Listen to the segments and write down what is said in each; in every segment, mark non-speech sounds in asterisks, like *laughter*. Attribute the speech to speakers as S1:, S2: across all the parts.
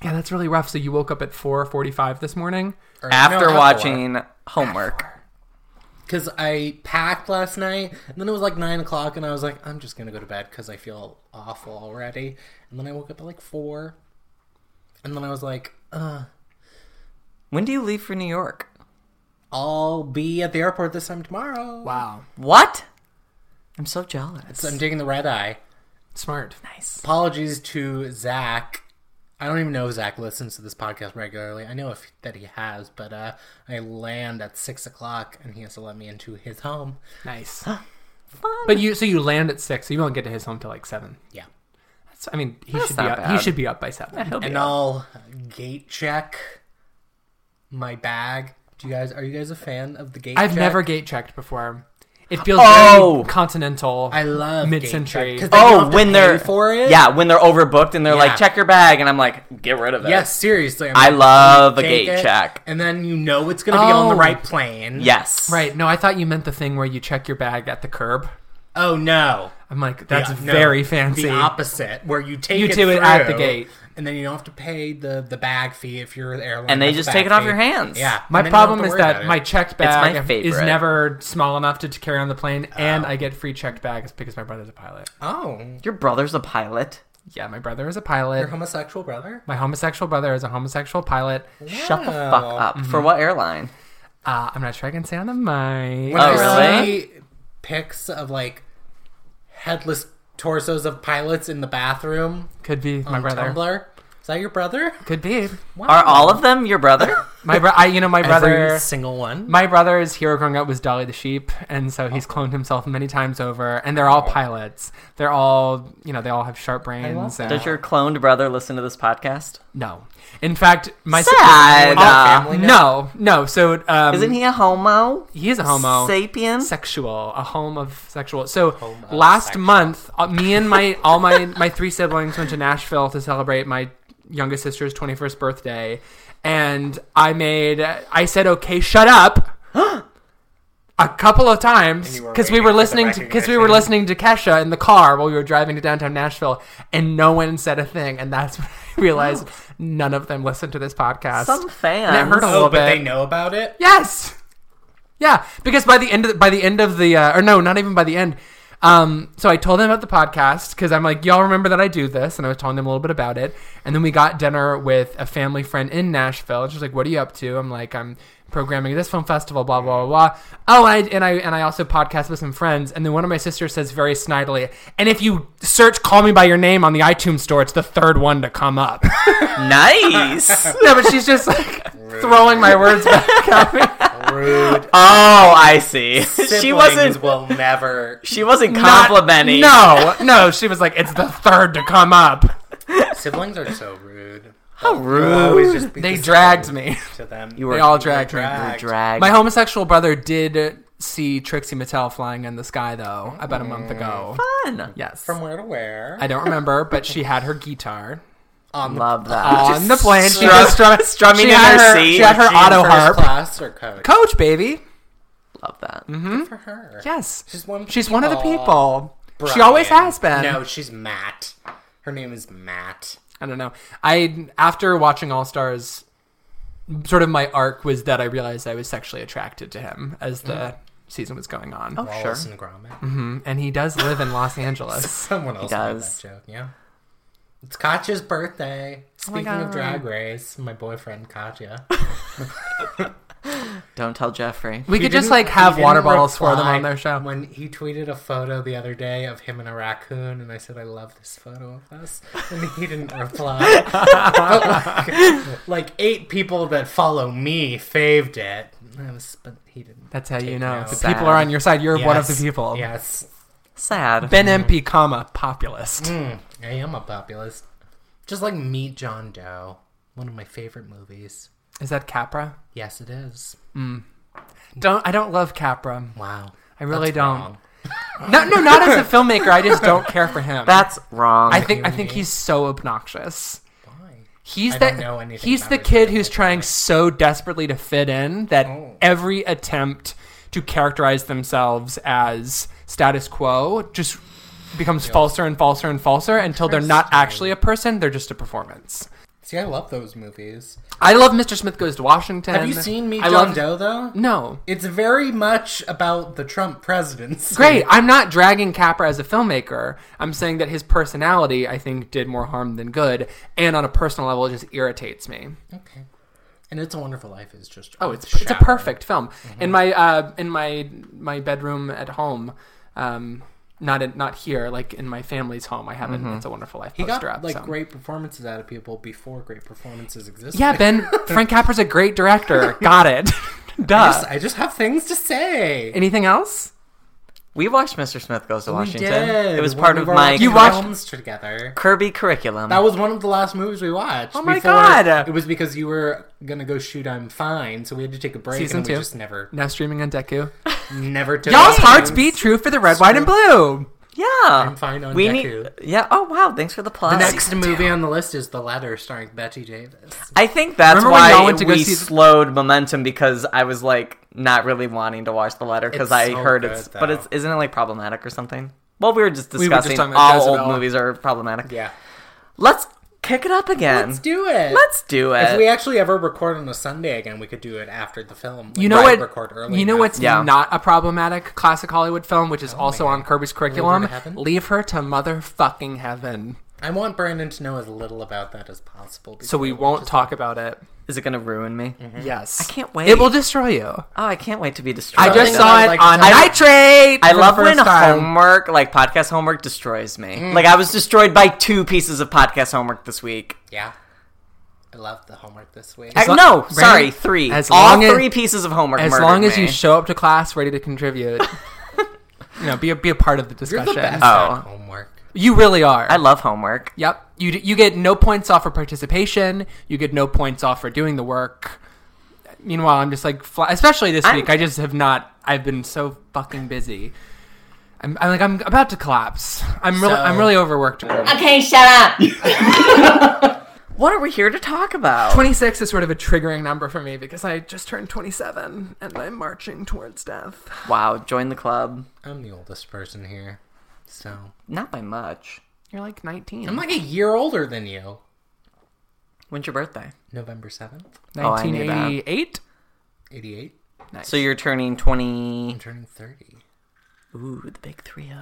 S1: that's really rough. So you woke up at four forty-five this morning.
S2: Or-
S3: after
S2: no,
S3: watching homework.
S2: because I packed last night, and then it was like nine o'clock, and I was like, I'm just gonna go to bed because I feel awful already. And then I woke up at like four, and then I was like, uh,
S3: When do you leave for New York?
S2: I'll be at the airport this time tomorrow.
S1: Wow,
S3: What? I'm so jealous.
S2: So I'm taking the red eye.
S1: smart.
S3: nice.
S2: Apologies to Zach. I don't even know if Zach listens to this podcast regularly. I know if that he has, but uh, I land at six o'clock, and he has to let me into his home.
S1: Nice. But you so you land at six, so you won't get to his home till like seven.
S2: Yeah.
S1: That's, I mean, he should be
S3: not
S1: up. He
S3: bad.
S1: should be up by seven.
S3: He'll be
S2: and I'll gate check my bag. Do you guys are you guys a fan of the gate?
S1: I've
S2: check?
S1: never gate checked before. It feels
S3: Oh!
S1: very continental.
S2: I love gate
S1: mid-century.
S2: check, 'cause then you don't
S3: Oh,
S2: have to
S3: when
S2: pay
S3: they're
S2: for it.
S3: Yeah, when they're overbooked and they're
S2: Yeah.
S3: like, check your bag, and I'm like, get rid of it.
S2: Yes, seriously. I'm
S3: I
S2: like,
S3: love a
S2: take
S3: gate
S2: it,
S3: check.
S2: and then you know it's going to be on the
S1: Oh.
S2: right plane.
S3: Yes.
S1: right. No, I thought you meant the thing where you check your bag at the curb.
S2: Oh no,
S1: I'm like, that's
S2: Yeah, no,
S1: very fancy.
S2: The opposite, where you take
S1: You
S2: it
S1: do it at the
S2: through,
S1: gate.
S2: and then you don't have to pay the the bag fee if you're the airline.
S3: And they
S2: has a
S3: just
S2: bag
S3: take it off
S2: fee.
S3: your hands.
S2: Yeah.
S1: My
S2: and then you don't have
S1: problem
S2: to
S1: is
S2: worry about
S1: that
S2: it.
S1: my checked
S3: my
S1: bag is
S3: favorite.
S1: never small enough to, to carry on the plane, and I get free checked bags because my brother's a pilot.
S2: oh,
S3: Your brother's a pilot.
S1: Yeah, my brother is a pilot.
S2: your homosexual brother.
S1: my homosexual brother is a homosexual pilot.
S3: Shut the fuck
S2: Wow.
S3: up. For what airline?
S1: Uh, I'm not sure I can say on the mic.
S2: When
S3: Oh,
S2: I
S3: really?
S2: see pics of like headless torsos of pilots in the bathroom
S1: Could be my
S2: on
S1: brother.
S2: Tumblr, is that your brother?
S1: Could be
S2: Wow.
S3: Are all of them your brother?
S2: *laughs*
S1: my bro. I, you know, my brother.
S2: every single one?
S1: My brother's hero growing up was Dolly the sheep, and so
S2: Oh.
S1: he's cloned himself many times over. And they're all pilots. They're all, you know, they all have sharp brains. and-
S3: Does your cloned brother listen to this podcast?
S1: no? In fact, my sister-
S3: Sad. Uh,
S2: All family
S1: No,
S2: now?
S1: no. So um,
S3: Isn't he a homo?
S1: He is a homo.
S3: Sapien?
S1: sexual, a home of sexual. So last month, uh, me and my all my *laughs* my three siblings went to Nashville to celebrate my youngest sister's 21st birthday, and I made I said, "Okay, shut up." *gasps* A couple of times
S2: you were
S1: because we
S2: waiting
S1: were
S2: for the
S1: listening because we were
S2: recognition.
S1: listening to Kesha in the car while we were driving to downtown Nashville, and no one said a thing, and that's *laughs* when I realized none of them listened to this podcast.
S3: Some fans.
S1: And it hurt a
S2: oh,
S1: little
S2: but
S1: bit.
S2: they know about it.
S1: *laughs* Yes. Yeah, because by the end of the, by the end of the uh, or no, not even by the end. Um, so I told them about the podcast because I'm like, y'all remember that I do this, and I was telling them a little bit about it. And then we got dinner with a family friend in Nashville, and she's like, "What are you up to?" I'm like, "I'm programming this film festival, blah blah blah." blah." Oh, and I and I and I also podcast with some friends. And then one of my sisters says very snidely, "And if you search "Call Me by Your Name" on the iTunes store, it's the third one to come up." *laughs*
S2: *laughs*
S3: Nice. oh,
S1: yeah, but she's just like throwing my words back at me.
S2: Rude.
S3: Oh, I see. *laughs* she
S2: Siblings
S3: wasn't.
S2: will never.
S3: She wasn't
S1: Not-
S3: complimenting.
S1: no, no, she was like, it's the third to come up.
S2: Siblings are so rude.
S3: How
S2: They'll
S3: rude.
S2: always just be
S1: They
S2: the
S1: dragged
S2: same
S1: me.
S2: to them.
S3: You were.
S1: *laughs* They all
S3: you
S1: dragged me.
S3: were
S2: dragged.
S3: dragged.
S1: My homosexual brother did see Trixie Mattel flying in the sky though about a month ago.
S3: Fun.
S1: Yes,
S2: From where to where?
S1: I don't remember, but she had her guitar
S2: on the
S3: Love that.
S1: on the plane. She
S3: strum-
S1: was strum-
S3: strumming
S1: she
S3: in
S1: had
S3: her
S1: her
S3: seat.
S1: She had her
S2: She in
S1: auto
S2: first
S1: harp.
S2: class or coach?
S1: Coach, baby.
S3: Love that.
S1: Mm-hmm.
S2: Good for her.
S1: Yes,
S2: She's one of the
S1: She's one of the
S2: people.
S1: people. She always
S2: Brian.
S1: has been.
S2: No, she's Matt. Her name is Matt.
S1: I don't know. I after watching All Stars, sort of my arc was that I realized I was sexually attracted to him as the season was going on.
S3: Oh, sure.
S2: Wallace and Gromit.
S1: Mhm. And he does live in Los Angeles.
S2: Someone else
S3: does.
S2: made that joke. Yeah. It's Katya's birthday. Speaking
S1: Oh God.
S2: of Drag Race, my
S1: *laughs*
S2: boyfriend Katya.
S3: Don't tell Jeffrey.
S1: We
S2: He
S1: could just
S2: didn't-
S1: like
S2: he
S1: have
S2: didn't
S1: water bottles for them
S2: reply
S1: on their show.
S2: When he tweeted a photo the other day of him and a raccoon, and I said, "I love this photo of us," and he didn't
S1: *laughs*
S2: reply. But, like, like, eight people that follow me faved it. I was- but he didn't.
S1: That's how you
S2: Take
S1: know.
S2: note.
S1: The people are on your side. You're one of the
S2: Yes,
S1: people.
S2: Yes,
S3: Sad.
S1: Ben MP, comma populist.
S2: Mm, I am a populist. Just like Meet John Doe, one of my favorite movies.
S1: Is that Capra?
S2: Yes, it is.
S1: Don't I don't love Capra.
S2: Wow.
S1: I really
S2: That's
S1: don't.
S2: wrong.
S1: No, no, not
S2: *laughs*
S1: as a filmmaker. I just don't care for him.
S3: That's wrong.
S1: I think I think he's so obnoxious.
S2: Why?
S1: He's
S2: I
S1: the
S2: don't know anything
S1: he's
S2: about
S1: the
S2: his
S1: kid who's trying so desperately to fit in that
S2: Oh.
S1: every attempt to characterize themselves as status quo just becomes falser and falser and falser until they're not actually a person; they're just a performance.
S2: See, I love those movies.
S1: I love Mr. Smith Goes to Washington.
S2: Have you seen Meet
S1: I
S2: John
S1: love-
S2: Doe though?
S1: No.
S2: It's very much about the Trump presidency.
S1: Great. I'm not dragging Capra as a filmmaker. I'm saying that his personality, I think, did more harm than good, and on a personal level, it just irritates me.
S2: *laughs* Okay. And It's a Wonderful Life is just
S1: Oh, it's it's a perfect film.
S2: Mm-hmm.
S1: In my uh, in my my bedroom at home, um, not in, not here, like in my family's home. I have an It's a Wonderful Life
S2: Mm-hmm. He got
S1: poster up.
S2: like
S1: so.
S2: great performances out of people before great performances existed.
S1: Yeah,
S2: *laughs*
S1: Ben Frank Capra's a great director. Got it. *laughs*
S2: I
S1: Duh.
S2: just, I just have things to say.
S1: Anything else?
S3: We watched Mr. Smith Goes to Washington.
S2: did.
S3: It was
S2: When
S3: part
S2: we
S3: of
S2: were
S3: my
S2: watching
S1: You watched-
S2: films together.
S3: Kirby curriculum.
S2: That was one of the last movies we watched.
S1: Oh my God.
S2: It was because you were gonna go shoot I'm Fine, so we had to take a break
S1: Season
S2: and we
S1: two.
S2: just never
S1: Now streaming on Deku.
S2: never took
S1: Y'all's
S2: a
S1: hearts
S2: break.
S1: beat true for the red, white, and blue.
S3: yeah.
S2: I'm fine on
S3: we
S2: Deku.
S3: need. Yeah. Oh wow! Thanks for the plug.
S2: The next movie on the list is The Letter starring Betty Davis.
S3: I think that's
S1: Remember when
S3: why
S1: y'all went to go
S3: we
S1: see the-
S3: slowed momentum because I was like not really wanting to watch the letter because
S2: It's
S3: I
S2: so
S3: heard
S2: good,
S3: it's,
S2: though.
S3: but it's isn't it like problematic or something? Well, we were just
S1: were just
S3: discussing
S1: talking about
S3: all
S1: Jezebel.
S3: old movies are problematic.
S2: Yeah.
S3: Let's kick it up again.
S2: Let's do it.
S3: Let's do it.
S2: if we actually ever record on a Sunday again, we could do it after the film. Like,
S1: You know
S2: right,
S1: what?
S2: Record early
S1: You know
S2: enough.
S1: what's
S3: Yeah.
S1: not a problematic classic Hollywood film, which is also on Kirby's curriculum.
S2: Leave Her to Heaven?
S1: Leave her to motherfucking heaven.
S2: I want Brandon to know as little about that as possible.
S1: So we
S2: before-
S1: won't talk about it.
S3: Is it gonna ruin me?
S2: Hmm?
S1: Yes, I
S3: can't wait.
S1: Mm-hmm. It will destroy you.
S3: Oh, I can't wait to be destroyed.
S1: I just
S2: thing
S1: saw
S2: that I'd
S1: it
S2: like to
S1: on
S2: tell-
S1: Nitrate.
S3: I
S1: for the
S3: love
S1: first
S3: when
S1: time. Mm.
S3: homework, like podcast homework, destroys me. Like I was destroyed by two pieces of podcast homework this week.
S2: Yeah. I love the homework this week.
S3: I-
S1: lo-
S3: no,
S1: Brandon,
S3: sorry, three.
S1: as
S3: All
S1: long as-
S3: three pieces of homework.
S1: As
S3: murdered
S1: long as
S3: me.
S1: you show up to class ready to
S3: *laughs*
S1: contribute, you know, be a, be a part of the
S2: You're the
S1: discussion.
S2: best
S3: Oh.
S2: at homework.
S1: You really are.
S3: I love homework.
S1: yep. You d- you get no points off for participation. You get no points off for doing the work. Meanwhile, I'm just like, fly- especially this
S3: I'm-
S1: week, I just have not. I've been so fucking busy. I'm, I'm like, I'm about to collapse. I'm really,
S2: So-
S1: I'm really overworked.
S4: Okay, shut up.
S3: *laughs* What are we here to talk about?
S1: 26 is sort of a triggering number for me because I just turned 27 and I'm marching towards death.
S3: Wow, join the club.
S2: I'm the oldest person here. So
S3: Not by much.
S1: You're like 19.
S2: I'm like a year older than you.
S3: When's your birthday?
S2: November seventh,
S3: Oh, I knew that.
S1: 1988.
S2: eighty eight.
S3: So you're turning 20.
S2: I'm turning thirty.
S3: Ooh, the big oh. 30.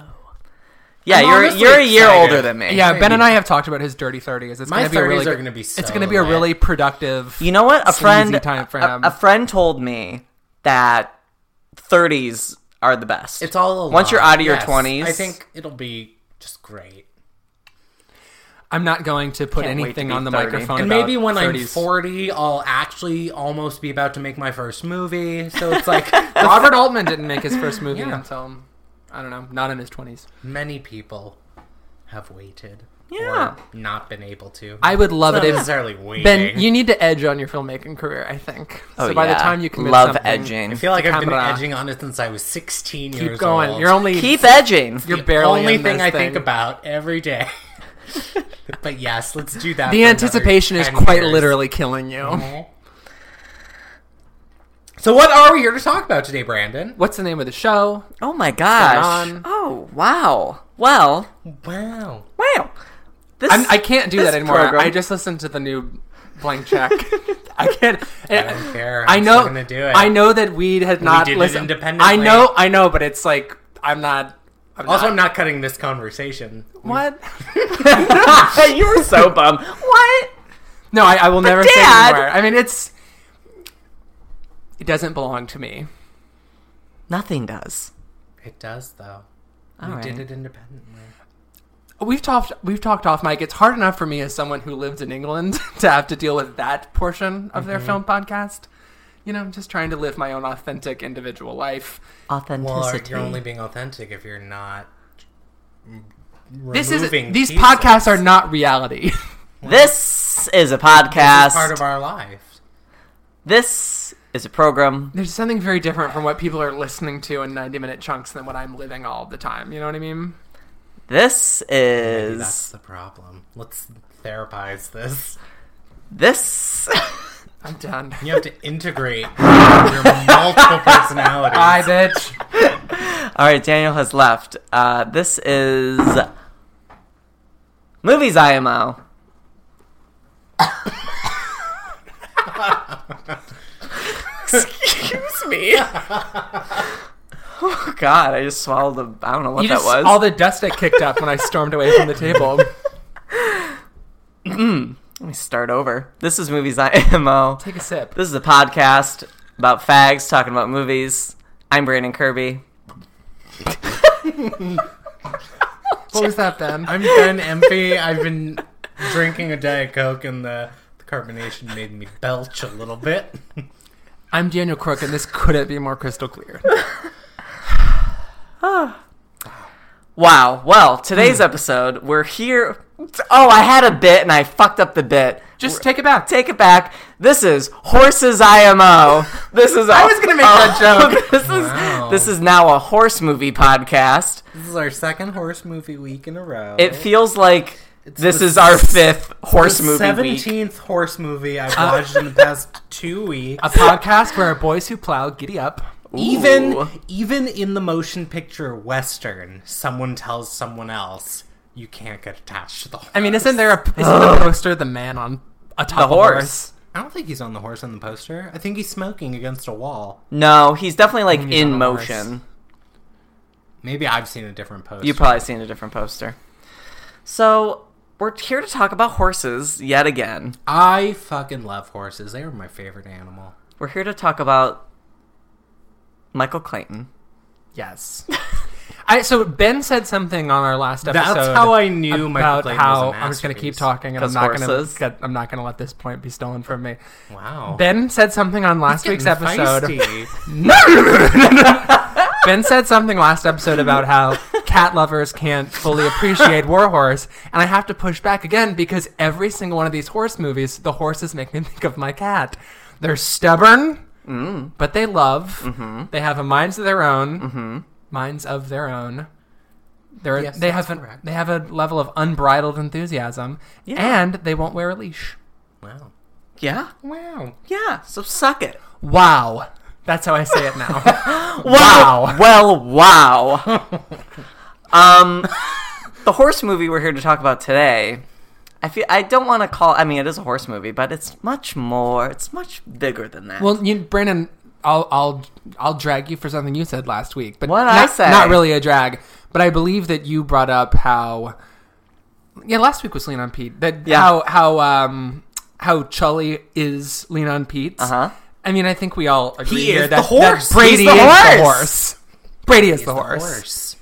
S3: Yeah,
S2: I'm
S3: you're
S2: honestly
S3: you're a year
S2: excited.
S3: older than me.
S1: Yeah, Ben and I have talked about his dirty 30s. It's
S2: My
S1: gonna be a
S2: 30s
S1: really
S2: are
S1: good-
S2: gonna be so
S1: It's going to be a
S2: lit.
S1: really productive.
S3: You know what? A
S1: Sleazy
S3: friend
S1: time for
S3: a,
S1: him.
S3: a friend told me that 30s are the best.
S2: It's all a
S3: Once you're
S2: lot.
S3: out of your
S2: Yes,
S3: 20s.
S2: I think it'll be just great.
S1: I'm not going to put
S3: Can't wait to
S1: anything
S3: be
S1: on the
S3: 30.
S1: microphone.
S2: And
S1: about
S2: maybe when I'm
S1: 30s.
S2: 40, I'll actually almost be about to make my first movie. So
S1: *laughs*
S2: it's like
S1: *laughs* Robert Altman didn't make his first movie
S2: Yeah.
S1: until I don't know, not in his 20s.
S2: many people have waited.
S3: Yeah.
S2: Or not been able to.
S1: I would love
S2: Not
S1: it if
S2: necessarily waiting.
S1: Ben. You need to edge on your filmmaking career, I think.
S3: Oh,
S1: so by the
S3: yeah.
S1: time you commit
S3: love
S1: something,
S3: edging.
S2: I feel like I've been
S1: Camera.
S2: edging on it since I was 16 years old.
S1: Keep going. You're only
S3: Keep edging.
S1: you're barely
S2: only
S1: in
S2: thing
S1: this
S2: I think about every day. *laughs* but yes, let's do that.
S1: The
S2: for another
S1: anticipation is
S2: 10
S1: quite
S2: years.
S1: literally killing
S2: *laughs*
S1: you.
S2: So what are we here to talk about today, Brandon?
S1: What's the name of the show?
S3: Oh my gosh.
S1: on.
S3: Oh, wow. Well,
S2: Wow.
S3: wow. This
S1: I'm,
S3: *laughs*
S1: I can't *laughs* do
S3: This
S1: that anymore.
S3: program-
S1: I just listened to the new blank check. *laughs* I can't. eh,
S2: I don't care.
S1: I
S2: I'm
S1: know.
S2: still gonna do it.
S1: I know that weed had not
S2: did it
S1: listened.
S2: independently.
S1: I know. I know, but it's like I'm not. I'm
S2: Also,
S1: not-
S2: I'm not cutting this conversation.
S1: what?
S3: you were so bummed. What?
S1: *laughs* No, I, I will never say
S3: Dad-
S1: anymore. I mean, it's. It doesn't belong to me.
S3: Nothing does.
S2: It does though.
S3: All
S2: we
S3: right.
S2: did it independently.
S1: We've talked. We've talked off mic. It's hard enough for me as someone who lives in England *laughs* to have to deal with that portion of
S2: Mm-hmm.
S1: their film podcast. You know, I'm just trying to live my own authentic individual life.
S2: Well, are-
S3: Authenticity.
S2: you're only being authentic if you're not. m-
S1: This is
S2: removing
S1: these
S2: pieces.
S1: podcasts are not reality. *laughs*
S3: This is a
S2: This
S3: podcast.
S2: is part of our life.
S3: This is a program.
S1: There's something very different from what people are listening to in 90 minute chunks than what I'm living all the time. You know what I mean?
S3: This
S2: That's
S3: is
S2: the problem. Let's therapize this.
S3: this. *laughs*
S1: I'm done.
S2: You have to integrate your *laughs* multiple personalities. *laughs*
S1: Bye, bitch.
S3: All right, Daniel has left. Uh,
S2: *laughs*
S3: this is movies IMO. Excuse me. oh *laughs* God, I just swallowed a. I don't know what
S1: You
S3: that
S1: just-
S3: was.
S1: all the dust that kicked up when I stormed away from the
S3: *laughs*
S1: table.
S3: Let me start over. This is movies *laughs* IMO.
S1: Take a sip.
S3: This is a podcast about fags talking about movies. I'm Brandon Kirby.
S1: What was that, Ben?
S2: I'm Ben Empey. I've been drinking a Diet Coke, and the, the carbonation made me belch a little bit.
S1: I'm Daniel Crook, and this couldn't be more crystal clear.
S3: Wow. Well,
S1: Hmm.
S3: today's episode, we're here. Oh, I had a bit and I fucked up the bit.
S1: Just take it back.
S3: Take it back. This is horses
S1: *laughs*
S3: IMO. This is. I
S1: was gonna make
S3: *laughs*
S1: that joke.
S3: this is
S2: Wow.
S3: this is now a horse movie podcast.
S2: This is our second horse movie week in a row.
S3: It feels like this
S2: the
S3: is our fifth horse
S2: the
S3: movie week.
S2: Seventeenth horse movie I've
S1: Uh,
S2: watched in the
S1: *laughs*
S2: past two weeks.
S1: A podcast where boys who plow giddy up.
S2: Even
S3: Ooh.
S2: even in the motion picture western, someone tells someone else you can't get attached to the horse.
S1: I mean, isn't there a isn't the poster the man on atop
S3: The
S1: a
S3: horse.
S2: I don't think he's on the horse on the poster. I think he's smoking against a wall.
S3: No, he's definitely like
S1: He's on
S3: in
S1: a horse.
S3: motion.
S2: Maybe I've seen a different poster.
S3: You've probably seen a different poster. So we're here to talk about horses yet again.
S2: I fucking love horses. They are my favorite animal.
S3: We're here to talk about Michael Clayton.
S1: Yes. I so Ben said something on our last
S2: That's
S1: episode.
S2: how I knew Michael
S1: about
S2: Clayton was
S1: how
S2: a
S1: I'm just going to keep
S2: masterpiece.
S1: talking and I'm
S3: 'Cause
S1: not going
S3: horses.
S1: to I'm not going to let this point be stolen from me.
S2: Wow.
S1: Ben said something on last week's
S2: Getting
S1: episode. *laughs*
S2: feisty.
S1: Ben said something last episode about how cat lovers can't fully appreciate Warhorse, and I have to push back again because every single one of these horse movies, the horses make me think of my cat. They're stubborn,
S2: Mm.
S1: but they love.
S2: Mm-hmm.
S1: They have a minds of their own. Minds of their own. They're,
S2: Yes,
S1: they
S2: that's
S1: have an,
S2: correct.
S1: they have a level of unbridled enthusiasm,
S3: Yeah.
S1: and they won't wear a leash.
S2: Wow.
S3: Yeah,
S2: Wow.
S3: yeah. So
S1: *gasps*
S3: suck it.
S1: Wow, that's how I say it
S2: *laughs*
S1: now.
S3: Wow.
S1: Wow.
S3: Well, wow.
S1: *laughs*
S3: um, the horse movie we're here to talk about today. I feel I don't want to call. I mean, it is a horse movie, but it's much more. It's much bigger than that.
S1: Well, you, Brandon, I'll I'll I'll drag you for something you said last week, but
S3: What'd
S1: not,
S3: I say?
S1: not really a drag. But I believe that you brought up how yeah, last week was Lean on Pete. That
S3: Yeah.
S1: how how um how Chully is Lean on Pete's.
S3: Uh-huh.
S1: I mean, I think we all agree
S2: He
S1: here
S2: is
S1: that,
S2: the horse.
S1: that Brady
S3: He's the
S1: is the
S3: horse.
S1: horse. Brady is the,
S2: The
S1: horse.
S2: horse.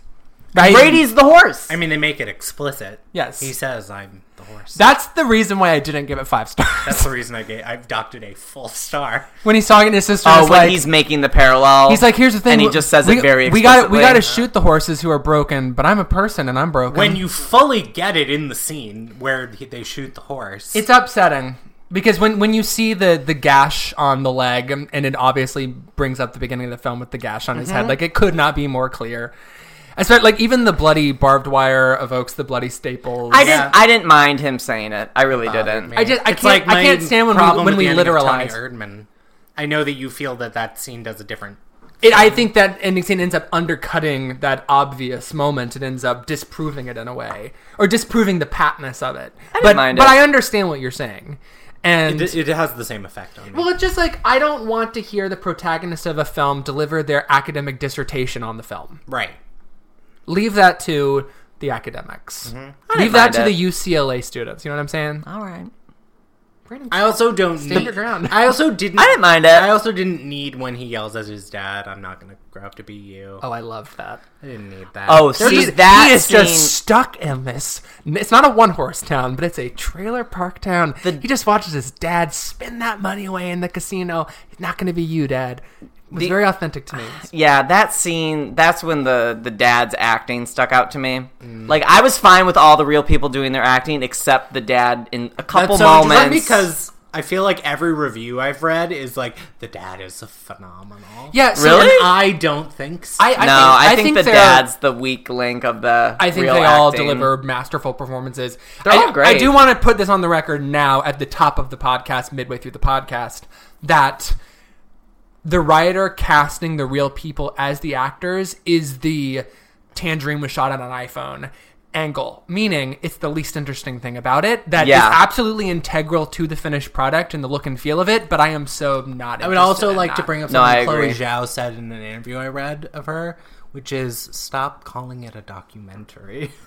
S1: right?
S3: Brady's the horse.
S2: I mean, they make it explicit.
S1: Yes.
S2: He says, I'm the horse.
S1: That's the reason why I didn't give it five stars.
S2: That's the reason I gave, I've docked it a full star.
S1: *laughs* when he's talking to his sister,
S3: oh,
S1: he's
S3: when
S1: like,
S3: he's making the parallel,
S1: he's like, "Here's the thing,"
S3: and he just says
S1: we,
S3: it very.
S1: We got we
S3: explicitly.
S1: got to shoot the horses who are broken, but I'm a person and I'm broken.
S2: When you fully get it in the scene where he- they shoot the horse,
S1: It's upsetting because when when you see the the gash on the leg, um, and it obviously brings up the beginning of the film with the gash on his head. Like it could not be more clear. I start like even the bloody barbed wire evokes the bloody staples.
S3: I
S2: Yeah.
S3: didn't. I didn't mind him saying it. I
S1: Oh,
S3: really didn't.
S1: I just- I can't- I
S2: my
S1: can't stand when we-
S2: problem
S1: when
S2: with
S1: we
S2: the ending of
S1: literalize.
S2: Tony Erdman. I know that you feel that that scene does a different.
S1: It, I think that ending scene ends up undercutting that obvious moment. It ends up disproving it in a way, or disproving the patness of it. I but
S3: mind
S1: but
S3: it.
S1: I understand what you're saying, and
S2: It, it has the same effect on me.
S1: Well, it's just like I don't want to hear the protagonist of a film deliver their academic dissertation on the film.
S2: right.
S1: Leave that to the academics. Leave
S3: didn't
S1: that to
S3: mind it.
S1: the
S3: Oh.
S1: UCLA students. You know what I'm saying?
S3: All right.
S1: Brandon,
S2: I also don't
S1: stand
S2: need.
S1: your ground.
S2: I
S1: *laughs*
S2: also didn't.
S3: I didn't mind it.
S2: I also didn't need when he yells at his dad. I'm not gonna grow up to be you.
S1: oh, I love that.
S2: I didn't need that.
S3: Oh,
S1: They're
S3: see
S1: just-
S3: that
S1: he is
S3: scene.
S1: just stuck in this. It's not a one horse town, but it's a trailer park town. he just watches his dad spend that money away in the casino. It's not going to be you, Dad. It was
S3: The-
S1: very authentic
S3: *sighs*
S1: to me.
S3: Yeah, that scene, that's when the the dad's acting stuck out to me.
S1: Mm.
S3: Like I was fine with all the real people doing their acting except the dad in a couple
S2: That's so interesting
S3: moments.
S2: because I feel like every review I've read is like the dad is phenomenal.
S1: Yeah, so
S3: Really?
S2: and I don't think so.
S1: I, I
S3: no,
S1: think,
S3: I think, the
S1: they're-
S3: dad's the weak link of the
S1: I think
S3: real
S1: they all
S3: acting.
S1: deliver masterful performances.
S3: They're
S1: I,
S3: all great.
S1: I do want to put this on the record now at the top of the podcast, midway through the podcast, that the writer casting the real people as the actors is the tangerine was shot on an iPhone. angle, meaning it's the least interesting thing about it that is
S3: Yeah.
S1: absolutely integral to the finished product and the look and feel of it. But I am so not.
S2: I would also like to bring up
S3: No,
S2: something
S3: I
S2: Chloe
S3: agree.
S2: Zhao said in an interview I read of her, which is stop calling it a documentary. *laughs*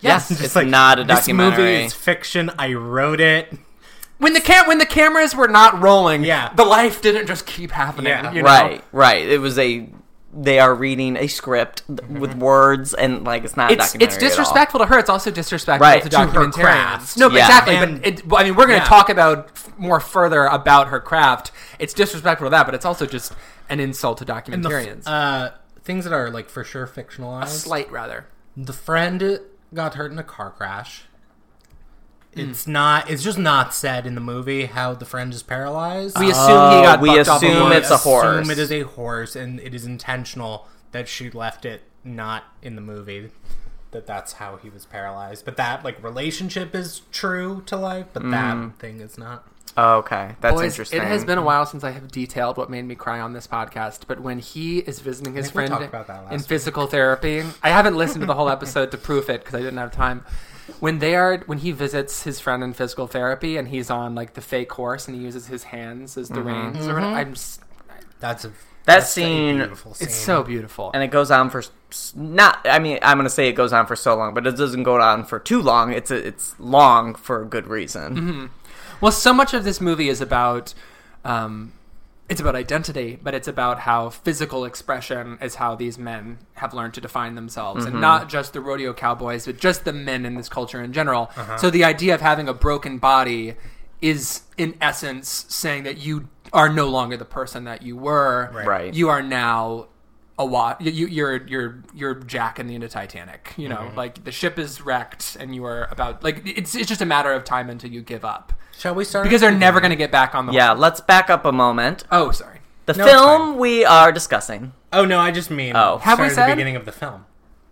S3: Yes,
S2: Just
S3: it's
S2: like,
S3: not a
S2: This movie
S3: documentary.
S2: is fiction. I wrote it. *laughs*
S1: when the cam when the cameras were not rolling.
S2: Yeah.
S1: the life didn't just keep happening.
S2: Yeah.
S1: you know?
S3: right, right. It was a. They are reading a script th- with words and like it's not. a
S1: It's it's
S3: documentary at all.
S1: disrespectful to her. It's also disrespectful
S3: Right.
S1: to
S3: To her
S1: documentarians.
S2: craft.
S1: No, but
S3: Yeah.
S1: exactly.
S2: And-
S1: but it, well, I mean, we're going to
S2: Yeah.
S1: talk about f- more further about her craft. It's disrespectful to that, but it's also just an insult to
S2: And the f-
S1: documentarians.
S2: uh, things that are like for sure fictionalized.
S1: Slight, rather.
S2: the friend got hurt in a car crash.
S3: Hmm.
S2: It's not. It's just not said in the movie how the friend is
S3: Oh,
S2: paralyzed.
S1: We
S2: Uh,
S1: assume he got
S3: we
S1: bucked off a
S3: assume
S1: horse.
S3: it's a horse.
S2: It is a horse, and it is intentional that she left it not in the movie. That that's how he was paralyzed. But that like relationship is true to life, but
S3: Mm.
S2: that thing is not.
S3: Oh, okay, that's
S1: Boys,
S3: interesting.
S1: It has been a while since I have detailed what made me cry on this podcast, but when he is visiting his
S2: think we
S1: friend
S2: talked about that last
S1: in
S2: week.
S1: physical therapy, I haven't listened to the whole episode to proof it because I didn't have time. When they are when he visits his friend in physical therapy and he's on like the fake horse and he uses his hands as the
S3: Mm-hmm.
S1: reins,
S2: Mm-hmm.
S1: or whatever, I'm s-
S2: That's a
S3: that
S2: that's a
S3: scene.
S2: beautiful scene.
S1: it's so beautiful.
S3: and it goes on for s- not i mean i'm gonna say it goes on for so long but it doesn't go on for too long it's it's long for a good reason
S1: Mm-hmm. Well, so much of this movie is about um, it's about identity, but it's about how physical expression is how these men have learned to define themselves, and not just the rodeo cowboys, but just the men in this culture in general. So the idea of having a broken body is, in essence, saying that you are no longer the person that you were.
S2: Right.
S3: right
S1: You are now a lot. You, you're you're you're Jack in the end of Titanic. You know, like the ship is wrecked, and you are about like it's it's just a matter of time until you give up
S2: Shall we start?
S1: because they're never going to get back on the
S3: yeah let's back up a moment
S1: Oh, sorry.
S3: the
S2: No, it's
S3: film we are discussing
S2: Oh no, I just mean.
S3: Oh.
S1: Have we
S2: start at
S1: said?
S2: the beginning of the film?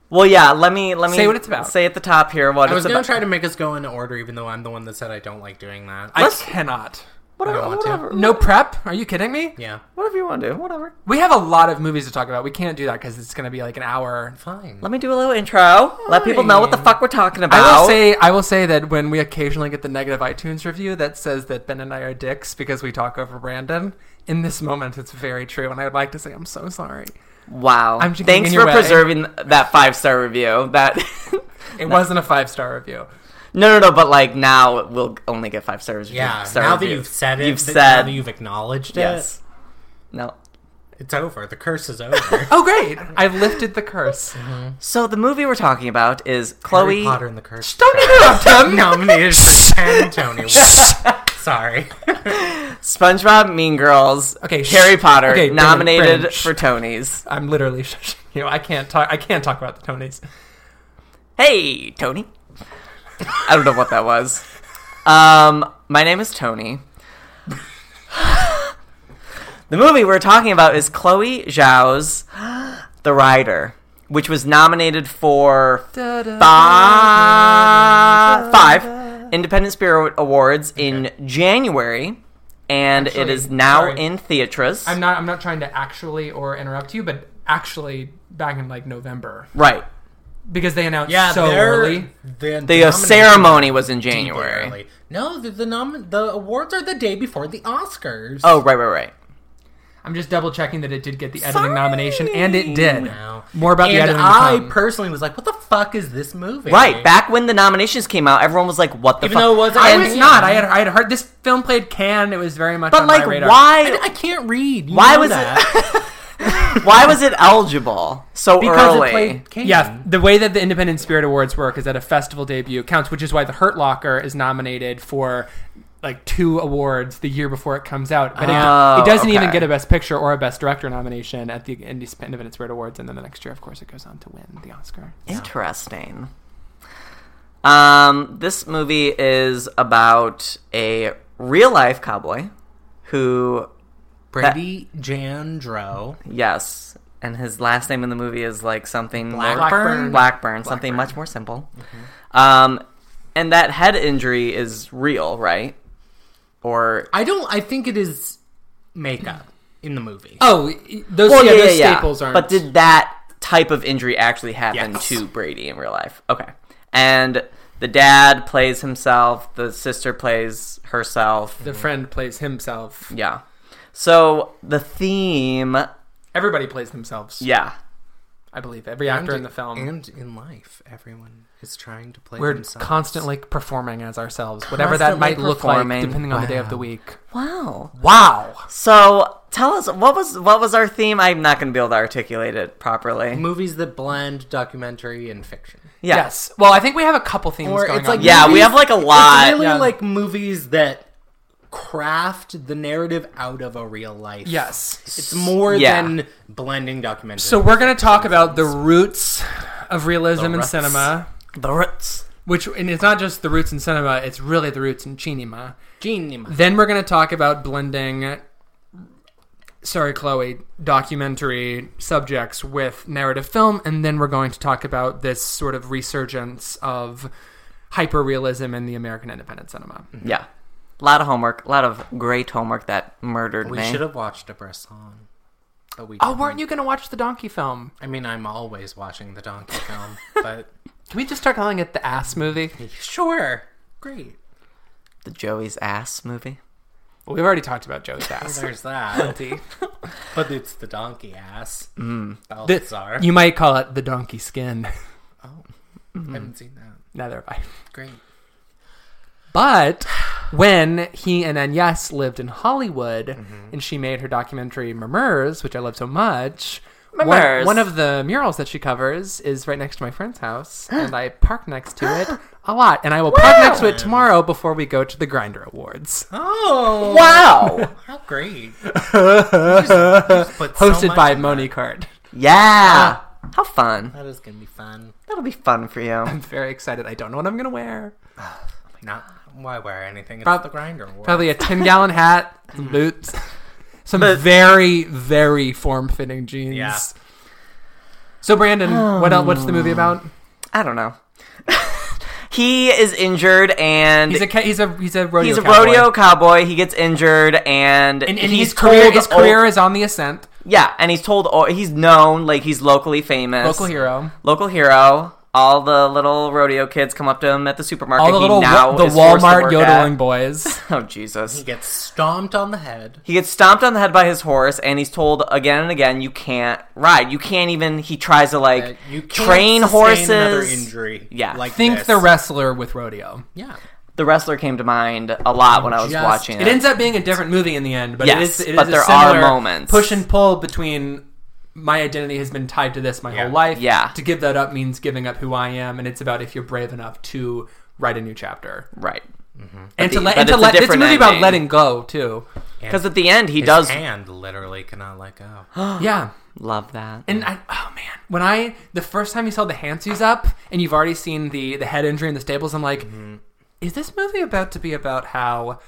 S3: well yeah let me let me
S1: Say what it's about.
S3: say at the top here what
S2: I was
S3: it's
S2: gonna
S3: about
S2: try to make us go in order, even though I'm the one that said I don't like doing that.
S3: Let's-
S1: I cannot.
S3: whatever,
S2: I don't want to.
S3: whatever,
S1: No prep? Are you kidding me?
S2: yeah,
S3: whatever you want to do whatever
S1: We have a lot of movies to talk about. We can't do that because it's going to be like an hour.
S2: fine.
S3: let me do a little intro let people know what the fuck we're talking about
S1: I will say, I will say that when we occasionally get the negative iTunes review that says that Ben and I are dicks because we talk over Brandon, in this moment it's very true, and I would like to say I'm so sorry.
S3: wow
S1: I'm just getting
S3: thanks
S1: in your
S3: for
S1: way.
S3: preserving that five star review that *laughs*
S1: It wasn't a five star review.
S3: no no no but like now it will only get five stars
S2: Yeah,
S3: star
S2: now that
S3: reviews.
S2: you've said it,
S3: you've
S2: that-
S3: said
S2: now that you've acknowledged
S3: yes no
S2: it, it's over. The curse is
S3: *laughs*
S2: over.
S1: Oh, great! I lifted the curse.
S3: So the movie we're talking about is
S2: Harry
S3: Chloe.
S2: Potter and the curse.
S1: Don't interrupt him.
S2: Nominated for ten Tony. Sorry.
S3: SpongeBob, Mean Girls,
S1: Okay, sh-
S3: Harry Potter,
S1: okay, Brandon,
S3: nominated
S1: Brandon, sh-
S3: for Tonys.
S1: I'm literally *laughs* shushing you. I can't talk. I can't talk about the Tonys.
S3: Hey, Tony. I don't know what that was. Um, my name is Tony. the movie we're talking about is Chloe Zhao's The Rider, which was nominated for fi- five Independent Spirit Awards in January, and it
S1: Actually,
S3: is now
S1: sorry.
S3: in theaters.
S1: I'm not. I'm not trying to actually or interrupt you, but actually back in like November
S3: right.
S1: because they announced
S2: Yeah,
S1: so
S2: they're-
S1: early.
S2: The,
S3: The uh, ceremony was in January.
S2: No, the the, nom- the awards are the day before the Oscars.
S3: Oh, right, right, right.
S1: I'm just double checking that it did get the
S3: Sorry.
S1: editing nomination, and it did.
S2: Now.
S1: More about the
S2: and
S1: editing. to
S2: I
S1: come.
S2: personally was like, "What the fuck is this movie?"
S3: Right, back when the nominations came out, everyone was like, "What the
S2: Even
S3: fuck?"
S2: though it wasn't-
S1: I
S2: And-
S1: was not. I had. I had heard this film played Cannes. It was very much.
S3: but
S1: on
S3: like,
S1: my radar.
S2: I, *laughs*
S3: why? *laughs*
S2: I can't read. You
S3: Why
S2: know
S3: was
S2: that.
S3: it? why was it eligible so
S2: Because
S3: early?
S2: it played Kane.
S1: Yeah, the way that the Independent Spirit Awards work is that a festival debut counts, which is why The Hurt Locker is nominated for like two awards the year before it comes out. But it,
S3: Oh,
S1: it doesn't
S3: okay.
S1: even get a Best Picture or a Best Director nomination at the Indie- Independent Spirit Awards, and then the next year, of course, it goes on to win the Oscar.
S3: Interesting. Um, this movie is about a real life cowboy who,
S2: Brady Jandro.
S3: yes, and his last name in the movie is like something more-
S1: Blackburn.
S3: Blackburn, something much more simple. Um, and that head injury is real, right? Or
S2: I don't. I think it is makeup in the movie.
S1: Oh, those,
S3: well,
S1: yeah,
S3: yeah, yeah,
S1: those
S3: yeah.
S1: staples aren't.
S3: But did that type of injury actually happen
S2: Yes.
S3: to Brady in real life? Okay, and the dad plays himself, the sister plays herself.
S1: The friend plays himself.
S3: Yeah. So the theme,
S1: Everybody plays themselves.
S3: yeah,
S1: I believe every actor
S2: And-
S1: in the film.
S2: and in life, everyone is trying to play.
S1: We're
S2: themselves.
S1: constantly performing as ourselves, whatever that might
S3: Constantly
S1: look like,
S3: performing.
S1: depending on the day of the
S2: Wow.
S1: week.
S3: wow.
S1: Wow.
S3: So tell us what was what was our theme? I'm not going to be able to articulate it properly.
S2: movies that blend documentary and fiction.
S3: Yeah.
S1: Yes. Well, I think we have a couple things
S2: Or
S1: going
S2: it's
S1: on.
S2: like-
S3: Yeah, we
S2: Movies-
S3: have like a
S2: it's
S3: lot.
S2: really
S1: yeah.
S2: like movies that craft the narrative out of a real life.
S1: Yes.
S2: It's more
S3: Yeah.
S2: than blending documentary.
S1: So we're going to talk about the roots of realism in
S3: roots.
S1: cinema,
S3: The roots.
S1: which and it's not just the roots in cinema, it's really the roots in cinema.
S2: Gene.
S1: Then we're going to talk about blending sorry Chloe documentary subjects with narrative film and then we're going to talk about this sort of resurgence of hyperrealism in the American independent cinema.
S3: Yeah. A lot of homework. A lot of great homework that murdered
S2: We
S3: me.
S2: should have watched a Bresson. But we
S1: Oh,
S2: didn't.
S1: weren't you going to watch the donkey film?
S2: I mean, I'm always watching
S1: *laughs*
S2: the donkey film, but
S1: Can we just start calling it the ass movie?
S2: sure, great.
S3: The Joey's ass movie.
S1: Well, we've already talked about Joe's ass.
S2: There's that. *laughs* but it's the donkey ass. Mm. Balthazar.
S1: you might call it the donkey skin. *laughs*
S2: I Oh. haven't seen that.
S1: Neither have I.
S2: Great.
S1: But when he and Agnes lived in Hollywood
S3: Mm-hmm.
S1: and she made her documentary Murmurs, which I love so much, one-
S3: Murmurs.
S1: One, of the murals that she covers is right next to my friend's
S3: *gasps*
S1: house, and I park next to it a lot. And I will park next to it tomorrow before we go to the Grinder Awards,
S2: Oh,
S3: Wow.
S2: how great!
S1: *laughs* hosted by Moni Card.
S3: yeah.
S1: Ah.
S3: How fun.
S2: That is gonna be fun.
S3: That'll be fun for
S1: *laughs*
S3: you.
S1: I'm very excited. I don't know what I'm gonna wear.
S2: Not why wear anything. It's
S1: Prob-
S2: the grinder war.
S1: Probably a ten gallon
S3: *laughs*
S1: hat, some
S3: Hmm.
S1: boots, some very very form fitting jeans.
S2: Yeah.
S1: So Brandon, what else, what's the movie
S3: Oh.
S1: about?
S3: I don't know. *laughs* he is injured and
S1: He's a ca- he's a he's a rodeo.
S3: he's a
S1: cowboy.
S3: rodeo cowboy. He gets injured and,
S1: and, and
S3: he's
S1: his career
S3: told
S1: his
S3: o-
S1: career is on the ascent.
S3: yeah, and he's told o- he's known like he's locally famous,
S1: Local hero.
S3: local hero. All the little rodeo kids come up to him at the supermarket.
S1: All the
S3: he
S1: little
S3: now
S1: the
S3: is forced to
S1: Walmart
S3: work
S1: yodeling
S3: at. *laughs*
S1: boys.
S3: Oh
S2: He
S3: Jesus!
S2: gets stomped on the head.
S3: He gets stomped on the head by his horse, and he's told again and again, "You can't ride. You can't even." He tries to like
S2: Uh, You can't
S3: train
S2: sustain
S3: horses.
S2: Another injury.
S3: Yeah.
S2: Like
S1: Think
S2: this.
S1: the wrestler with rodeo.
S2: Yeah.
S3: The wrestler came to mind a lot when I was
S2: Just-
S3: watching
S1: It ends up being a different movie in the end, but
S3: Yes,
S1: it is. It is
S3: but
S1: a
S3: there are
S1: similar
S3: moments.
S1: push and pull between my identity has been tied to this my
S2: Yeah.
S1: whole life.
S3: Yeah.
S1: to give that up means giving up who I am, and it's about if you're brave enough to write a new chapter
S3: right.
S1: and to
S3: the-
S1: let
S3: but
S1: and to
S3: it's a
S1: let. It's a
S3: different
S1: movie about
S3: ending.
S1: letting go
S3: *gasps*
S1: too.
S3: Because at the end, he
S2: His
S3: does
S2: hand literally cannot let go.
S1: yeah.
S3: love that.
S1: And I, oh man, when I the first time you saw the handsuits up, and you've already seen the the head injury in the stables, I'm like,
S3: Mm-hmm.
S1: is this movie about to be about how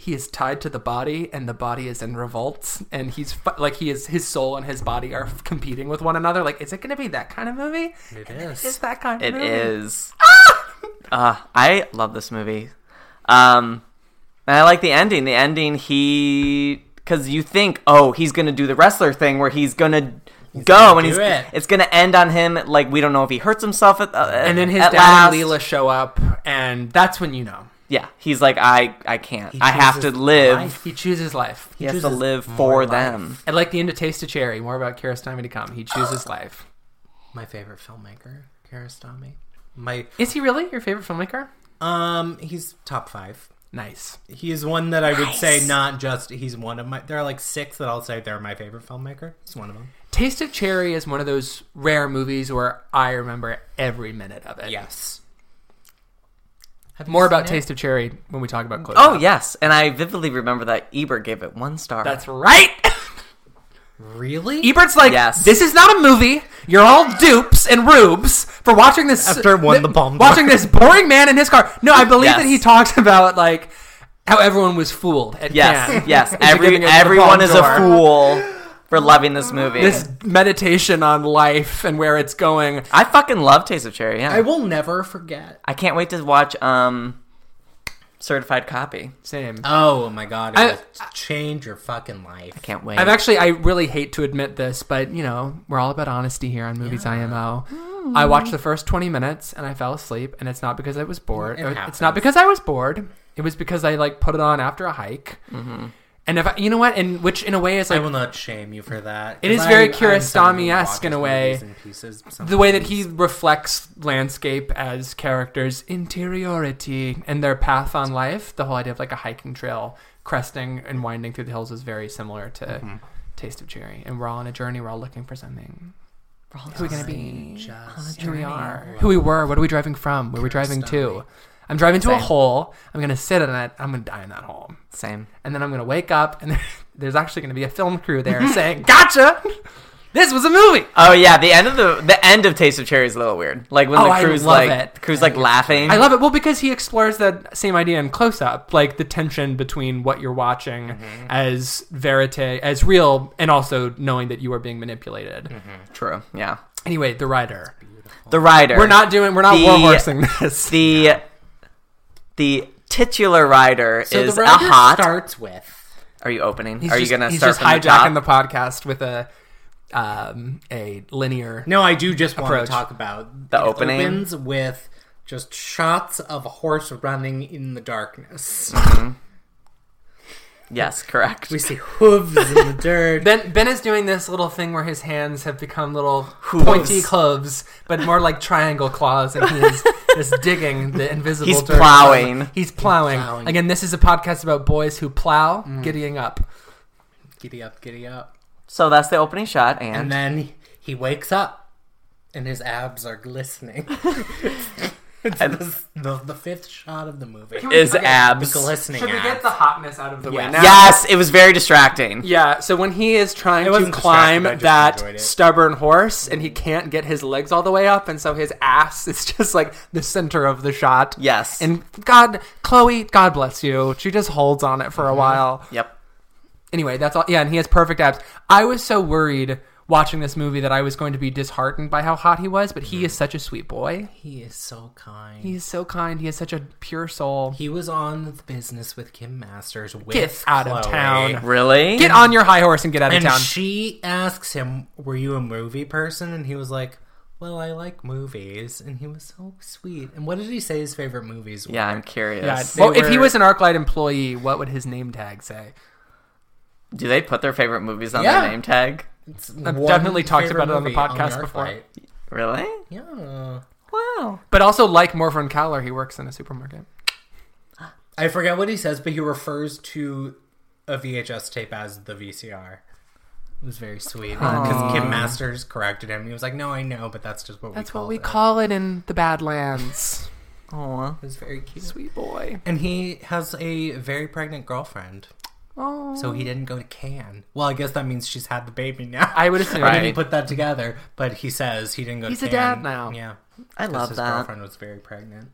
S1: he is tied to the body and the body is in revolt and he's fu- like he is his soul and his body are competing with one another? Like, is it going to be that kind of movie?
S2: it
S1: Is
S2: is.
S1: that kind?
S3: It
S1: of movie?
S3: is.
S2: Ah!
S3: uh, I love this movie. Um, and I like the ending. The ending, he. Because you think, oh, he's going to do the wrestler thing where he's going to go
S2: gonna
S3: and he's,
S2: do it.
S3: it's going to end on him. Like, we don't know if he hurts himself at, uh,
S1: And then his
S3: at
S1: dad
S3: last.
S1: and Leela show up, and that's when you know
S3: Yeah. He's like, I, I can't. I have to
S2: chooses
S3: live.
S2: life.
S1: he chooses life.
S3: He has to
S2: chooses
S3: live
S2: more
S3: for
S2: life.
S3: them.
S1: And like the end of Taste of Cherry, more about Kiarostami to come. He
S3: *gasps*
S1: chooses life.
S2: My favorite filmmaker, Kiarostami. My
S1: Is he really your favorite filmmaker?
S2: um, he's top five.
S1: Nice.
S2: He is one that I would say not just he's one of my. There are like six that I'll say they're my favorite filmmaker. He's one of them.
S1: Taste of Cherry is one of those rare movies where I remember every minute of it.
S2: Yes. Have you
S1: More
S2: seen
S1: about
S2: it?
S1: Taste of Cherry when we talk about Close.
S3: Oh,
S1: Up.
S3: yes. And I vividly remember that Ebert gave it one star.
S1: That's right. *laughs*
S2: Really?
S1: Ebert's like,
S3: Yes.
S1: this is not a movie. You're all dupes and rubes for watching this.
S2: After one the bomb
S1: Watching
S2: threat.
S1: this boring man in his car. No, I believe that
S3: Yes.
S1: he talks about like how everyone was fooled at
S3: Yes,
S1: Cannes *laughs*
S3: yes.
S1: into
S3: Every,
S1: giving it the
S3: everyone
S1: Palme
S3: is a
S1: d'Or.
S3: fool for loving this movie.
S1: This meditation on life and where it's going.
S3: I fucking love Taste of Cherry. Yeah,
S2: I
S3: I,
S2: will never forget.
S3: can't wait to watch um, Certified Copy.
S1: Same.
S2: Oh my god! It
S1: I-
S2: will change your fucking life.
S3: Can't wait.
S1: I've actually, I really hate to admit this, but you know, we're all about honesty here on Movies IMO.
S2: Hmm.
S1: I watched the first 20 minutes and I fell asleep, and it's not because I was bored.
S2: It
S1: or- it's
S2: happens.
S1: not because I was bored. It was because I like put it on after a hike.
S2: Mm-hmm.
S1: And if I, you know what, and which in a way is
S2: I
S1: like
S2: will not shame you for that.
S1: It is
S2: 'cause
S1: very
S2: I'm someone who
S1: Kiarostami-esque
S2: watches
S1: in a way.
S2: movies in pieces
S1: the way that
S2: sometimes.
S1: he reflects landscape as characters' interiority and their path on life. The whole idea of like a hiking trail, cresting and winding through the hills, is very similar to Taste of Cherry. And we're all on a journey. We're all looking for something. Who we gonna be?
S2: Just
S1: Who we are? Who we were? What are we driving from? Where are we driving to? I'm driving to a
S3: Same.
S1: hole. I'm gonna sit in it. I'm gonna die in that hole.
S3: Same.
S1: And then I'm gonna wake up, and *laughs* there's actually gonna be a film crew there saying, "Gotcha! This was a movie."
S3: Oh yeah, the end of the the end of Taste of Cherry is a little weird. Like when
S1: Oh, I
S3: the crew's
S1: love
S3: like
S1: it.
S3: crew's like laughing.
S1: I love it. Well, because he explores that same idea in close up, like the tension between what you're watching
S3: Mm-hmm.
S1: as verite, as real, and also knowing that you are being manipulated.
S3: Mm-hmm. True. Yeah.
S1: Anyway, the writer.
S3: The writer.
S1: We're not doing. We're not
S3: The-
S1: warhorsing this.
S3: the the titular rider
S2: So
S3: is
S2: the
S3: a
S2: record
S3: hot.
S2: starts with
S3: Are you opening?
S1: He's
S3: *laughs* Are
S1: just-
S3: you gonna
S1: he's
S3: start
S1: just
S3: from the top?
S1: hijacking the, podcast with a um, a linear?
S2: no. I do just want
S1: Approach.
S2: to talk about
S3: The
S2: it
S3: opening?
S2: opens with just shots of a horse running in the darkness.
S3: yes, correct.
S2: we see hooves in the
S1: *laughs*
S2: dirt.
S1: Ben Ben is doing this little thing where his hands have become little
S3: Hooves.
S1: pointy hooves, but more like triangle claws, and he
S2: *laughs*
S1: is just digging the invisible.
S3: He's
S1: dirt.
S3: plowing.
S1: He's plowing.
S2: He's plowing.
S1: Again, this is a podcast about boys who plow,
S2: Mm.
S1: giddying up.
S2: giddy up, giddy up.
S3: So that's the opening shot, and,
S2: And then he wakes up, and his abs are glistening.
S1: *laughs*
S2: it's the, the, the fifth shot of the movie.
S3: is
S1: Okay.
S2: The
S3: abs.
S2: glistening
S1: Should we get
S2: abs.
S1: the hotness out of the way
S2: Yes.
S1: now?
S3: Yes, it was very distracting.
S1: Yeah, so when he is trying to
S2: wasn't
S1: climb
S2: distracted, I just enjoyed
S1: that
S2: it. Mm.
S1: stubborn horse and he can't get his legs all the way up, and so his ass is *laughs* just like the center of the shot.
S3: Yes.
S1: And God, Chloe, God bless you. She just holds on it for
S2: Mm-hmm.
S1: a while.
S3: yep.
S1: Anyway, that's all. Yeah, and he has perfect abs. I was so worried watching this movie that I was going to be disheartened by how hot he was, but
S2: Mm-hmm.
S1: he is such a sweet boy.
S2: He is so kind.
S1: He's so kind. He has such a pure soul.
S2: He was on the business with Kim Masters with
S1: Get out of
S2: Chloe.
S1: town.
S3: Really?
S1: Get on your high horse and get out of
S2: And
S1: town.
S2: she asks him, "Were you a movie person?" And he was like, "Well, I like movies." And he was so sweet. And what did he say his favorite movies were?
S3: yeah, I'm curious.
S1: God.
S2: they
S1: Well, if he
S2: were-
S1: was an ArcLight employee, what would his name tag say?
S3: Do they put their favorite movies on
S2: Yeah.
S3: their name tag?
S2: It's
S1: I've
S2: one
S1: definitely talked
S2: favorite
S1: about it on the
S2: movie
S1: podcast
S2: Arc
S1: before.
S2: Light.
S3: Really?
S2: Yeah.
S3: Wow.
S1: But also, like Morfin Cowler, he works in a supermarket.
S2: I forget what he says, but he refers to a VHS tape as the VCR. It was very sweet because Kim Masters corrected him. He was like, "No, I know, but that's just what
S1: That's
S2: we
S1: what
S2: called
S1: we
S2: it."
S1: call it in the
S2: *laughs*
S1: Badlands.
S2: It
S3: Aw.
S2: was very cute.
S1: Sweet boy.
S2: And he has a very pregnant girlfriend,
S1: Oh.
S2: so he didn't go to Cannes. Well, I guess that means she's had the baby now. *laughs*
S1: I would assume.
S2: He
S3: Right.
S2: put that together, but he says he didn't go
S1: He's
S2: to
S1: a dad
S2: Cannes.
S1: now.
S2: Yeah.
S3: I
S2: 'Cause
S3: love
S2: his
S3: that.
S2: girlfriend was very pregnant.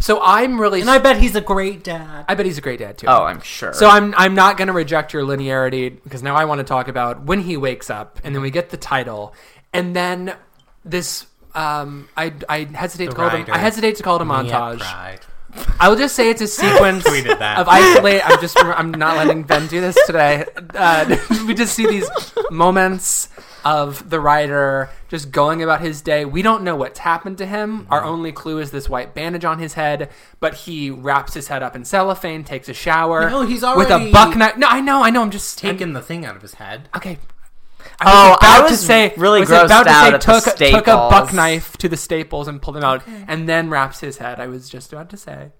S1: So I'm really.
S2: And I bet he's a great dad.
S1: I bet he's a great dad too.
S3: Oh, I'm sure.
S1: So I'm I'm not going to reject your linearity because now I want to talk about when he wakes up and then we get the title and then this um I I hesitate to call it a-
S2: writer.
S1: I hesitate to call it a
S2: Mia
S1: montage.
S2: Pride.
S1: I will just say it's a
S2: *laughs*
S1: sequence
S2: Tweeted
S1: *laughs*
S2: that.
S1: of isolate. I'm just I'm not letting Ben do this today. Uh, *laughs* we just see these moments of the writer just going about his day. We don't know what's happened to him. Our
S3: Mm-hmm.
S1: only clue is this white bandage on his head. But he wraps his head up in cellophane, takes a shower.
S2: No, he's
S1: with a
S2: already-
S1: buck knife. No, I know, I know. I'm just taking.
S2: Taking the thing out of his head.
S1: Okay.
S3: Oh,
S1: about
S3: I was
S1: to say
S3: really
S1: was
S3: grossed
S1: about to
S3: out
S1: say
S3: at the
S1: took, took a buck
S3: staples.
S1: knife to the staples and pulled them out, and then wraps his head. I was just about to say,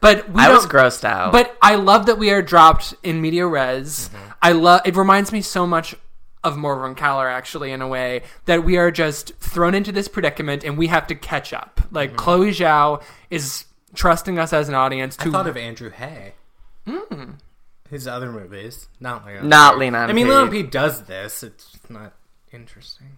S1: but we
S3: I
S1: don't.
S3: was grossed out.
S1: But I love that we are dropped in media res. I love. It reminds me so much of Morvan Caller, actually, in a way that we are just thrown into this predicament and we have to catch up. Like Chloe Zhao is trusting us as an audience to
S2: I thought of Andrew Hay. His other movies, not Leon.
S3: Not Lean On
S2: I mean,
S3: Pete.
S2: Leon Pete does this. It's not interesting,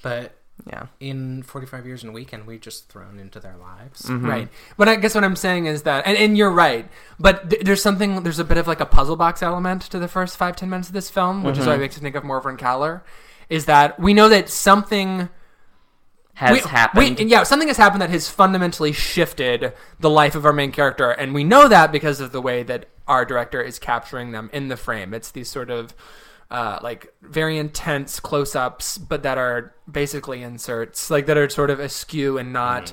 S2: but
S3: yeah.
S2: in 45 years and a weekend, we just thrown into their lives.
S1: Right. But I guess what I'm saying is that, and, and you're right, but th- there's something, there's a bit of like a puzzle box element to the first five, ten minutes of this film, which is why it makes me think of Morvan Caller, is that we know that something
S3: Has
S1: we-
S3: happened.
S1: we- yeah, something has happened that has fundamentally shifted the life of our main character, and we know that because of the way that our director is capturing them in the frame. It's these sort of uh, like very intense close ups, but that are basically inserts, like that are sort of askew and not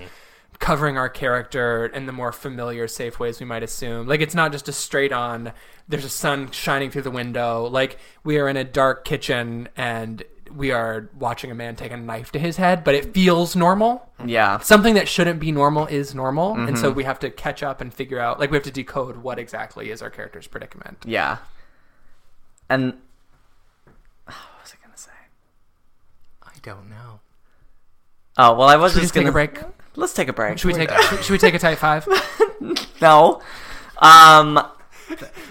S1: covering our character in the more familiar, safe ways we might assume. Like it's not just a straight on, there's a sun shining through the window. Like we are in a dark kitchen and we are watching a man take a knife to his head, but it feels normal
S3: Yeah.
S1: something that shouldn't be normal is normal and so we have to catch up and figure out like we have to decode what exactly is our character's predicament
S3: Yeah. And *sighs* what was I gonna say?
S2: I don't know.
S3: Oh well, I was
S1: should we
S3: just
S1: just
S3: gonna
S1: take a break
S3: Let's take a break.
S1: should we take should, should we take a tight five
S3: No. Um.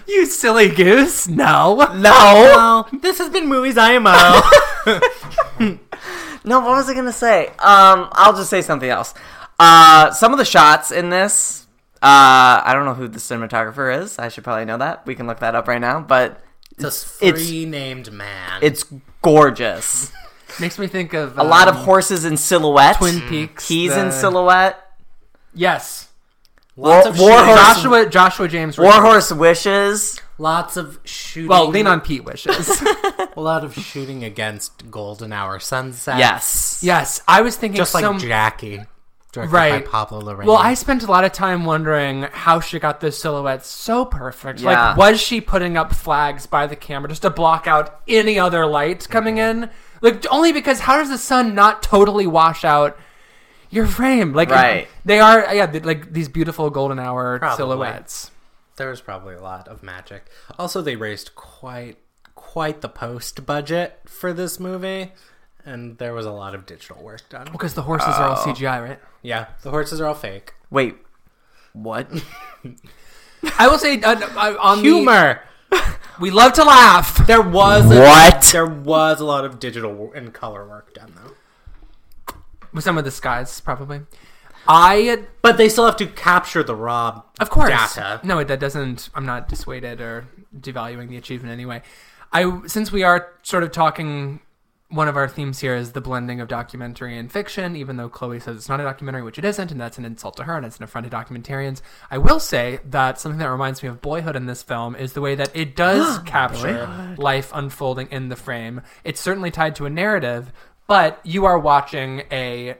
S1: you silly goose no
S3: No.
S2: Well, this has been Movies IMO.
S3: No. What was I gonna say? Um. I'll just say something else. Uh. Some of the shots in this. Uh. I don't know who the cinematographer is. I should probably know that. We can look that up right now. But
S2: *laughs* it's a
S3: It's-
S2: free named man.
S3: it's gorgeous.
S1: *laughs* makes me think of um,
S3: A lot of horses in silhouette.
S1: twin peaks
S3: He's in
S1: the-
S3: silhouette.
S1: yes
S2: Lots
S3: War-
S2: of
S3: War
S2: shooting.
S3: Horse-
S1: joshua joshua james
S3: Warhorse wishes.
S2: Lots of shooting.
S1: well lean on pete wishes
S2: A lot of shooting against golden hour sunset.
S3: Yes.
S1: yes i was thinking
S2: Just like
S1: so-
S2: Jackie, directed
S1: Right.
S2: by Pablo Lorraine.
S1: Well, I spent a lot of time wondering how she got those silhouettes so perfect.
S3: Yeah.
S1: Like, was she putting up flags by the camera just to block out any other light coming in? Like, only because how does the sun not totally wash out your frame? Like,
S3: Right.
S1: they are, yeah, they- like these beautiful golden hour
S2: Probably.
S1: silhouettes.
S2: there was probably a lot of magic. Also, they raised quite quite the post budget for this movie, and there was a lot of digital work done.
S1: Because the horses are all CGI, right?
S2: Yeah, the horses are all fake.
S3: Wait. *laughs* What?
S1: I will say, uh, uh, on the,
S2: Humor.
S1: we love to laugh.
S2: There was a,
S3: What?
S2: There was a lot of digital wo- and color work done though.
S1: With some of the skies, probably. I
S2: But they still have to capture the raw
S1: Of course.
S2: data.
S1: No, that doesn't. I'm not dissuaded or devaluing the achievement anyway. I since we are sort of talking. One of our themes here is the blending of documentary and fiction, even though Chloe says it's not a documentary, which it isn't, and that's an insult to her and it's an affront to documentarians. I will say that something that reminds me of Boyhood in this film is the way that it does capture life unfolding in the frame. It's certainly tied to a narrative, but you are watching a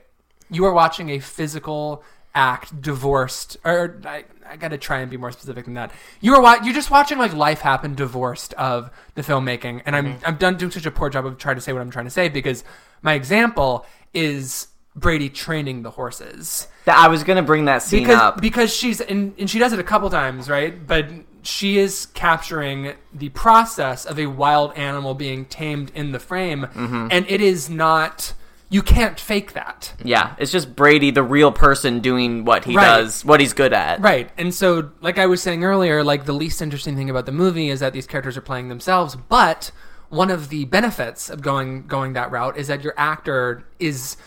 S1: you are watching a physical act divorced or I, I gotta try and be more specific than that you are wa- you're just watching like life happen divorced of the filmmaking and i'm i'm done doing such a poor job of trying to say what i'm trying to say because my example is brady training the horses
S3: That I was gonna bring that scene
S1: because
S3: up.
S1: because she's and, and she does it a couple times right but she is capturing the process of a wild animal being tamed in the frame and it is not you can't fake that
S3: Yeah, it's just Brady, the real person, doing what he
S1: Right.
S3: does, what he's good at.
S1: Right. And so, like I was saying earlier, like the least interesting thing about the movie is that these characters are playing themselves, but one of the benefits of going going that route is that your actor is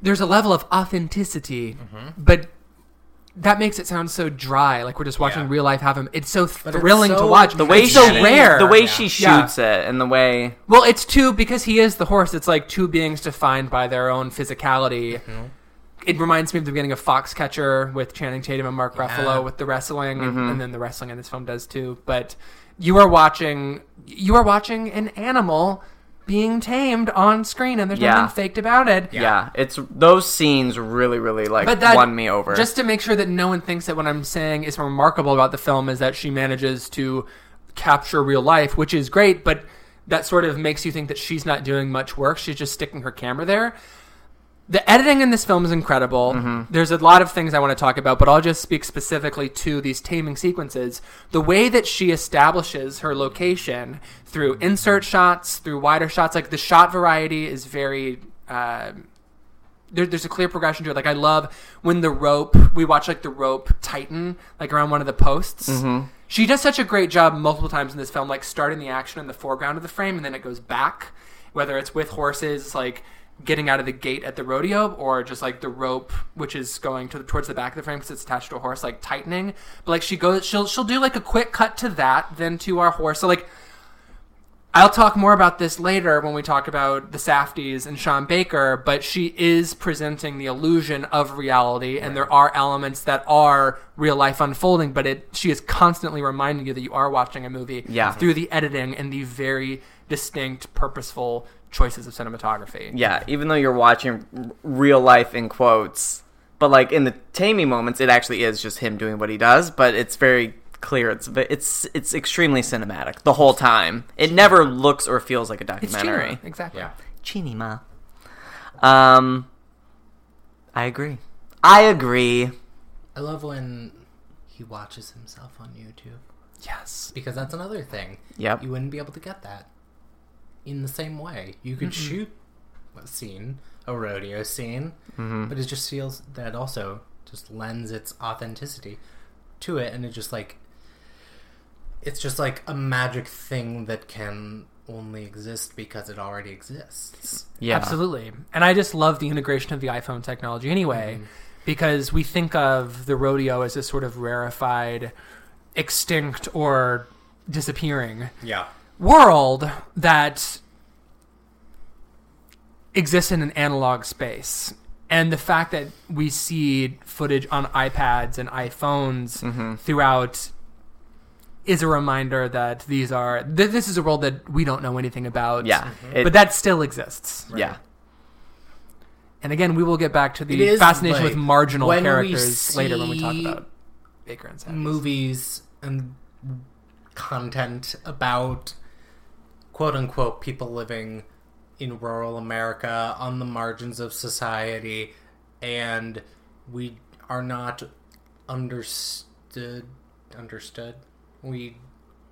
S1: there's a level of authenticity,
S2: Mm-hmm.
S1: but that makes it sound so dry, like we're just watching
S2: Yeah.
S1: real life happen. It's so
S2: it's
S1: thrilling to
S2: so-
S1: watch.
S3: The way
S1: it's
S3: she,
S1: so rare.
S3: the way
S2: Yeah.
S3: she
S1: Yeah.
S3: shoots it, and the way
S1: Well, it's two because he is the horse. It's like two beings defined by their own physicality.
S3: Mm-hmm.
S1: It reminds me of the beginning of Foxcatcher with Channing Tatum and Mark
S2: Yeah.
S1: Ruffalo with the wrestling, and-
S3: Mm-hmm.
S1: and then the wrestling in this film does too. But you are watching, you are watching an animal being tamed on screen, and there's
S3: Yeah.
S1: nothing faked about it.
S3: yeah. it's those scenes really, really like
S1: But that
S3: won me over.
S1: Just to make sure that no one thinks that what I'm saying is remarkable about the film is that she manages to capture real life, which is great, but that sort of makes you think that she's not doing much work. She's just sticking her camera there. The editing in this film is incredible.
S3: Mm-hmm.
S1: There's a lot of things I want to talk about, but I'll just speak specifically to these taming sequences. The way that she establishes her location through insert shots, through wider shots, like the shot variety is very. Uh, there, there's a clear progression to it. Like I love when the rope we watch like the rope tighten like around one of the posts. She does such a great job multiple times in this film, like starting the action in the foreground of the frame and then it goes back. Whether it's with horses, like getting out of the gate at the rodeo, or just like the rope which is going to towards the back of the frame because it's attached to a horse, like tightening. But like she goes, she'll she'll do like a quick cut to that, then to our horse. So like I'll talk more about this later when we talk about the Safdies and Sean Baker, but she is presenting the illusion of reality, and there are elements that are real life unfolding, but it she is constantly reminding you that you are watching a movie
S3: Yeah.
S1: through the editing and the very distinct, purposeful choices of cinematography.
S3: Yeah, even though you're watching r- real life in quotes, but like in the Tammy moments, it actually is just him doing what he does. But it's very clear. It's ve- it's it's extremely cinematic the whole time. It never looks or feels like a
S1: It's
S3: documentary.
S1: cheering. Exactly.
S2: Yeah.
S3: Cinema. Um, I agree. I agree.
S2: I love when he watches himself on YouTube
S1: Yes.
S2: because that's another thing.
S3: Yep.
S2: You wouldn't be able to get that in the same way. You could shoot a scene, a rodeo scene, but it just feels that also just lends its authenticity to it and it just like it's just like a magic thing that can only exist because it already exists.
S3: Yeah,
S1: Absolutely. And I just love the integration of the iPhone technology anyway,
S3: Mm-hmm.
S1: because we think of the rodeo as this sort of rarefied, extinct, or disappearing
S2: Yeah.
S1: world that exists in an analog space. And the fact that we see footage on iPads and iPhones
S3: Mm-hmm.
S1: throughout is a reminder that these are th- this is a world that we don't know anything about.
S3: Yeah, it-
S1: Mm-hmm. but that still exists.
S3: Yeah.
S1: And again, we will get back to
S2: It
S1: the
S2: is,
S1: fascination with
S2: like,
S1: marginal
S2: when we
S1: characters later when we talk
S2: see
S1: about Baker and Savage.
S2: movies and content about quote unquote people living in rural America on the margins of society and we are not understood understood we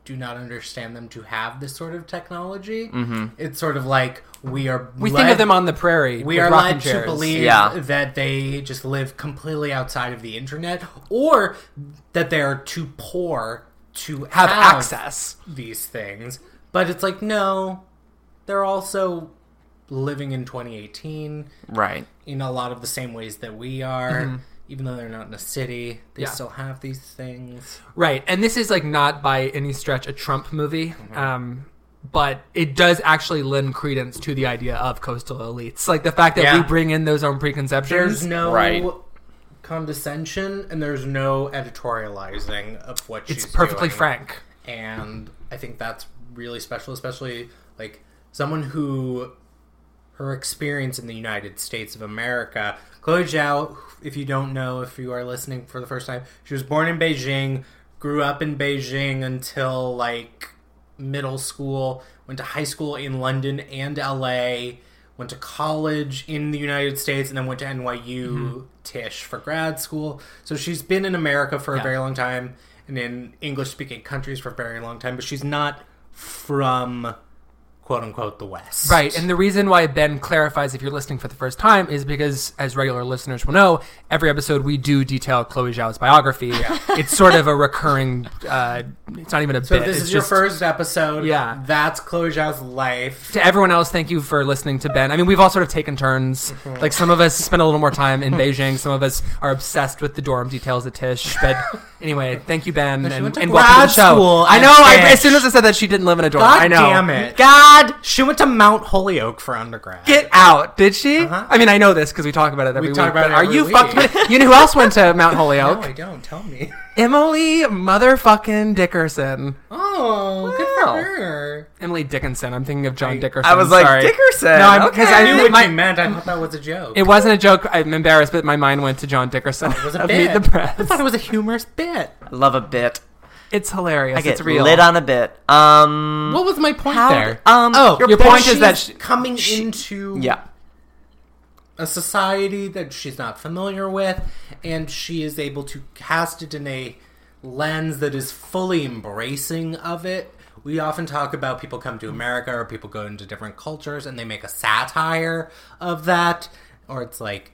S2: do not understand them to have this sort of technology it's sort of like we are
S1: Mm-hmm. We think of them on the prairie.
S2: we
S1: with
S2: are
S1: rocking
S2: led to
S1: chairs.
S2: believe
S3: Yeah.
S2: that they just live completely outside of the internet or that they are too poor to
S1: have access.
S2: these things but it's like no they're also living in 2018
S3: Right.
S2: in a lot of the same ways that we are even though they're not in a city
S1: Mm-hmm.
S2: they
S1: Yeah.
S2: still have these things
S1: Right, and this is like not by any stretch a Trump movie,
S2: Mm-hmm.
S1: um, but it does actually lend credence to the idea of coastal elites, like the fact that
S2: Yeah.
S1: we bring in those own
S2: there's
S1: preconceptions.
S2: no
S3: Right.
S2: condescension and there's no editorializing of what
S1: it's
S2: she's
S1: perfectly
S2: doing.
S1: frank.
S2: and I think that's really special, especially like someone who her experience in the United States of America. Chloe Zhao, if you don't know, if you are listening for the first time, she was born in Beijing, grew up in Beijing until like middle school, went to high school in London and LA, went to college in the United States, and then went to NYU
S1: Mm-hmm.
S2: Tisch for grad school. So she's been in America for a very long time and in English speaking countries for a very long time, but she's not from quote unquote the West.
S1: Right, and the reason why Ben clarifies if you're listening for the first time is because, as regular listeners will know, every episode we do detail Chloe Zhao's biography. *laughs* It's sort of a recurring. Uh, it's not even a
S2: So
S1: bit.
S2: this
S1: it's
S2: is your
S1: just-
S2: first episode.
S1: Yeah.
S2: That's Chloe Zhao's life.
S1: to everyone else, thank you for listening to Ben. I mean, we've all sort of taken turns.
S2: Mm-hmm.
S1: Like some of us spend a little more time in Beijing. Some of us are obsessed with the dorm details at Tish. But *laughs* anyway, thank you, Ben, and,
S2: went to
S1: and welcome to the
S2: grad
S1: show.
S2: school
S1: I
S2: at
S1: know. I,
S2: Tisch.
S1: as soon as I said that, she didn't live in a dorm.
S2: God
S1: I know.
S2: damn it.
S1: God,
S2: She went to Mount Holyoke for undergrad.
S1: get out! Did she? I mean, I know this because we talk about it every
S2: We
S1: week.
S2: talk
S1: but
S2: about it
S1: are
S2: every
S1: you
S2: week.
S1: fucked? with- You know who else went to Mount Holyoke?
S2: no, I don't. Tell me.
S1: Emily motherfucking Dickerson.
S2: *laughs* Oh, good
S3: Wow.
S2: for her.
S1: Emily Dickinson. I'm thinking of John Dickerson.
S3: I was like
S1: sorry.
S3: Dickerson.
S1: No, I'm-
S3: okay.
S1: 'cause
S2: I
S1: I
S2: knew
S1: think
S2: what
S1: my-
S2: you meant. I thought that was a joke.
S1: It wasn't a joke. I'm embarrassed, but my mind went to John Dickerson.
S2: was
S1: *laughs*
S2: a
S1: of
S2: bit.
S1: Meet the Press.
S2: I thought it was a humorous bit.
S3: love a bit.
S1: It's hilarious.
S3: I get
S1: it's real.
S3: lit on a bit. Um,
S2: What was my point
S3: How-
S2: there?
S3: um,
S1: Oh, your
S2: That
S1: point
S2: she's
S1: is that she,
S2: coming into
S3: yeah.
S2: a society that she's not familiar with, and she is able to cast it in a lens that is fully embracing of it. We often talk about people come to America or people go into different cultures and they make a satire of that, or it's like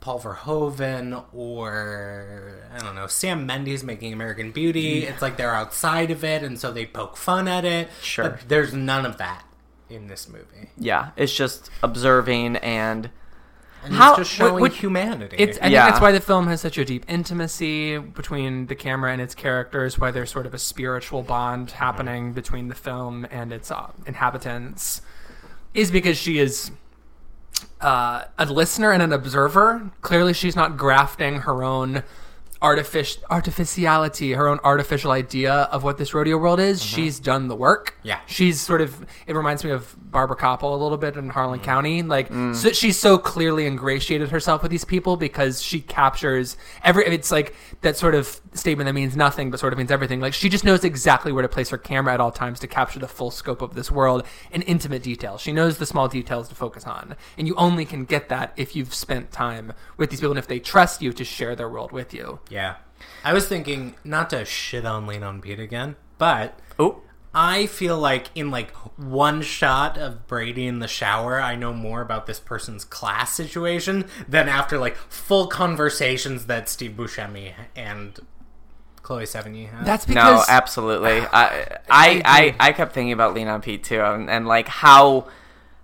S2: Paul Verhoeven or I don't know Sam Mendes making American Beauty. It's like they're outside of it and so they poke fun at it.
S3: Sure.
S2: but there's none of that in this movie.
S3: yeah it's just observing and
S2: And
S3: How-
S2: it's just showing
S1: which-
S2: humanity.
S1: It's I
S3: Yeah.
S1: think that's why the film has such a deep intimacy between the camera and its characters. Why there's sort of a spiritual bond happening between the film and its uh, inhabitants is because she is uh, a listener and an observer. Clearly, she's not grafting her own artific- artificiality, her own artificial idea of what this rodeo world is. She's done the work.
S2: Yeah.
S1: she's sort of. It reminds me of Barbara Koppel a little bit in
S3: Mm.
S1: Harlan County. Like, so she's so clearly ingratiated herself with these people because she captures every. It's like that sort of statement that means nothing, but sort of means everything. Like, she just knows exactly where to place her camera at all times to capture the full scope of this world in intimate detail. She knows the small details to focus on, and you only can get that if you've spent time with these people and if they trust you to share their world with you.
S2: yeah. I was thinking not to shit on Lean on Pete again, but
S3: Oh,
S2: I feel like in like one shot of Brady in the shower, I know more about this person's class situation than after like full conversations that Steve Buscemi and Chloe Sevigny had.
S1: That's
S3: no,
S1: because *sighs*
S3: absolutely. I, I, I, I kept thinking about Lean on Pete too, and, and like how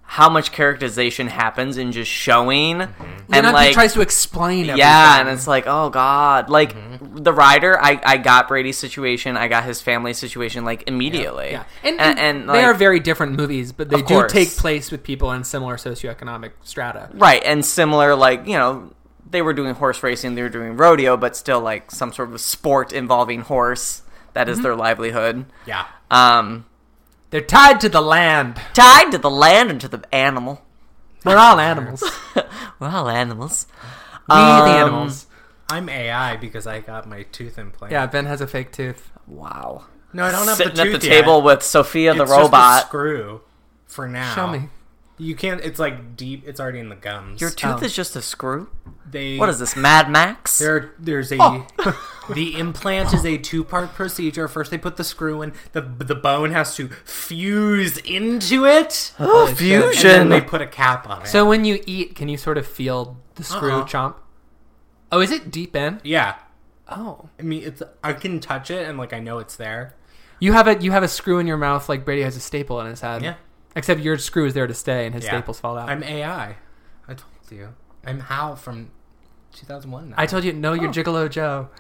S3: how much characterization happens in just showing, and
S1: Leonardo
S3: like
S1: Mm-hmm. tries to explain. Everything. Mm-hmm.
S3: yeah, and it's like oh god, like the rider. I, I got Brady's situation, I got his family situation, like immediately.
S1: Yeah, and,
S3: and,
S1: they
S3: like,
S1: are very different movies, but they
S3: Of
S1: do
S3: course.
S1: take place with people in similar socioeconomic strata.
S3: Right, and similar, like, you know, they were doing horse racing, they were doing rodeo, but still, like, some sort of sport involving horse. That is their livelihood.
S2: yeah.
S3: Um,
S1: They're tied to the land.
S3: tied to the land and to the animal.
S1: We're all animals. We
S3: *laughs* We're all animals.
S1: the
S3: Um,
S1: animals.
S2: I'm AI because I got my tooth implant.
S1: Yeah, Ben has a fake tooth.
S3: Wow.
S2: No, I don't have
S3: Sitting
S2: the tooth
S3: at the
S2: yet.
S3: table with Sophia the
S2: It's just a
S3: robot.
S2: screw for now.
S1: Show me.
S2: You can't. It's like deep. It's already in the gums.
S3: Your tooth
S1: Oh.
S3: is just a screw?
S2: they,
S3: What is this, Mad Max?
S2: There, there's a
S1: Oh.
S2: the implant is a two part procedure. First, they put the screw in. the The bone has to fuse into it.
S3: Oh,
S2: And then
S3: fusion!
S2: they put a cap on it.
S1: So when you eat, can you sort of feel the screw
S2: Uh-uh.
S1: chomp? Oh, is it deep in?
S2: yeah,
S1: Oh,
S2: I mean, it's I can touch it and like I know it's there.
S1: you have a you have a screw in your mouth like Brady has a staple in his head.
S2: Yeah.
S1: Except your screw is there to stay, and his
S2: Yeah.
S1: staples fall out.
S2: I'm AI. I told you. I'm Hal from 2001. Now.
S1: I told you, no, you're Gigolo Joe.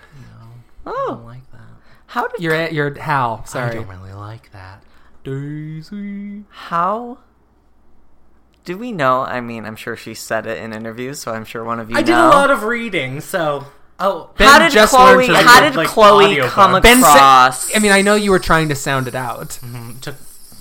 S2: I don't
S3: oh,
S2: like that.
S3: how did.
S1: You're you're Hal.
S2: I
S1: Sorry,
S2: don't really like that.
S1: Daisy.
S3: How do we know? I mean, I'm sure she said it in interviews, so I'm sure one of you
S2: I
S3: know.
S2: did a lot of reading, so oh,
S1: Ben
S3: how did
S1: just
S3: Chloe?
S1: learned to
S3: How
S1: read,
S3: did
S2: like,
S3: Chloe
S2: audiobooks.
S3: come
S1: Ben sa-
S3: across?
S1: I mean, I know you were trying to sound it out.
S2: mm, to-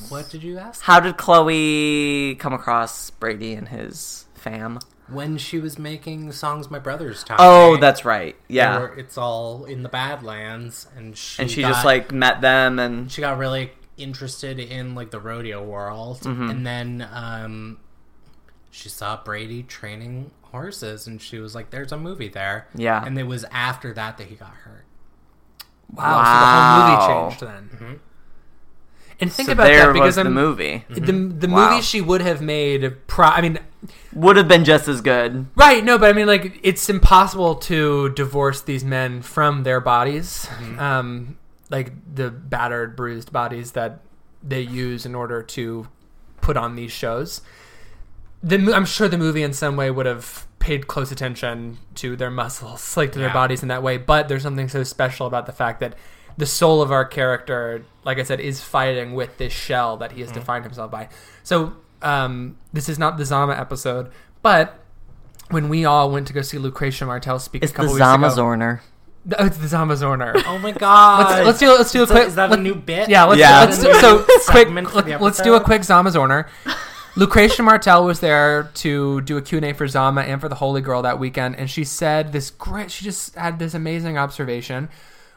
S2: what did you ask?
S3: how did Chloe come across Brady and his fam?
S2: When she was making songs, my brother's time.
S3: Oh, that's right. Yeah,
S2: where it's all in the Badlands, and she
S3: and she
S2: got,
S3: just like met them, and
S2: she got really interested in like the rodeo world,
S1: Mm-hmm.
S2: and then um, she saw Brady training horses, and she was like, "There's a movie there."
S3: Yeah.
S2: and it was after that that he got hurt.
S1: Wow, so the whole movie
S3: Wow.
S1: changed then. And think
S3: so
S1: about
S3: there
S1: that because
S3: was the
S1: I'm- Mm.
S3: movie. Mm-hmm.
S1: the, the
S3: Wow.
S1: movie she would have made. Pro- I mean,
S3: Would have been just as good.
S1: Right, no, but I mean, like, it's impossible to divorce these men from their bodies, um, like the battered, bruised bodies that they use in order to put on these shows. The, mo- I'm sure the movie, in some way, would have paid close attention to their muscles, like to their
S2: Yeah.
S1: bodies in that way. But there's something so special about the fact that the soul of our character, like I said, is fighting with this shell that he has defined himself by. So um, this is not the Zama episode, but when we all went to go see Lucretia Martel speak
S3: It's
S1: a
S3: the
S1: couple weeks ago.
S3: Zamazorner.
S1: Th- Oh, it's the Zama
S2: *laughs*
S1: Zorner.
S2: Oh my
S1: Let's,
S2: god!
S1: let's do let's do a
S2: Is that-
S1: quick.
S2: is that
S1: let-
S2: a new bit?
S1: Yeah, let's,
S3: Yeah.
S1: let's do,
S2: *laughs*
S1: so quick.
S2: Segment for the
S1: Let, us do a
S2: episode?
S1: quick Zama Zorner. Lucretia Martel was there to do a Q&A for Zama and for the Holy Girl that weekend, and she said this great. She just had this amazing observation,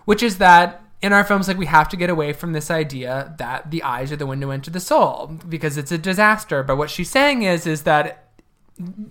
S1: which is that in our films, like we have to get away from this idea that the eyes are the window into the soul because it's a disaster. But what she's saying is, is that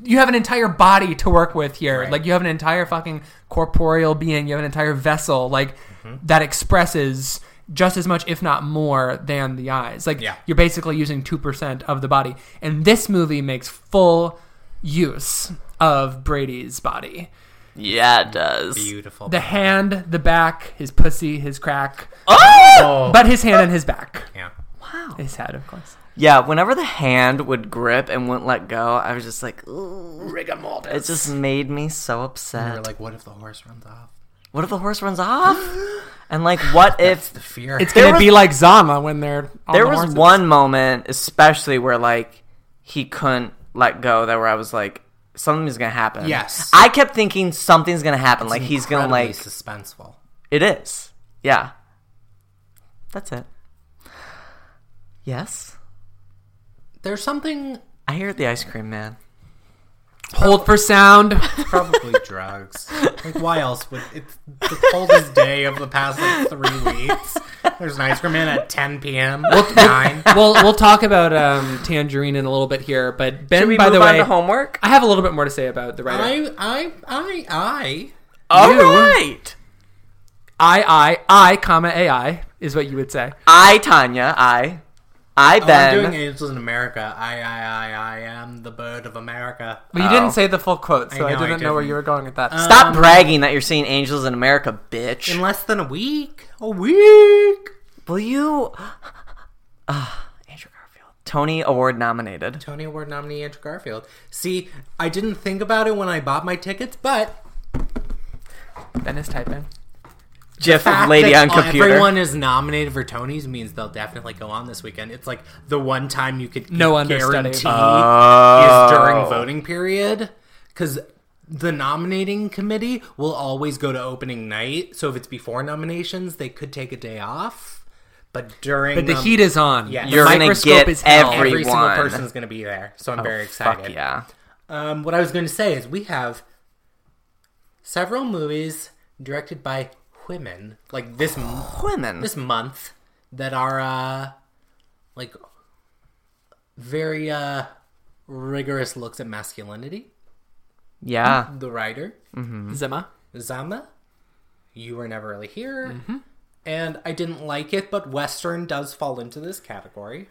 S1: you have an entire body to work with here.
S2: Right.
S1: Like you have an entire fucking corporeal being. You have an entire vessel like that expresses just as much, if not more, than the eyes. Like
S2: Yeah.
S1: you're basically using two percent of the body. And this movie makes full use of Brady's body.
S3: Yeah, it does.
S2: Beautiful.
S1: The hand, the back, his pussy, his crack,
S3: Oh,
S2: oh,
S1: but his hand and his back.
S2: yeah.
S3: well.
S4: His head, of course.
S3: Yeah, whenever the hand would grip and wouldn't let go, I was just like, ooh.
S2: Rigor mortis.
S3: It just made me so
S2: And you're
S3: upset.
S2: like, what if the horse runs off?
S3: what if the horse
S2: *gasps*
S3: runs off? And like, what if
S2: The fear.
S1: It's
S3: There
S1: gonna
S3: was-
S1: be like Zama when they're on
S3: there
S1: the
S3: was
S1: horses.
S3: one moment, especially where like he couldn't let go, that where I was like, something's gonna happen.
S2: Yes.
S3: I kept thinking something's gonna happen. like he's gonna
S2: incredibly
S3: like
S2: suspenseful.
S3: It is. Yeah. That's it. Yes.
S2: There's something
S3: I hear the ice cream man.
S1: hold for sound.
S2: probably *laughs* drugs. Like why else would it's the coldest day of the past like three weeks. There's an ice cream man at 10 p.m. *laughs* Nine.
S1: we'll we'll talk about um, Tangerine in a little bit here, but Ben,
S3: Should we
S1: by
S3: move
S1: the
S3: on
S1: way,
S3: to homework?
S1: I have a little bit more to say about the writer.
S2: I I I I.
S3: All
S1: You-
S3: right.
S1: I I I comma AI is what you would say.
S3: I Tanya. I. I
S2: Oh, I'm doing
S3: Ben.
S2: Angels in America. I I I I am the bird of America.
S1: But you
S3: Oh.
S1: didn't say the full quote, so
S2: I
S1: I,
S2: know, I
S1: didn't know where
S2: didn't.
S1: you were going with that.
S3: Stop bragging that you're seeing angels in America, bitch.
S2: In less than a week. A week.
S3: Will you? *sighs* Ah, Andrew Garfield, Tony Award nominated.
S2: Tony Award nominee Andrew Garfield. See, I didn't think about it when I bought my tickets, but
S1: ben is typing.
S3: GIF of
S2: fact
S3: Lady
S2: that
S3: on computer.
S2: Everyone is nominated for Tonys means they'll definitely go on this weekend. It's like the one time you could
S1: No understudy.
S2: guarantee
S3: Oh.
S2: is during voting period because the nominating committee will always go to opening night. So if it's before nominations, they could take a day off, but during
S1: But the
S2: nom-
S1: heat is on.
S2: Yeah.
S1: The
S2: You're
S3: um, gonna
S1: microscope
S3: get
S1: is held.
S3: every-
S2: every single
S3: everyone.
S2: person's going to be there. So I'm very excited.
S3: Fuck yeah.
S2: Um, what I was going to say is we have several movies directed by women, like this m-
S3: Women.
S2: this month, that are uh, like very uh, rigorous looks at masculinity. *laughs*
S3: yeah.
S2: The writer
S1: Zima.
S2: Zama, you were never really here, and I didn't like it, but Western does fall into this category.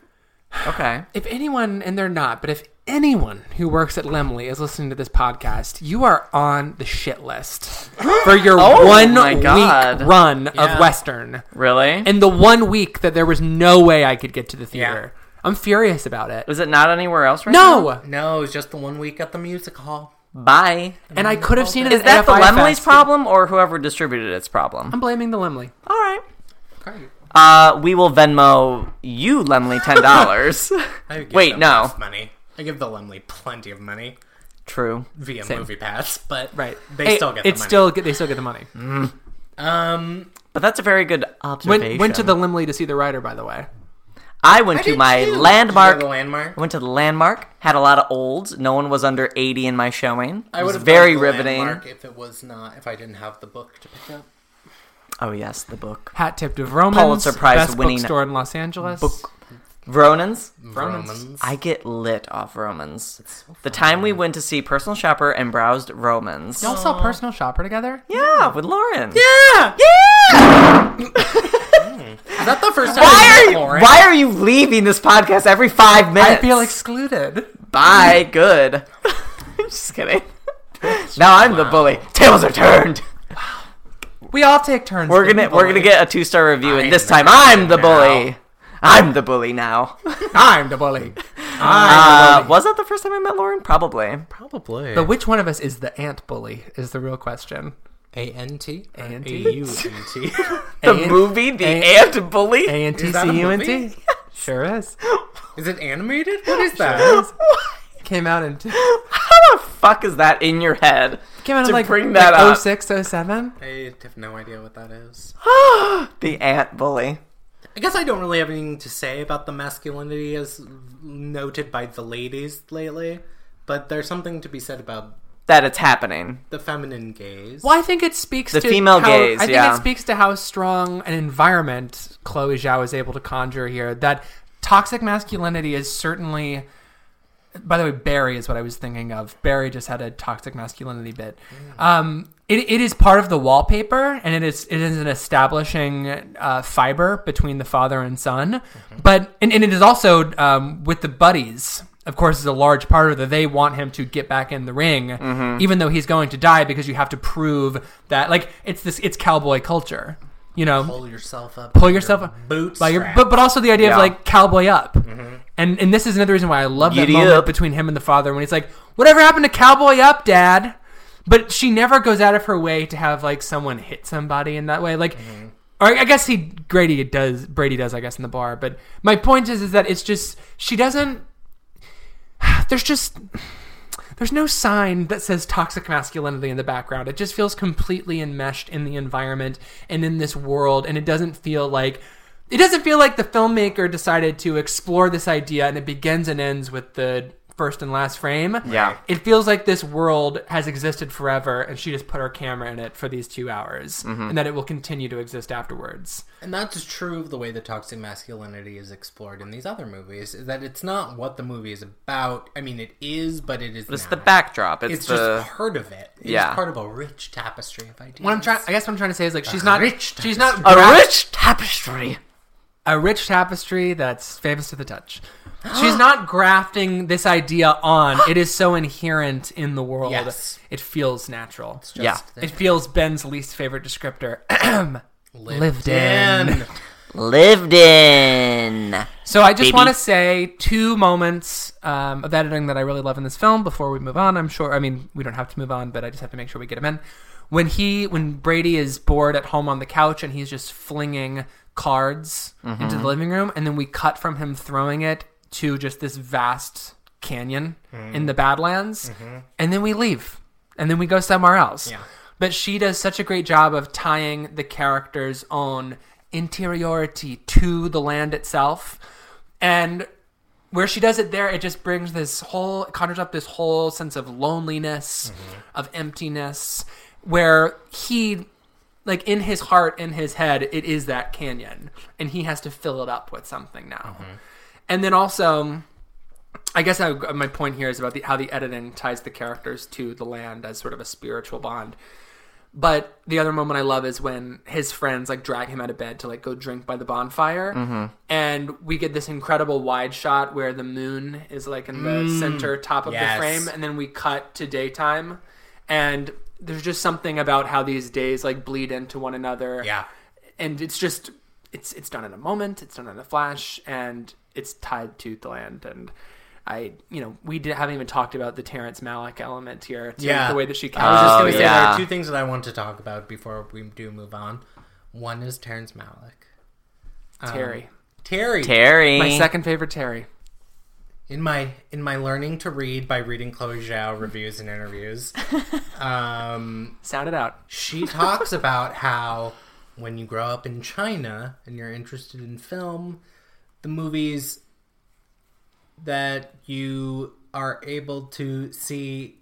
S3: Okay.
S1: If anyone, and they're not, but if anyone who works at Lemley is listening to this podcast, you are on the shit
S3: *gasps*
S1: list for your
S3: Oh
S1: one
S3: my God.
S1: week run
S2: Yeah.
S1: of Western.
S3: Really?
S1: And the one week that there was no way I could get to the theater. I'm furious about it.
S3: is it not anywhere else right now?
S1: No!
S2: No, it's just the one week at the music hall.
S3: Bye.
S1: And I could have seen it.
S3: Is
S1: at
S3: that the
S1: AFI
S3: Lemley's
S1: Fest. Um,
S3: problem or whoever distributed its problem?
S1: I'm blaming the Lemley.
S3: All right.
S2: Okay.
S3: Uh, we will Venmo you, Lemley, ten dollars.
S2: I would give
S3: Wait,
S2: them
S3: no.
S2: enough money. I give the Lemley plenty of money
S3: True.
S2: via movie pass, but
S1: Right.
S2: they
S1: Hey,
S2: still get
S1: it's
S2: the money.
S1: still get, they still get the money.
S2: um.
S3: But that's a very good observation.
S1: Went, went to the Limley to see the writer, by the way.
S3: I went to my landmark.
S2: the landmark.
S3: I went to the landmark. Had a lot of olds. No one was under eighty in my showing.
S2: I
S3: It was
S2: would have gone to
S3: very
S2: the
S3: riveting.
S2: Landmark if it was not if I didn't have the book to pick up.
S3: Oh yes, the book.
S1: Hat tipped of Romans.
S3: Pulitzer Prize
S1: best
S3: winning
S1: bookstore in Los Angeles.
S3: book. Ronan's.
S1: Romans.
S3: I get lit off Romans. the time we went to see Personal Shopper and browsed Romans.
S1: Y'all saw Personal Shopper together?
S3: Yeah, with Lauren.
S2: yeah.
S3: Yeah!
S2: Is that the first time?
S3: Why are
S2: I
S3: you, why are you leaving this podcast every five
S1: I
S3: minutes?
S1: feel excluded.
S3: *laughs* bye. Good. *laughs* Just kidding. now I'm the bully. Tables are
S2: *laughs*
S3: turned.
S1: We all take turns.
S3: We're
S1: being
S3: gonna we're gonna
S1: bullied.
S3: get a two star review,
S2: I'm
S3: and this
S2: the
S3: time I'm the
S2: bully
S3: bully. I'm the bully now. *laughs*
S1: I'm the bully.
S3: Uh, was that the first time I met Lauren? Probably.
S2: Probably.
S1: But which one of us is the ant bully? Is the real question.
S2: A N T A N
S1: A-N-T?
S2: T U N T.
S3: The
S1: Ant-
S3: movie, the
S1: Ant-
S3: ant bully.
S1: A N T
S2: Is that a
S1: C U N T.
S2: movie?
S1: Sure is.
S2: Is it animated? What is that?
S1: Came out *laughs* in
S3: *laughs* How the fuck is that in your head?
S1: came out
S3: To
S1: in like oh
S3: bring that
S1: like
S3: up.
S1: 06, 07.
S2: I have no idea what that is.
S3: *gasps* the ant bully.
S2: I guess I don't really have anything to say about the masculinity as noted by the ladies lately, but there's something to be said about
S3: That it's happening.
S2: the feminine gaze.
S1: Well, I think it speaks
S3: The
S1: to
S3: female
S1: how,
S3: gaze,
S1: I think
S3: yeah.
S1: it speaks to how strong an environment Chloe Zhao is able to conjure here. That toxic masculinity is certainly. By the way, Barry is what I was thinking of. Barry just had a toxic masculinity bit. Um, it, it is part of the wallpaper, and it is it is an establishing uh, fiber between the father and son. But and, and it is also um, with the buddies. Of course, is a large part of that. They want him to get back in the ring, even though he's going to die, because you have to prove that. Like it's this, it's cowboy culture. you know,
S2: Pull yourself up.
S1: pull
S2: by
S1: yourself
S2: your
S1: up
S2: boots.
S1: by your but, but also the idea
S3: Yeah.
S1: of like cowboy up and and this is another reason why i love that
S3: Giddy
S1: moment
S3: up.
S1: between him and the father when he's like whatever happened to cowboy up dad but she never goes out of her way to have like someone hit somebody in that way like
S3: Mm-hmm.
S1: or i guess he grady does brady does i guess in the bar but my point is is that it's just she doesn't *sighs* there's just there's no sign that says toxic masculinity in the background. It just feels completely enmeshed in the environment and in this world, and it doesn't feel like it doesn't feel like the filmmaker decided to explore this idea and it begins and ends with the first and last frame.
S3: Yeah.
S1: It feels like this world has existed forever and she just put her camera in it for these 2 hours and that it will continue to exist afterwards.
S2: And that's true of the way that toxic masculinity is explored in these other movies. Is that it's not what the movie is about. I mean, it is, but it is.
S3: It's
S2: not.
S3: the backdrop. It's,
S2: It's
S3: the
S2: just part of it. It's
S3: Yeah.
S2: part of a rich tapestry of ideas.
S1: What I'm trying I guess what I'm trying to say is like she's not
S2: rich
S1: she's not
S3: a
S1: grasping-
S3: rich tapestry.
S1: a rich tapestry that's famous to the touch. She's not grafting this idea on. It is so inherent in the world.
S2: Yes.
S1: It feels natural.
S2: Just
S3: Yeah.
S1: It
S2: that
S1: feels Ben's least favorite descriptor. *clears throat*
S2: lived,
S1: lived in.
S2: in.
S3: *laughs* Lived in.
S1: so I just
S3: Baby.
S1: want to say two moments um, of editing that I really love in this film before we move on. I'm sure. I mean, we don't have to move on, but I just have to make sure we get him in. When he, when Brady is bored at home on the couch and he's just flinging cards into the living room, and then we cut from him throwing it to just this vast canyon in the Badlands, and then we leave, and then we go somewhere else.
S2: Yeah.
S1: But she does such a great job of tying the character's own interiority to the land itself. And where she does it there, it just brings this whole, conjures up this whole sense of loneliness, of emptiness, where he, like in his heart, in his head, it is that canyon. And he has to fill it up with something now. And then also, I guess I, my point here is about the, how the editing ties the characters to the land as sort of a spiritual bond. But the other moment I love is when his friends like drag him out of bed to like go drink by the bonfire,
S2: Mm-hmm.
S1: and we get this incredible wide shot where the moon is like in the center top of
S2: Mm. Yes.
S1: the frame, and then we cut to daytime, and there's just something about how these days like bleed into one another,
S2: Yeah.
S1: and it's just it's it's done in a moment it's done in a flash and it's tied to the land and i you know we did, haven't even talked about the terrence malick element here to
S2: Yeah.
S1: the way that she
S2: I was just
S3: Oh,
S2: going to say there
S3: yeah.
S2: are two things that I want to talk about before we do move on. One is Terrence Malick. Um,
S1: terry
S2: Terry.
S3: Terry.
S1: my second favorite terry
S2: in my in my learning to read by reading Chloe Zhao reviews and interviews, um,
S1: sound it out
S2: she talks about how when you grow up in China and you're interested in film, the movies that you are able to see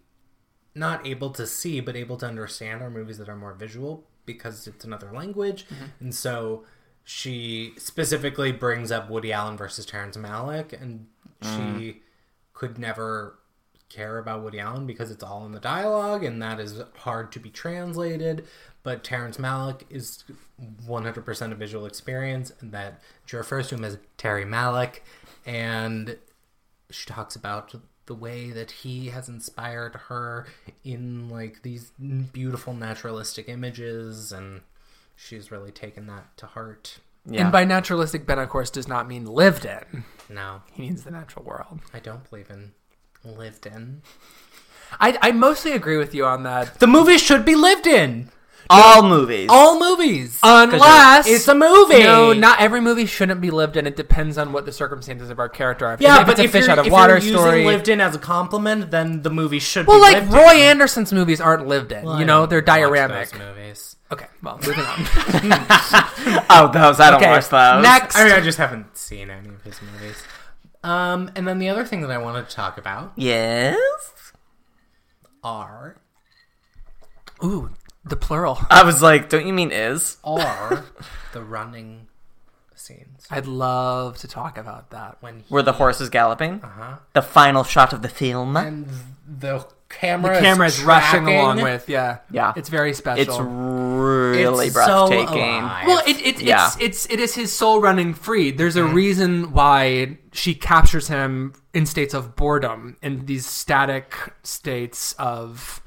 S2: not able to see but able to understand are movies that are more visual because it's another language and so she specifically brings up woody allen versus terrence malick and she could never care about woody allen because it's all in the dialogue and that is hard to be translated but terrence malick is 100% a visual experience and that she refers to him as terry malick and she talks about the way that he has inspired her in like these beautiful naturalistic images and she's really taken that to heart
S3: Yeah.
S1: and by naturalistic ben of course does not mean lived in
S2: no
S1: he means the natural world
S2: i don't believe in lived in
S1: i, I mostly agree with you on that
S2: the movie should be lived in
S3: all movies.
S2: all movies
S1: unless
S2: it's a movie
S1: no, not every movie shouldn't be lived in. It depends on what the circumstances of our character are.
S2: yeah
S1: if
S2: but
S1: it's a
S2: if
S1: fish
S2: you're,
S1: out of
S2: if
S1: water
S2: you're
S1: story,
S2: using lived in as a compliment then the movie should
S1: Well,
S2: be
S1: like
S2: lived
S1: Roy
S2: in.
S1: Anderson's movies aren't lived in. you know, they're
S2: I don't watch
S1: dioramic.
S2: those movies
S1: Okay, well, moving on.
S3: Oh, those. I don't
S1: Okay,
S3: watch those.
S1: next.
S2: I mean, I just haven't seen any of his movies. Um, and then the other thing that I wanted to talk about
S3: Yes.
S2: are
S1: Ooh, the plural.
S3: I was like, don't you mean is?
S1: *laughs*
S2: are the running scenes
S1: I'd love to talk about that.
S2: when he,
S3: Where the horse is galloping.
S2: uh-huh.
S3: The final shot of the film.
S2: and the camera
S1: The camera's rushing
S2: tracking-
S1: along with, yeah,
S3: Yeah.
S1: It's very special.
S3: It's really
S2: It's so
S3: breathtaking.
S2: alive.
S1: well, it, it,
S3: Yeah.
S1: it's it's it is his soul running free. There's a reason why she captures him in states of boredom, in these static states of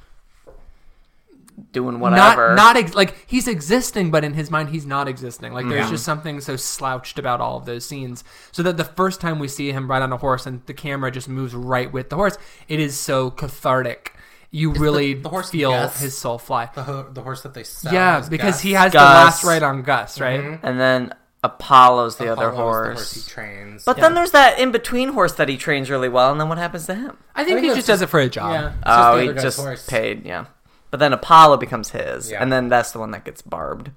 S3: doing whatever.
S1: Not not ex- like he's existing, but in his mind he's not existing. Like there's
S3: Yeah.
S1: just something so slouched about all of those scenes. So that the first time we see him ride on a horse and the camera just moves right with the horse, it is so cathartic. You really
S2: the horse
S1: feel
S2: Gus?
S1: his soul fly.
S2: The, ho- the horse that they sell.
S1: yeah,
S2: is
S1: because
S2: Gus. Mm-hmm.
S1: he has the
S3: Gus.
S1: last ride on Gus, right?
S3: and then Apollo's the
S2: Apollo
S3: other
S2: is
S3: horse.
S2: The horse he trains.
S3: but then there's that in between horse that he trains really well, and then what happens to him?
S1: I think
S2: think
S1: he
S2: that's
S1: just does it for a job.
S2: yeah, it's the
S3: Oh,
S2: other
S3: he
S2: guy's
S3: just
S2: horse.
S3: paid, yeah. But then Apollo becomes his,
S2: Yeah.
S3: and then that's the one that gets barbed.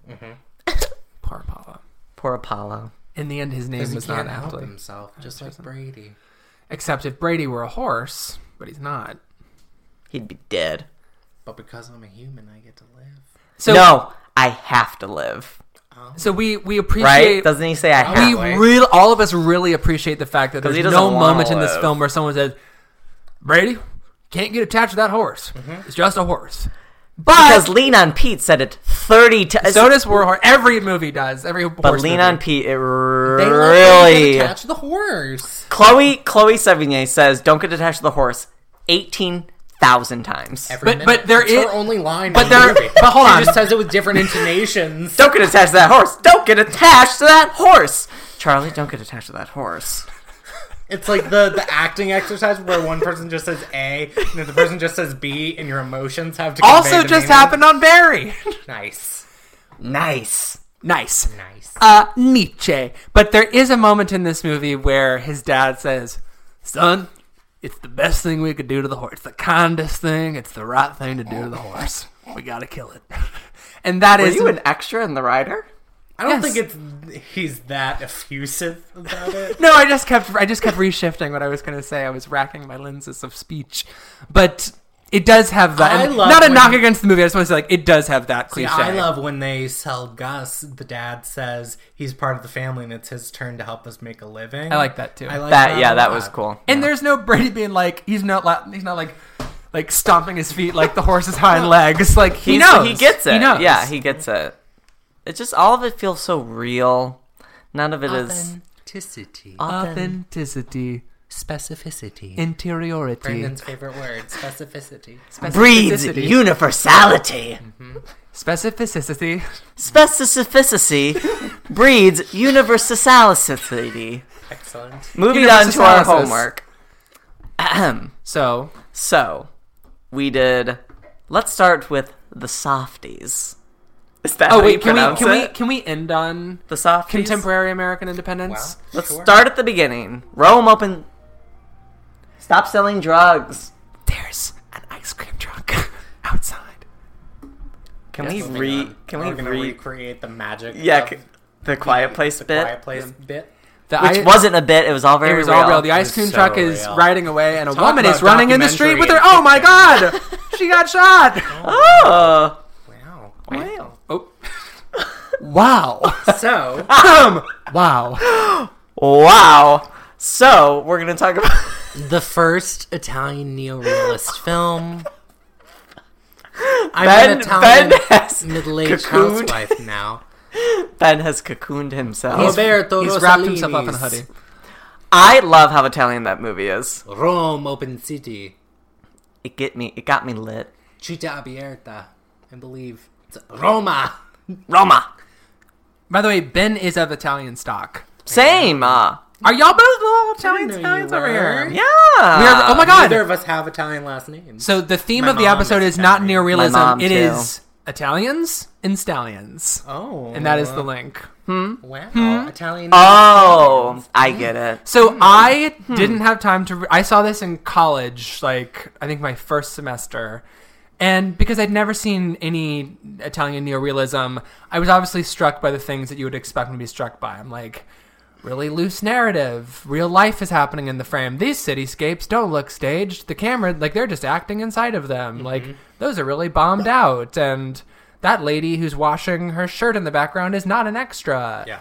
S1: Poor Apollo.
S3: Poor Apollo.
S1: In the end, his name
S2: Because he
S1: was not
S2: can't help
S1: actually.
S2: himself, just like Brady.
S1: Except if Brady were a horse, but he's not.
S3: He'd be dead.
S2: But because I'm a human, I get to live.
S1: So
S3: no, I have to live.
S1: so we we appreciate
S3: Right? Doesn't he say I
S1: we
S3: have?
S2: Probably.
S1: real all of us really appreciate the fact that
S3: 'Cause
S1: there's
S3: he
S1: no
S3: doesn't wanna
S1: moment in this
S3: live.
S1: film where someone says, "Brady, can't get attached to that horse.
S3: Mm-hmm.
S1: It's just a horse."
S3: Because Lean on Pete said it 30 times.
S1: So does Warhorse. Every movie does. Every
S3: but
S1: horse
S3: Lean
S1: movie.
S3: on Pete,
S2: They
S3: it
S2: let them get
S3: really.
S2: attached to the horse.
S3: Chloe Chloe Sevigny says, "Don't get attached to the horse." Eighteen thousand times.
S2: Every
S1: But-
S2: minute.
S1: but there
S2: It's
S1: is-
S2: her only line.
S1: but
S2: in the
S1: there-
S2: movie.
S1: but hold
S2: she
S1: on.
S2: just says it with different intonations.
S3: Don't get attached to that horse. Don't get attached to that horse. Charlie, don't get attached to that horse.
S2: It's like the the acting exercise where one person just says A, and then the person just says B, and your emotions have to.
S1: also
S2: convey the
S1: just
S2: meaning.
S1: happened on Barry.
S2: Nice,
S3: Nice.
S1: nice.
S2: nice.
S1: Uh, Nietzsche. But there is a moment in this movie where his dad says, "Son." It's the best thing we could do to the horse. It's the kindest thing. It's the right thing to do to the horse. We gotta kill it. *laughs* And that
S3: Are
S1: is
S3: you an extra in the rider?
S2: I don't
S1: yes.
S2: think it's he's that effusive about it.
S1: No, I just kept I just kept reshifting what I was going to say. I was racking my lenses of speech, but it does have that.
S2: I
S1: and
S2: love
S1: not a
S2: when-
S1: knock against the movie. I just want to say like it does have that cliche.
S2: Yeah, I love when they sell Gus. The dad says he's part of the family, and it's his turn to help us make a living.
S1: I like that too.
S2: like
S3: That yeah,
S2: a
S3: that
S2: lot.
S3: was cool.
S1: and there's no Brady being like he's not la- he's not like like stomping his feet like the horse's hind legs. *laughs* Like he
S3: He's-
S1: knows
S3: He gets it.
S1: He knows.
S3: Yeah, he gets it. It just all of it feels so real. None of it is
S2: Authenticity,
S1: authenticity,
S2: specificity.
S1: interiority.
S2: Brandon's favorite word: specificity.
S3: breeds
S1: specificity.
S3: universality.
S1: specificity. *laughs*
S3: Specificity breeds universality.
S2: Excellent.
S3: Moving on to our
S1: Universalisis.
S3: homework. Ahem.
S1: So
S3: So, we did. Let's start with the softies. Is that
S1: oh
S3: how you
S1: wait, can we
S3: pronounce
S1: can we
S3: it?
S1: can we end on
S3: the softies?
S1: contemporary American independence?
S2: Wow.
S3: Let's
S2: Sure.
S3: start at the beginning. Rome open. Stop selling drugs.
S1: There's an ice cream truck *laughs* outside.
S3: Can
S2: Yes,
S3: we
S2: moving
S3: re?
S2: on.
S3: Can
S2: We're
S3: we
S2: gonna
S3: re?
S2: recreate the magic?
S3: yeah,
S2: of
S3: c- the quiet place
S2: the
S3: bit,
S2: Quiet Place bit.
S1: The
S3: which
S1: I-
S3: wasn't a bit. It was all very
S1: It was
S3: real.
S1: all real. The ice
S2: was
S1: cream
S2: so
S1: truck is
S2: real.
S1: riding away, and a
S2: Talk
S1: woman is
S2: about
S1: running in the street with her.
S2: documentary
S1: Oh my
S2: *laughs*
S1: god, she got shot.
S3: oh,
S2: Wow.
S3: *laughs* wow.
S1: Oh. Wow.
S2: So
S1: Um,
S2: *laughs*
S1: wow.
S3: Wow. So we're gonna talk about.
S2: the first Italian neorealist
S3: *laughs*
S2: film. I'm
S3: Ben,
S2: an Italian
S3: ben, has,
S2: middle-aged
S3: cocooned.
S2: housewife now.
S3: ben has cocooned himself.
S2: Roberto
S1: He's
S2: Rossellini's
S1: wrapped himself up in a hoodie.
S3: I love how Italian that movie is.
S2: Rome, open city,
S3: It get me. It got me lit.
S2: città abierta. I believe it's Roma.
S1: Oh
S3: Roma.
S1: By the way, Ben is of Italian stock.
S3: Same. Uh,
S1: Are y'all both little Italian
S2: know you
S1: Italians over
S2: were.
S1: here?
S3: yeah.
S1: We are- oh my god.
S2: Neither of us have Italian last names.
S1: So the theme
S2: My
S1: of the
S2: mom
S1: episode
S2: is
S1: is not
S2: Italian.
S1: neorealism.
S3: mom,
S1: It
S3: too.
S1: is Italians and stallions,
S2: oh,
S1: and that is the link. Hmm?
S2: wow Italian.
S1: Uh.
S3: Oh, I get it.
S1: So I didn't have time to. Re- I saw this in college, like I think my first semester, and because I'd never seen any Italian neorealism, I was obviously struck by the things that you would expect me to be struck by. I'm like, really loose narrative. Real life is happening in the frame. These cityscapes don't look staged. The camera, like they're just acting inside of them. Like those are really bombed out and. That lady who's washing her shirt in the background is not an extra.
S2: Yeah.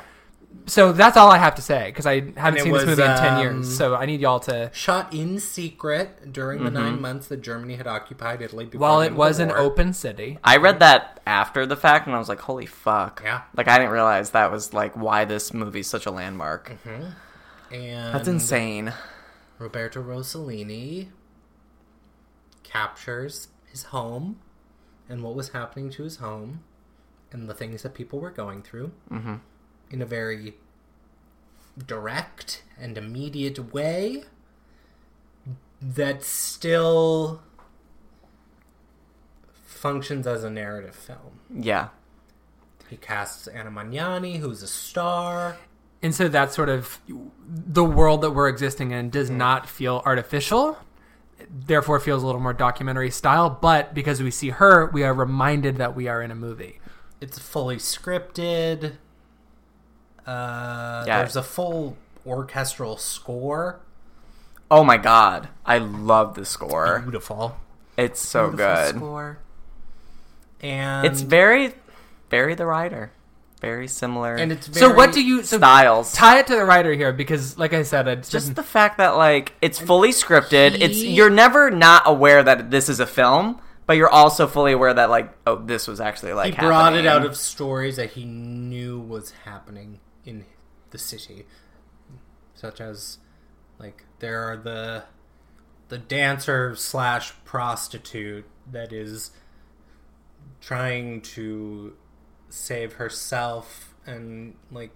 S1: So that's all I have to say because I
S2: it
S1: haven't seen this
S2: was,
S1: movie in ten
S2: um,
S1: years. So I need y'all to.
S2: Shot in secret during the nine months that Germany had occupied Italy. Before
S1: Mm-hmm. While it
S2: the end of
S1: was
S2: the
S1: an
S2: war.
S1: open city,
S3: I read that after the fact, and I was like, "Holy fuck!"
S2: Yeah.
S3: Like I didn't realize that was like why this movie's such a landmark.
S1: Mm-hmm.
S2: and
S3: That's insane.
S2: Roberto Rossellini captures his home and what was happening to his home and the things that people were going through in a very direct and immediate way that still functions as a narrative film.
S3: Yeah.
S2: He casts Anna Magnani, who's a star.
S1: And so that's sort of the world that we're existing in does
S2: Mm-hmm.
S1: not feel artificial. Therefore, feels a little more documentary style. But because we see her, we are reminded that we are in a movie.
S2: It's fully scripted. Uh,
S3: Yeah.
S2: There's a full orchestral score.
S3: Oh my god. I love the score.
S2: Beautiful.
S3: It's so
S2: Beautiful
S3: good.
S2: score. And
S3: Oh, It's very very the writer. Very similar.
S2: and it's very,
S1: So what do you so
S3: styles.
S1: tie it to the writer here? Because like I said, I
S3: just
S1: just
S3: the fact that like it's fully scripted. It's
S2: he-
S3: you're never not aware that this is a film, but you're also fully aware that like oh this was actually
S2: he
S3: like
S2: brought it
S3: happening.
S2: out of stories that he knew was happening in the city, such as like there are the the dancer slash prostitute that is trying to save herself and like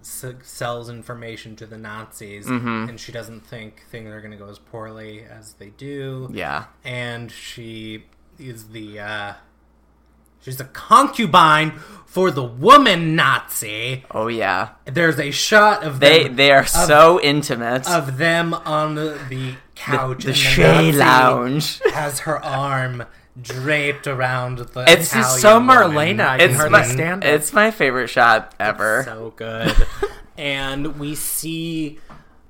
S2: s- sells information to the Nazis,
S3: Mm-hmm.
S2: and she doesn't think things are going to go as poorly as they do
S3: Yeah.
S2: and she is the uh she's a concubine for the woman Nazi.
S3: Oh yeah.
S2: There's a shot of
S3: They
S2: them,
S3: they are so intimate.
S2: of them on the, the couch.
S3: the
S2: and
S3: Shay
S2: Nazi
S3: Lounge.
S2: has her arm draped around the.
S3: It's-
S1: this is so
S2: Italian woman.
S1: Marlena. I can
S3: It's
S1: hardly
S3: my,
S1: stand it.
S3: it's my favorite shot ever.
S2: So good. and we see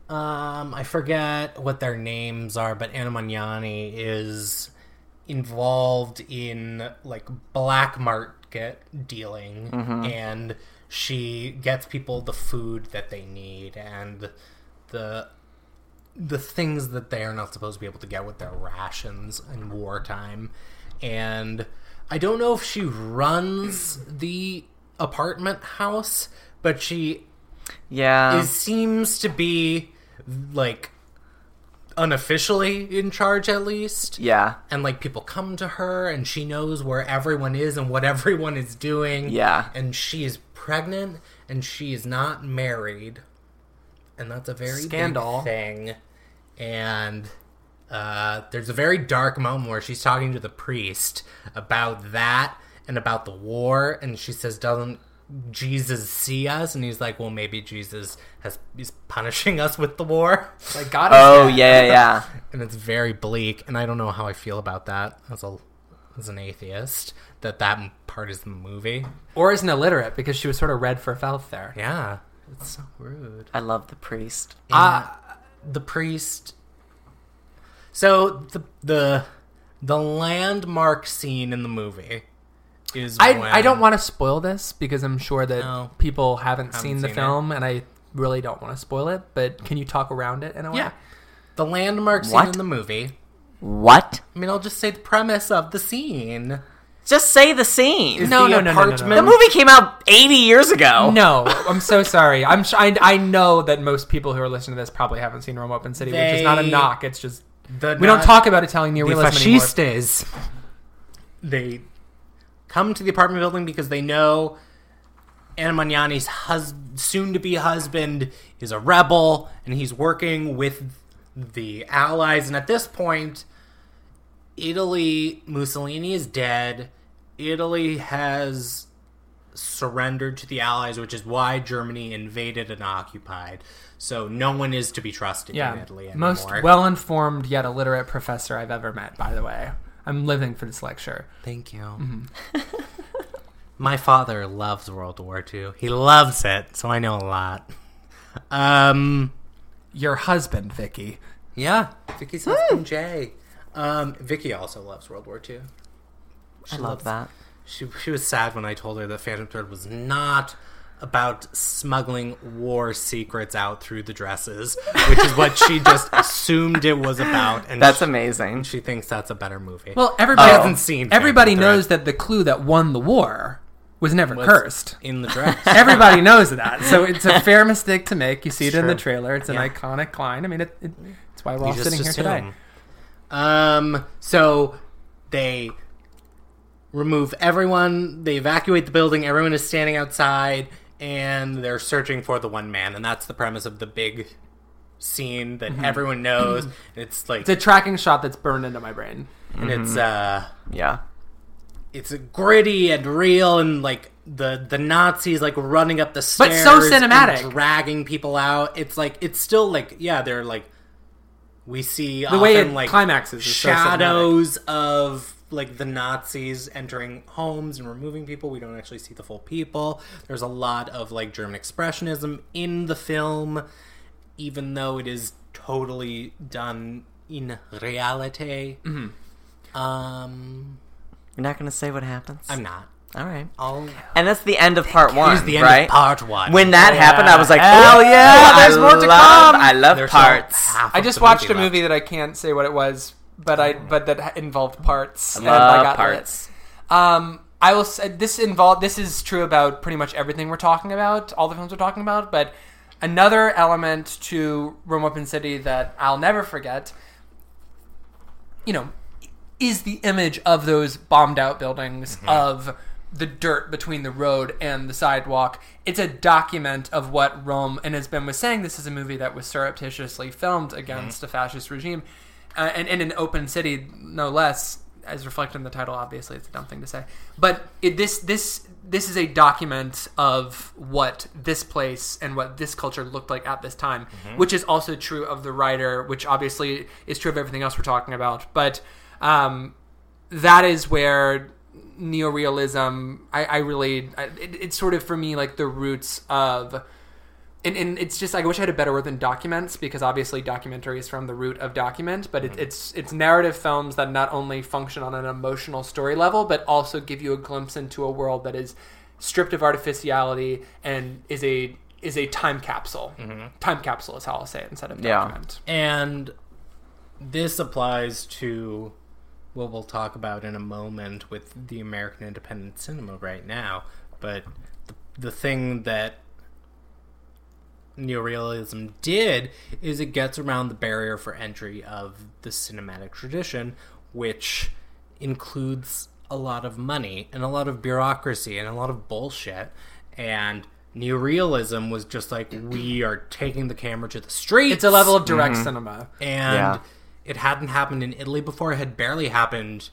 S2: um I forget what their names are, but Anna Magnani is involved in like black market dealing and she gets people the food that they need and the the things that they are not supposed to be able to get with their rations in wartime. And I don't know if she runs the apartment house, but she
S3: yeah.
S2: is, seems to be like unofficially in charge at least.
S3: yeah.
S2: And like people come to her and she knows where everyone is and what *laughs* everyone is doing.
S3: Yeah.
S2: And she is pregnant and she is not married. And that's a very big
S1: Scandal.
S2: thing. And uh, there's a very dark moment where she's talking to the priest about that and about the war, and she says, "Doesn't Jesus see us?" And he's like, "Well, maybe Jesus has is punishing us with the war." *laughs*
S1: like God. is
S3: Oh
S1: dead.
S3: yeah, yeah, yeah.
S2: and it's very bleak and i don't know how i feel about that as a as an atheist that that m- part is the movie
S1: or is an illiterate because she was sort of read for filth there.
S2: yeah it's so rude
S3: *laughs* I love the priest.
S1: Uh,
S2: the priest so the the the landmark scene in the movie is
S1: I,
S2: when
S1: I don't want to spoil this because I'm sure that
S2: Oh, No.
S1: people haven't, seen the
S2: seen it.
S1: film, and I really don't want to spoil it. But can you talk around it in a way?
S2: yeah the landmark scene
S3: What?
S2: in the movie
S3: What?
S2: i mean i'll just say the premise of the scene
S3: Just say the scene.
S1: No,
S2: The
S1: no, no, no, no, no.
S2: apartment-
S3: The movie came out 80 years ago.
S1: Oh. No, I'm so sorry. I'm sh- I, I know that most people who are listening to this probably haven't seen Rome Open City, which is not a
S2: They-
S1: knock. It's just
S2: The
S1: we don't
S2: not-
S1: talk about Italian
S2: the
S1: neorealism anymore.
S2: fascistas they come to the apartment building because they know Anna Magnani's hus- soon-to-be husband is a rebel and he's working with the allies and at this point Italy Mussolini is dead Italy has surrendered to the allies which is why Germany invaded and occupied so no one is to be trusted in
S1: Yeah,
S2: Italy anymore
S1: most well-informed yet illiterate professor I've ever met. By the way, I'm living for this lecture.
S2: Thank you. *laughs* My father loves World War II. He loves it, so I know a lot. Um,
S1: Your husband, Vicky.
S2: yeah, Vicky's
S3: Hmm.
S2: husband Jay. Um, Vicky also loves World War II.
S3: I love that.
S2: She she was sad when I told her that Phantom Thread was not about smuggling war secrets out through the dresses, which is what she
S3: *laughs*
S2: just assumed it was about, and
S3: That's
S2: she,
S3: amazing.
S2: she thinks that's a better movie.
S1: Well, everybody
S2: Oh. Hasn't seen
S1: Everybody
S2: Phantom Thread.
S1: knows that the clue that won the war was never cursed.
S2: in the dress.
S1: Everybody knows that, so it's a fair mistake to make. You see it in the
S3: true.
S1: trailer. It's an
S2: Yeah.
S1: iconic line. I mean, it, it, it's why we're
S2: You
S1: all
S2: just
S1: sitting here
S2: Um, assume.
S1: today.
S2: Um, so they remove everyone. They evacuate the building. Everyone is standing outside, and they're searching for the one man. And that's the premise of the big scene that everyone knows. it's like,
S1: It's a tracking shot that's burned into my brain.
S2: and it's uh,
S3: Yeah.
S2: it's gritty and real, and like the the Nazis like running up the
S1: But
S2: stairs,
S1: so
S2: and
S1: cinematic.
S2: dragging people out. It's like it's still like yeah, they're like we see
S1: The way it
S2: like
S1: climaxes is so cinematic.
S2: shadows of like the Nazis entering homes and removing people. We don't actually see the full people. There's a lot of like German expressionism in the film, even though it is totally done in reality.
S1: Mm-hmm.
S2: Um,
S3: You're not gonna say what happens.
S2: I'm not.
S3: All right.
S2: I'll
S3: And that's the end of part one,
S2: use the end
S3: right?
S2: of part one.
S3: when that happened, I was like,
S1: Hell
S3: "Oh
S1: yeah, there's more to
S3: love-
S1: come."
S3: I love
S2: There's still
S3: parts.
S2: half
S1: I
S2: of
S1: just
S2: the
S1: watched a
S2: left.
S1: movie that I can't say what it was, but I but that ha- involved parts. and
S3: love
S1: I got
S3: parts.
S1: lit. Um, I will say this involved. This is true about pretty much everything we're talking about, all the films we're talking about. But another element to Rome Open City that I'll never forget, you know, is the image of those bombed out buildings of the dirt between the road and the sidewalk. It's a document of what Rome, and as Ben was saying, this is a movie that was surreptitiously filmed against a fascist regime uh, and in an open city, no less, as reflected in the title. Obviously, it's a dumb thing to say, but it, this this this is a document of what this place and what this culture looked like at this time, which is also true of the writer, which obviously is true of everything else we're talking about. But um, that is where neorealism. I, I really, I, it, it's sort of for me like the roots of and, and it's just I wish I had a better word than documents because obviously documentary is from the root of document, but
S3: Mm-hmm.
S1: it, it's it's narrative films that not only function on an emotional story level but also give you a glimpse into a world that is stripped of artificiality and is a is a time capsule. Time capsule is how I'll say it instead of
S3: Mm-hmm. Yeah.
S1: document.
S2: And this applies to what we'll talk about in a moment with the American independent cinema right now. But the, the thing that neorealism did is it gets around the barrier for entry of the cinematic tradition, which includes a lot of money and a lot of bureaucracy and a lot of bullshit. And neorealism was just like, we are taking the camera to the streets
S1: It's a level of direct
S3: Mm-hmm.
S1: cinema.
S2: and
S3: Yeah.
S2: it hadn't happened in Italy before. It had barely happened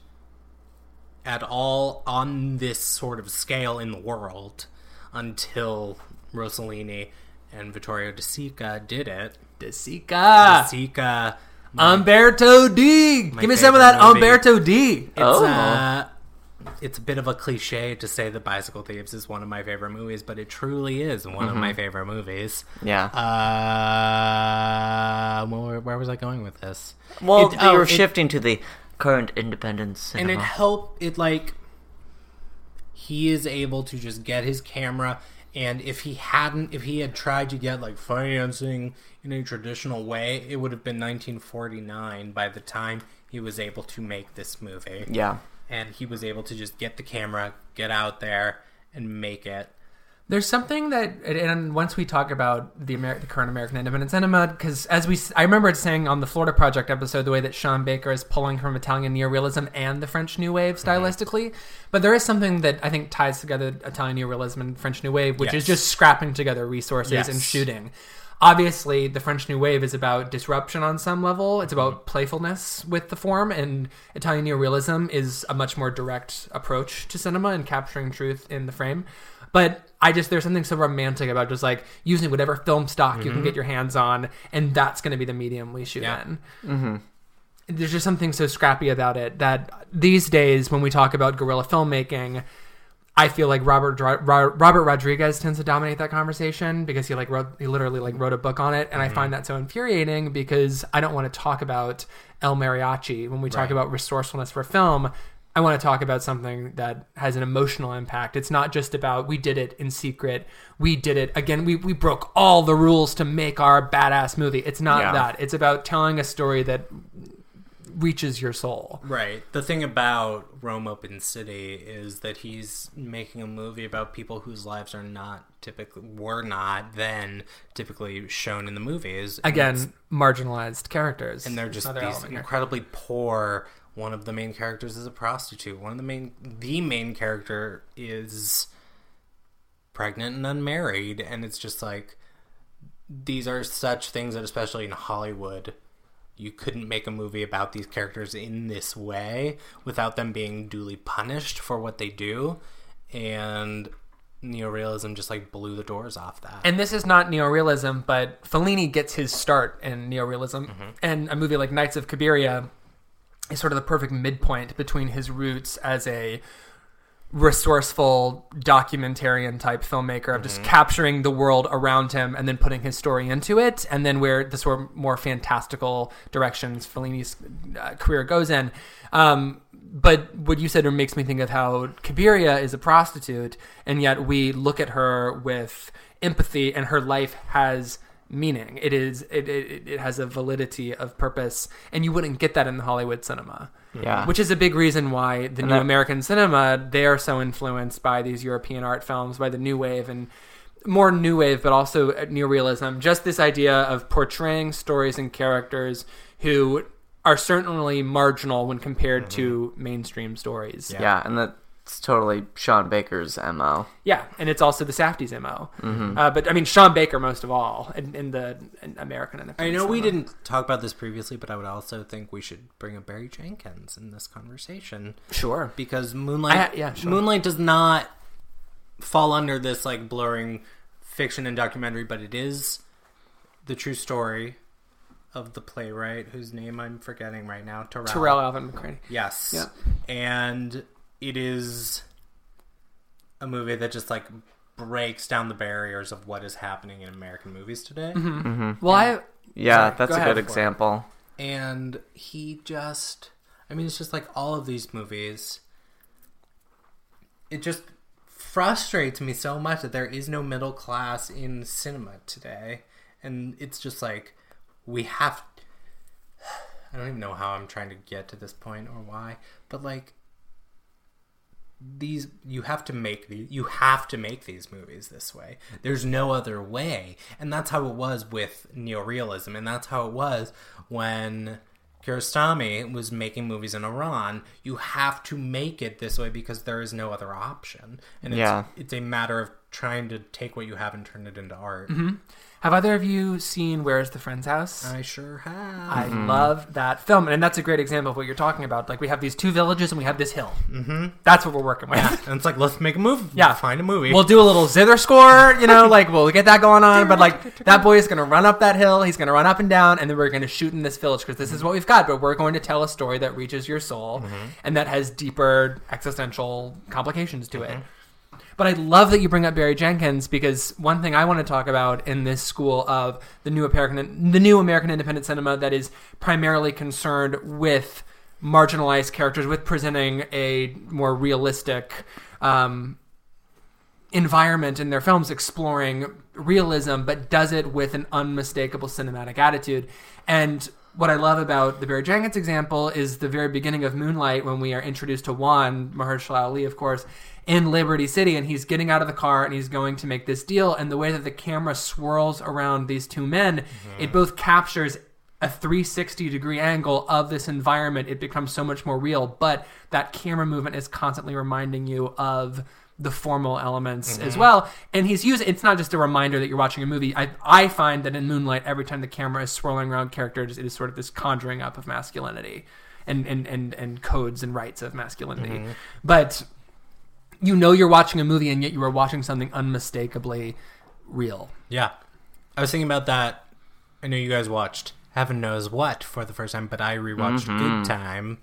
S2: at all on this sort of scale in the world until Rossellini and Vittorio De Sica did it.
S1: De
S2: De
S1: Sica.
S2: Sica, Um,
S1: Umberto D. Give me some of
S2: favorite
S1: that
S2: movie.
S1: Umberto D.
S2: it's,
S3: Oh.
S2: uh, it's a bit of a cliche to say that Bicycle Thieves is one of my favorite movies, but it truly is one of my favorite movies.
S3: Mm-hmm. Yeah.
S2: Uh, where, where was I going with this?
S3: well,
S2: It-
S3: they
S2: oh,
S3: were
S2: it-
S3: shifting to the current independent cinema.
S2: and it help it like he is able to just get his camera and if he hadn't if he had tried to get like financing in a traditional way it would have been 1949 by the time he was able to make this movie
S3: yeah.
S2: and he was able to just get the camera get out there and make it
S1: There's something that, and- and once we talk about the, Amer- the current American independent cinema, because as we, s- I remember it saying on the Florida Project episode, the way that Sean Baker is pulling from Italian neorealism and the French New Wave
S2: Mm-hmm.
S1: stylistically, but there is something that I think ties together Italian neorealism and French New Wave, which is
S2: Yes.
S1: just scrapping together resources and
S2: Yes.
S1: shooting. Obviously, the French New Wave is about disruption on some level. It's about playfulness with the form, and Italian neorealism is a much more direct approach to cinema and capturing truth in the frame. But I just there's something so romantic about just like using whatever film stock you can get your hands on, and that's going to be the medium we shoot
S2: Yeah.
S1: in there's just something so scrappy about it that these days when we talk about guerrilla filmmaking i feel like robert Dro- Ro- robert rodriguez tends to dominate that conversation because he like wrote he literally like wrote a book on it and
S2: Mm-hmm.
S1: i find that so infuriating because i don't want to talk about el mariachi when we talk
S2: Right.
S1: about resourcefulness for film i want to talk about something that has an emotional impact it's not just about we did it in secret we did it again we, we broke all the rules to make our badass movie it's not
S3: Yeah.
S1: that it's about telling a story that reaches your soul.
S2: Right. The thing about Rome Open City is that he's making a movie about people whose lives are not typically were not then typically shown in the movies. And
S1: Again,
S2: it's-
S1: marginalized characters.
S2: and they're just
S1: Another
S2: these
S1: element here.
S2: incredibly poor One of the main characters is a prostitute. One of the main the main character is pregnant and unmarried and it's just like these are such things that especially in Hollywood you couldn't make a movie about these characters in this way without them being duly punished for what they do and neorealism just like blew the doors off that
S1: *sighs* And this is not neorealism, but Fellini gets his start in neorealism. And a movie like Knights of Cabiria is sort of the perfect midpoint between his roots as a resourceful documentarian type filmmaker of just capturing the world around him and then putting his story into it and then where the sort of more fantastical directions Fellini's uh, career goes in um, but what you said makes me think of how Kiberia is a prostitute and yet we look at her with empathy and her life has meaning it is it, it, it has a validity of purpose and you wouldn't get that in the Hollywood cinema
S3: Yeah.
S1: which is a big reason why the new
S3: that-
S1: American cinema they are so influenced by these European art films, by the new wave and more new wave, but also neorealism. Just this idea of portraying stories and characters who are certainly marginal when compared to mainstream stories.
S2: Yeah.
S3: yeah, and that's totally Sean Baker's mo.
S1: Yeah, and it's also the Safdie's mo. Uh, but I mean, Sean Baker most of all in, in the in American. And
S2: I know we didn't talk about this previously, but I would also think we should bring up Barry Jenkins in this conversation
S1: sure.
S2: because Moonlight,
S1: I- yeah, sure.
S2: Moonlight does not fall under this like blurring fiction and documentary, but it is the true story of the playwright whose name I'm forgetting right now, Terrell.
S1: Terrell Alvin McCraney.
S2: Yes.
S1: Yeah.
S2: And it is a movie that just like breaks down the barriers of what is happening in American movies today.
S1: Mm-hmm. Well, I
S3: Yeah,
S1: Sorry,
S3: that's
S1: go
S3: a
S1: ahead.
S3: good example.
S2: and he just i mean it's just like all of these movies it just frustrates me so much that there is no middle class in cinema today and it's just like we have i don't even know how i'm trying to get to this point or why but like these you have to make these you have to make these movies this way there's no other way and that's how it was with neorealism and that's how it was when Kiarostami was making movies in Iran you have to make it this way because there is no other option and it's,
S3: Yeah.
S2: it's a matter of trying to take what you have and turn it into art
S1: Mm-hmm. have either of you seen Where's the Friend's House?
S2: I sure have
S1: I love that film, and that's a great example of what you're talking about. Like we have these two villages, and we have this hill. Mm-hmm. That's what we're working with.
S2: *laughs* and it's like let's make a movie
S1: Yeah.
S2: find a movie
S1: We'll do a little zither score, you know, like we'll get that going on. But like that boy is gonna run up that hill, he's gonna run up and down, and then we're gonna shoot in this village because this is what we've got. But we're going to tell a story that reaches your soul and that has deeper existential complications to it. But I love that you bring up Barry Jenkins because one thing I want to talk about in this school of the new American the new American independent cinema that is primarily concerned with marginalized characters with presenting a more realistic um, environment in their films exploring realism but does it with an unmistakable cinematic attitude and what I love about the Barry Jenkins example is the very beginning of Moonlight when we are introduced to Juan Mahershala Ali, of course, in Liberty City, and he's getting out of the car and he's going to make this deal. And the way that the camera swirls around these two men, it both captures a 360 degree angle of this environment, it becomes so much more real. But that camera movement is constantly reminding you of the formal elements as well. And he's using it's not just a reminder that you're watching a movie. I, I find that in Moonlight, every time the camera is swirling around characters, it is sort of this conjuring up of masculinity and, and, and, and codes and rights of masculinity. But you know you're watching a movie and yet you are watching something unmistakably real.
S2: Yeah. I was thinking about that. I know you guys watched Heaven Knows What for the first time, but I rewatched
S1: Mm-hmm.
S2: Good Time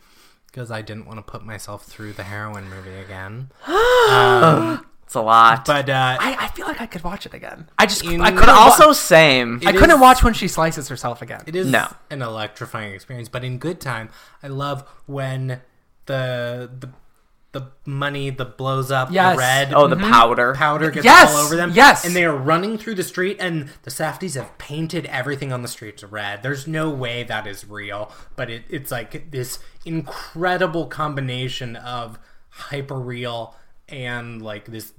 S2: because I didn't want to put myself through the heroin movie again.
S3: It's a lot.
S2: But uh,
S1: I, I feel like I could watch it again. I just
S2: In-
S1: I
S2: But
S1: could
S3: also same.
S1: I
S2: It
S1: couldn't
S2: is-
S1: watch when she slices herself again.
S2: it is
S3: No.
S2: an electrifying experience. But in Good Time, I love when the the the money that blows up
S1: Yes.
S2: the red
S3: oh, the powder.
S2: Mhm. powder gets
S1: Yes,
S2: all over them.
S1: yes.
S2: And they are running through the street, and the Safties have painted everything on the streets red. There's no way that is real, but it, it's like this incredible combination of hyper real and like this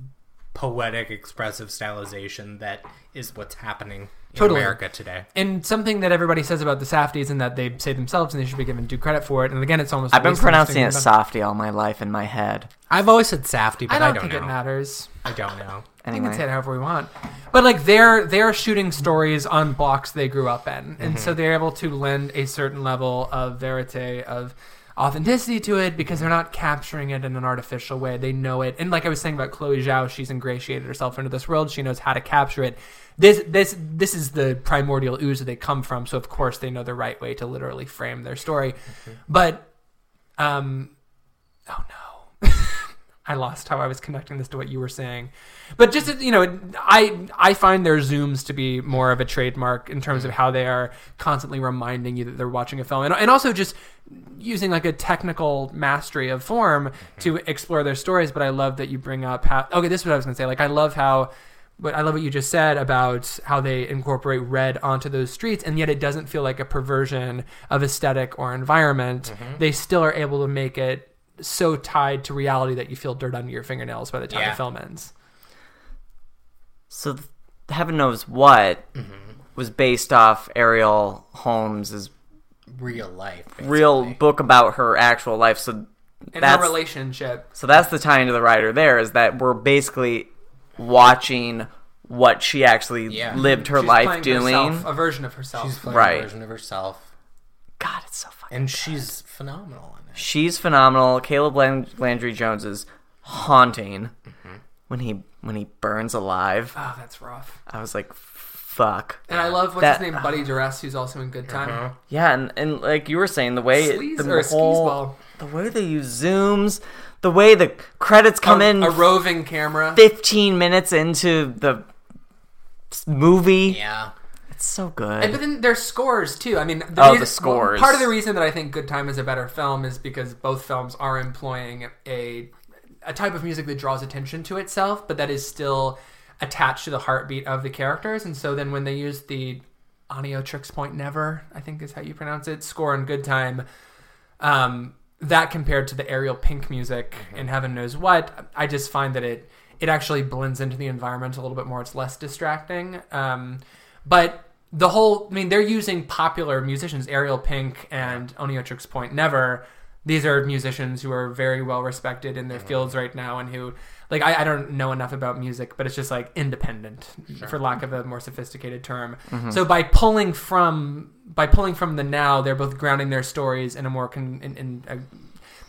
S2: poetic, expressive stylization that is what's happening in
S1: Totally.
S2: America today.
S1: And something that everybody says about the Safdies and that they say themselves and they should be given due credit for it. And again, it's almost
S3: I've been
S1: always something
S3: pronouncing it
S1: about-
S3: softy all my life in my head.
S2: I've always said Safety, but
S1: I
S2: I
S1: don't,
S2: don't,
S1: think it
S2: know.
S1: matters.
S2: I don't know.
S1: We can say it
S3: Anyway,
S1: however we want. But like they're they're shooting stories on blocks they grew up in, and so they're able to lend a certain level of verite of authenticity to it because they're not capturing it in an artificial way. They know it, and like I was saying about Chloe Zhao, she's ingratiated herself into this world. She knows how to capture it. This this this is the primordial ooze that they come from. So of course they know the right way to literally frame their story. But um, oh no. I lost how I was connecting this to what you were saying, but just you know, I I find their zooms to be more of a trademark in terms of how they are constantly reminding you that they're watching a film, and, and also just using like a technical mastery of form to explore their stories. But I love that you bring up how okay, this is what I was going to say. Like I love how, but I love what you just said about how they incorporate red onto those streets, and yet it doesn't feel like a perversion of aesthetic or environment. They still are able to make it so tied to reality that you feel dirt under your fingernails by the time
S2: Yeah.
S1: the film ends.
S3: so th- heaven knows what
S1: Mm-hmm.
S3: was based off Ariel Holmes's
S2: Real life. basically.
S3: real book about her actual life. So
S1: In our
S3: that's
S1: relationship,
S3: so that's the tie into the writer. There is that we're basically watching what she actually
S2: Yeah.
S3: lived her
S1: she's
S3: life
S1: playing
S3: doing.
S1: herself, a version of herself.
S2: She's playing
S3: Right.
S2: a version of herself,
S3: God, it's so fucking.
S2: and she's phenomenal in it.
S3: She's phenomenal. Caleb Land- Landry Jones is haunting
S1: Mm-hmm.
S3: when he when he burns alive.
S1: oh, that's rough.
S3: I was like, fuck.
S1: And I love what's
S3: Uh, That-
S1: his name, Buddy Duress, who's also in Good Time.
S3: Yeah, and, and like you were saying, the way
S1: Sleaze
S3: the
S1: or a skis
S3: whole-
S1: ball.
S3: the way they use zooms, the way the credits come
S1: Um, a,
S3: in
S1: a roving camera.
S3: 15 minutes into the s- movie.
S2: Yeah.
S3: It's so
S1: And, but
S3: good.
S1: then there's scores too. I mean,
S3: Oh, the
S1: reason-
S3: scores.
S1: Part of the reason that I think Good Time is a better film is because both films are employing a a type of music that draws attention to itself, but that is still attached to the heartbeat of the characters. And so then when they use the Anio Tricks Point Never, I think is how you pronounce it, score in Good Time, um, that compared to the aerial pink music and heaven knows what i just find that it it actually blends into the environment a little bit more it's less distracting um, but the whole i mean they're using popular musicians aerial pink and oniotrix point never these are musicians who are very well respected in their fields right now and who like I, I don't know enough about music but it's just like independent for lack of a more sophisticated term so by pulling from by pulling from the now they're both grounding their stories in a more con- in, in a,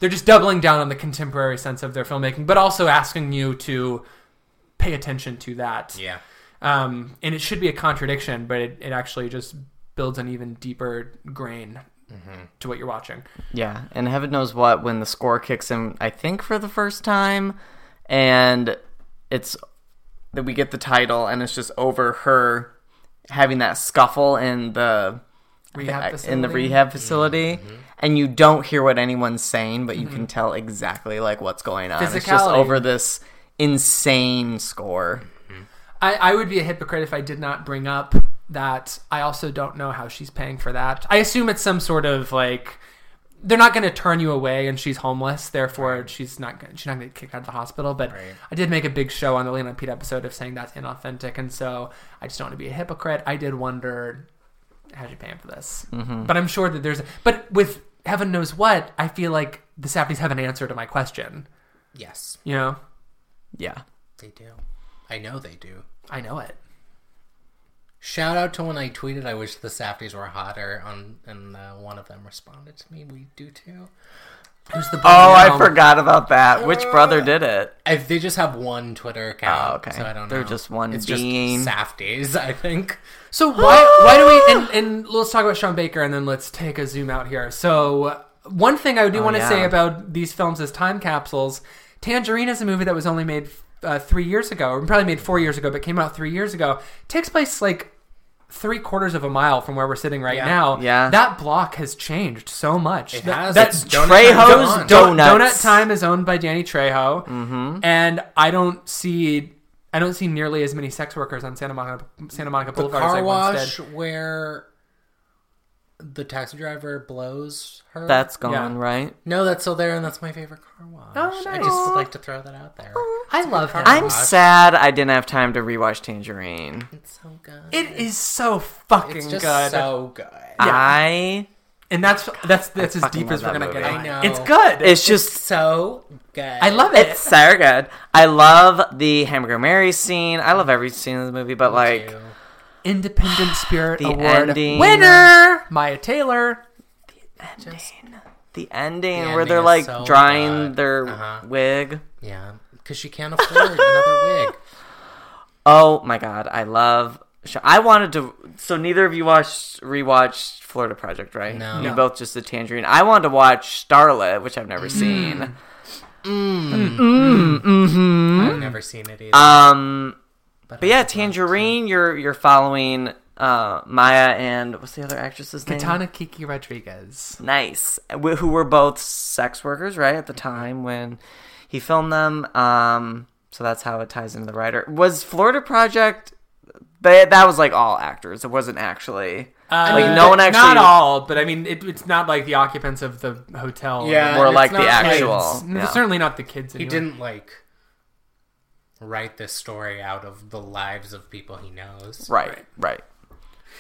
S1: they're just doubling down on the contemporary sense of their filmmaking but also asking you to pay attention to that
S2: Yeah.
S1: um, and it should be a contradiction but it, it actually just builds an even deeper grain to what you're watching
S3: Yeah, and heaven knows what when the score kicks in, I think for the first time and it's that we get the title and it's just over her having that scuffle in the
S1: rehab facility.
S3: in the rehab facility and you don't hear what anyone's saying but you can tell exactly like what's going on it's just
S1: Physicality.
S3: over this insane score
S1: I, I would be a hypocrite if I did not bring up that I also don't know how she's paying for that. I assume it's some sort of like they're not going to turn you away and she's homeless, therefore she's not gonna, she's not going to get kicked out of the hospital. But
S2: Right.
S1: I did make a big show on the Leon and Pete episode of saying that's inauthentic, and so I just don't want to be a hypocrite. I did wonder how's she paying for this,
S3: Mm-hmm.
S1: but I'm sure that there's. But with heaven knows what, I feel like the Safdies have an answer to my question.
S2: Yes,
S1: You know,
S3: yeah
S2: they do. I know they do.
S1: I know it.
S2: Shout out to when I tweeted I wish the Safties were hotter on and uh, one of them responded to me. We do too.
S1: Who's the
S3: oh
S1: boy now?
S3: i forgot about that which brother did it
S2: I, they just have one Twitter account.
S3: Oh, okay.
S2: So I don't
S3: They're
S2: know.
S3: just one
S2: it's
S3: being.
S2: just Safties, *laughs* I think.
S1: So why why do we and,
S2: *gasps*
S1: and let's talk about Sean Baker and then let's take a zoom out here. So one thing I do
S2: Oh,
S1: want to
S3: yeah.
S1: say about these films as time capsules, Tangerine is a movie that was only made uh, three years ago, or probably made four years ago, but came out three years ago. Takes place like three quarters of a mile from where we're sitting right
S2: Yeah.
S1: now.
S3: Yeah.
S1: that block has changed so much.
S2: It
S1: That-
S2: has
S1: that-
S2: its donut
S3: Trejo's
S2: time's gone.
S3: donut.
S1: Don-
S3: Donuts.
S1: Donut Time is owned by Danny Trejo,
S2: Mm-hmm.
S1: and I don't see I don't see nearly as many sex workers on Santa Monica Santa Monica
S2: The
S1: Boulevard as I
S2: car
S1: once did.
S2: wash where the taxi driver blows her.
S3: that's gone right
S2: no, that's still there, and that's my favorite car wash.
S1: Oh,
S2: I
S1: nice.
S2: just would like to throw that out there.
S1: I love him.
S3: I'm
S2: Watch.
S3: sad I didn't have time to rewatch Tangerine.
S2: It's so good.
S1: It is so fucking
S2: it's just
S1: good,
S2: so good.
S3: I
S1: and that's that's that's as
S3: fucking
S1: deep
S3: love
S1: as we're
S3: that
S1: gonna get.
S3: movie.
S1: on
S2: I
S1: it.
S2: know.
S1: it's good.
S3: it's just
S2: So good.
S1: I love it.
S3: *sighs* it's so good. I love the hamburger Mary scene. I love every scene in the movie, but like
S2: Too.
S1: Independent Spirit
S3: The
S1: Award
S3: ending.
S1: winner, Maya Taylor.
S3: the ending
S2: The
S3: where
S2: ending
S3: they're
S2: is
S3: like
S2: so
S3: drying
S2: good.
S3: their
S2: Uh-huh.
S3: wig.
S2: Yeah, because she can't afford
S1: *laughs*
S2: another wig.
S3: Oh my god, I love. Sh- I wanted to. So neither of you watched rewatched Florida Project, right?
S2: No.
S3: you
S2: No. Mm.
S3: both just the Tangerine. I wanted to watch Starlet, which I've never seen.
S1: Hmm?
S2: I've never seen it either.
S3: Um, but
S2: I
S3: yeah,
S2: would
S3: Tangerine. You're you're following uh, Maya and what's the other actress's name?
S1: Katana Kiki Rodriguez.
S3: Nice. Wh- Who were both sex workers, right, at the
S1: Mm-hmm.
S3: time when he filmed them. Um, so that's how it ties into the writer. Was Florida Project? They, that was like all actors. It wasn't actually like no one actually.
S1: Uh, Not all, but I mean, it, it's not like the occupants of the hotel.
S2: Yeah.
S3: More
S2: And
S3: like
S2: it's
S3: the
S2: not
S3: actual.
S1: It's
S3: yeah.
S1: Certainly not the kids.
S2: He
S1: anyway.
S2: didn't like write this story out of the lives of people he knows.
S3: Right. Right.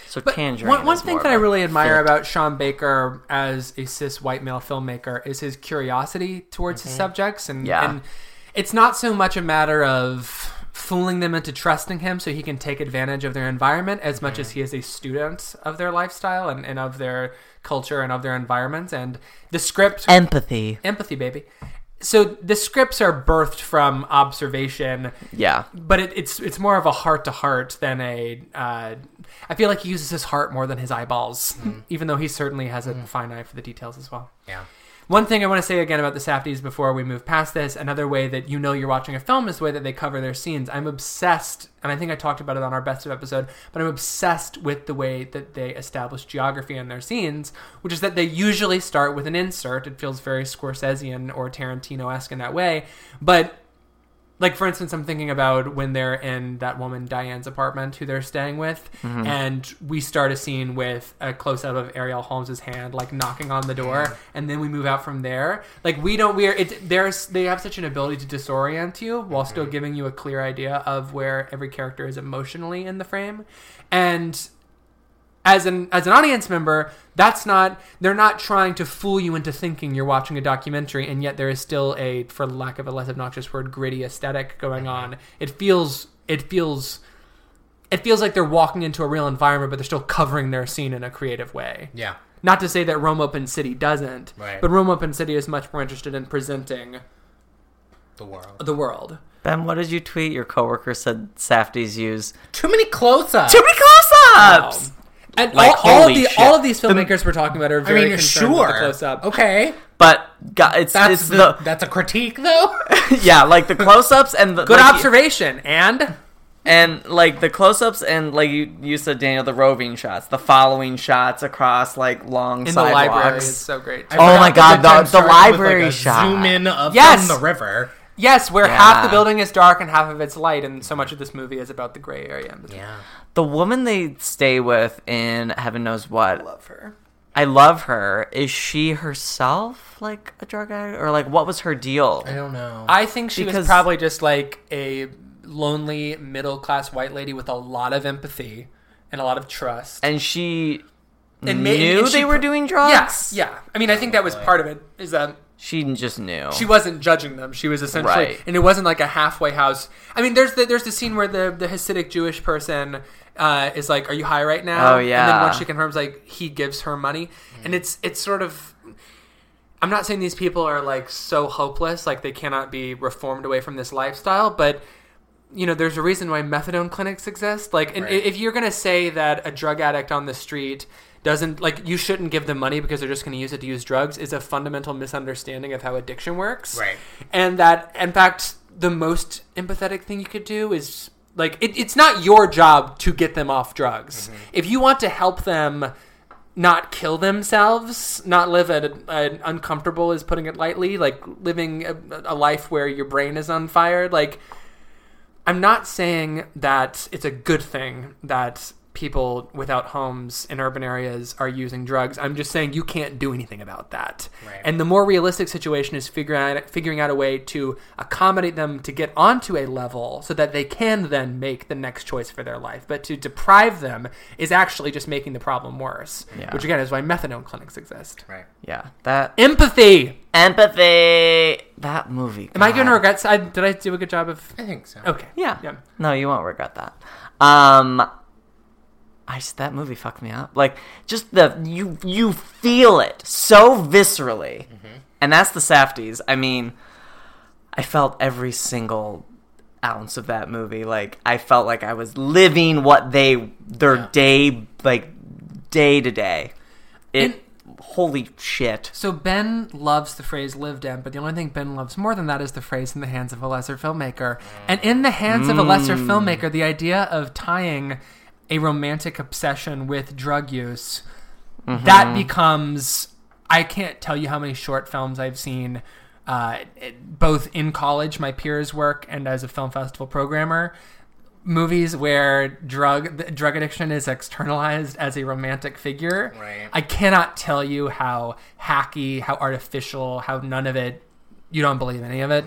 S3: So
S1: But
S3: Tangerine.
S1: one, one
S3: is
S1: thing
S3: more
S1: that I
S3: of a-
S1: really admire about Sean Baker as a cis white male filmmaker is his curiosity towards his subjects, and
S3: Mm-hmm. Yeah.
S1: and it's not so much a matter of fooling them into trusting him so he can take advantage of their environment as much
S3: Mm-hmm.
S1: as he is a student of their lifestyle and, and of their culture and of their environments and the script
S3: empathy.
S1: empathy baby so the scripts are birthed from observation
S3: Yeah.
S1: but it, it's it's more of a heart to heart than a. Uh, I feel like he uses his heart more than his eyeballs, even though he certainly has a fine eye for the details as well.
S2: Yeah.
S1: One thing I want to say again about the Safdies before we move past this, another way that you know you're watching a film is the way that they cover their scenes. I'm obsessed, and I think I talked about it on our best of episode, but I'm obsessed with the way that they establish geography in their scenes, which is that they usually start with an insert. It feels very Scorsesean or Tarantino esque in that way, but like for instance i'm thinking about when they're in that woman diane's apartment who they're staying with and we start a scene with a close-up of ariel holmes's hand like knocking on the door and then we move out from there like we don't we're it there's they have such an ability to disorient you while still giving you a clear idea of where every character is emotionally in the frame and as an as an audience member, that's not they're not trying to fool you into thinking you're watching a documentary, and yet there is still a, for lack of a less obnoxious word, gritty aesthetic going on. It feels it feels it feels like they're walking into a real environment, but they're still covering their scene in a creative way.
S2: Yeah.
S1: Not to say that Rome Open City doesn't,
S2: Right.
S1: but Rome Open City is much more interested in presenting
S2: The world.
S1: the world.
S3: Ben, what did you tweet? Your coworker said Safties use
S1: Uh,
S2: Too many close ups.
S3: too many close-ups.
S1: Um, and
S3: Like,
S1: all, all of
S3: holy
S1: the
S3: shit.
S1: all of these filmmakers we're talking about are
S2: I
S1: very
S2: mean,
S1: concerned
S2: sure.
S1: with the close up.
S2: Okay.
S3: But God, it's
S2: That's
S3: it's
S2: the,
S3: the,
S2: that's a critique
S1: *laughs*
S2: though.
S3: yeah, like the *laughs* close-ups and the
S1: Good
S3: like,
S1: observation. And
S3: and like the close-ups and like you, you said daniel the roving shots the following shots across like long
S1: in the
S3: sidewalks
S1: library is so great. too.
S2: I
S3: Oh
S2: forgot
S3: my
S2: that
S3: God, the-
S2: time
S3: the
S2: started with,
S3: library
S2: like, a
S3: shot.
S2: Zoom in of
S1: Yes.
S2: from the river.
S1: yes, where
S3: Yeah.
S1: half the building is dark and half of it's light, and so much of this movie is about the gray area. in between.
S2: Yeah.
S3: the woman they stay with in heaven knows what
S1: Love her.
S3: i love her is she herself like a drug addict or like what was her deal
S2: I don't know.
S1: I think she was
S3: Because-
S1: probably just like a lonely middle class white lady with a lot of empathy and a lot of trust.
S3: and she
S1: And ma- and
S3: knew
S1: she
S3: they were
S1: pro-
S3: doing drugs
S1: Yes, yeah. I mean, I think that was part of it. Is that
S3: she just knew
S1: she wasn't judging them. She was essentially,
S3: Right.
S1: and it wasn't like a halfway house. I mean, there's the there's the scene where the the Hasidic Jewish person uh, is like, "Are you high right now?"
S3: Oh,
S1: And then
S3: yeah.
S1: once she confirms, like he gives her money, and it's it's sort of. I'm not saying these people are like so hopeless, like they cannot be reformed away from this lifestyle, but you know, there's a reason why methadone clinics exist. Like, and i
S2: Right.
S1: if you're gonna say that a drug addict on the street doesn't like you shouldn't give them money because they're just going to use it to use drugs is a fundamental misunderstanding of how addiction works
S2: Right.
S1: and that in fact the most empathetic thing you could do is like it, it's not your job to get them off drugs if you want to help them not kill themselves not live a, an uncomfortable is putting it lightly like living a, a life where your brain is on fire like i'm not saying that it's a good thing that people without homes in urban areas are using drugs. I'm just saying you can't do anything about that.
S2: Right.
S1: And the more realistic situation is figuring out, figuring out a way to accommodate them to get onto a level so that they can then make the next choice for their life. But to deprive them is actually just making the problem worse,
S3: Yeah.
S1: which again is why methadone clinics exist.
S2: Right.
S3: Yeah, that
S1: Empathy.
S3: empathy. That movie.
S1: Am I going to
S3: God.
S1: regret? I, did I do a good job of?
S2: I think so.
S1: Okay.
S3: Uh, Yeah.
S1: Yeah.
S3: No, you won't regret that. Um I just, that movie fucked me up. Like just the you you feel it so viscerally. And that's the Safties. I mean, I felt every single ounce of that movie. Like I felt like I was living what they their
S2: Yeah.
S3: day like day to day. It
S1: And-
S3: holy shit.
S1: So Ben loves the phrase "lived in," but the only thing Ben loves more than that is the phrase "in the hands of a lesser filmmaker." And in the hands of a lesser filmmaker, the idea of tying a romantic obsession with drug use that becomes I can't tell you how many short films I've seen. Uh, it- both in college, my peers' work, and as a film festival programmer, movies where drug th- drug addiction is externalized as a romantic figure.
S2: Right.
S1: I cannot tell you how hacky, how artificial, how none of it. You don't believe any of it.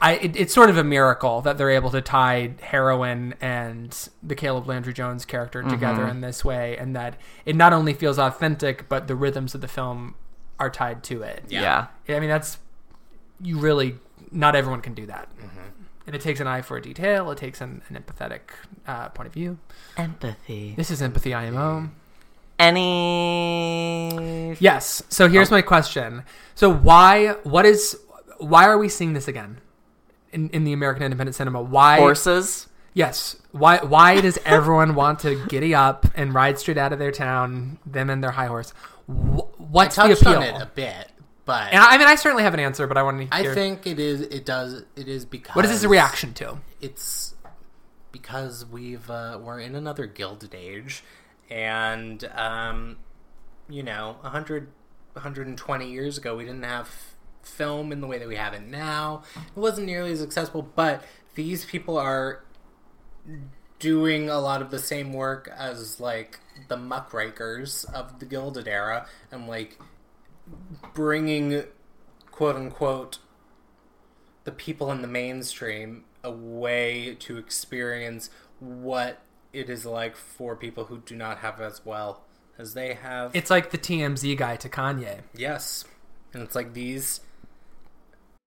S1: I it, it's sort of a miracle that they're able to tie heroin and the Caleb Landry Jones character together in this way, and that it not only feels authentic, but the rhythms of the film are tied to it.
S2: Yeah.
S3: yeah.
S1: I mean, that's you really not everyone can do that, and it takes an eye for detail. It takes an, an empathetic uh, point of view.
S3: Empathy.
S1: This is empathy IMO.
S3: Any
S1: Yes. So here's my question. So why? What is? Why are we seeing this again in, in the American independent cinema? Why?
S3: horses?
S1: Yes. Why? Why does everyone *laughs* want to giddy up and ride straight out of their town? Them and their high horse. Wh-
S2: I
S1: What's the
S2: touched
S1: appeal?
S2: on it a bit, but
S1: and I, I mean, I certainly have an answer, but I want to
S2: I
S1: hear.
S2: think it is. It does. It is because
S1: what is this a reaction to?
S2: It's because we've uh, we're in another gilded age, and um, you know, 100, 120 years ago, we didn't have film in the way that we have it now. It wasn't nearly as accessible, but these people are doing a lot of the same work as like the muckrakers of the gilded era and like bringing quote unquote the people in the mainstream a way to experience what it is like for people who do not have as well as they have
S1: It's like the TMZ guy to Kanye.
S2: yes and it's like these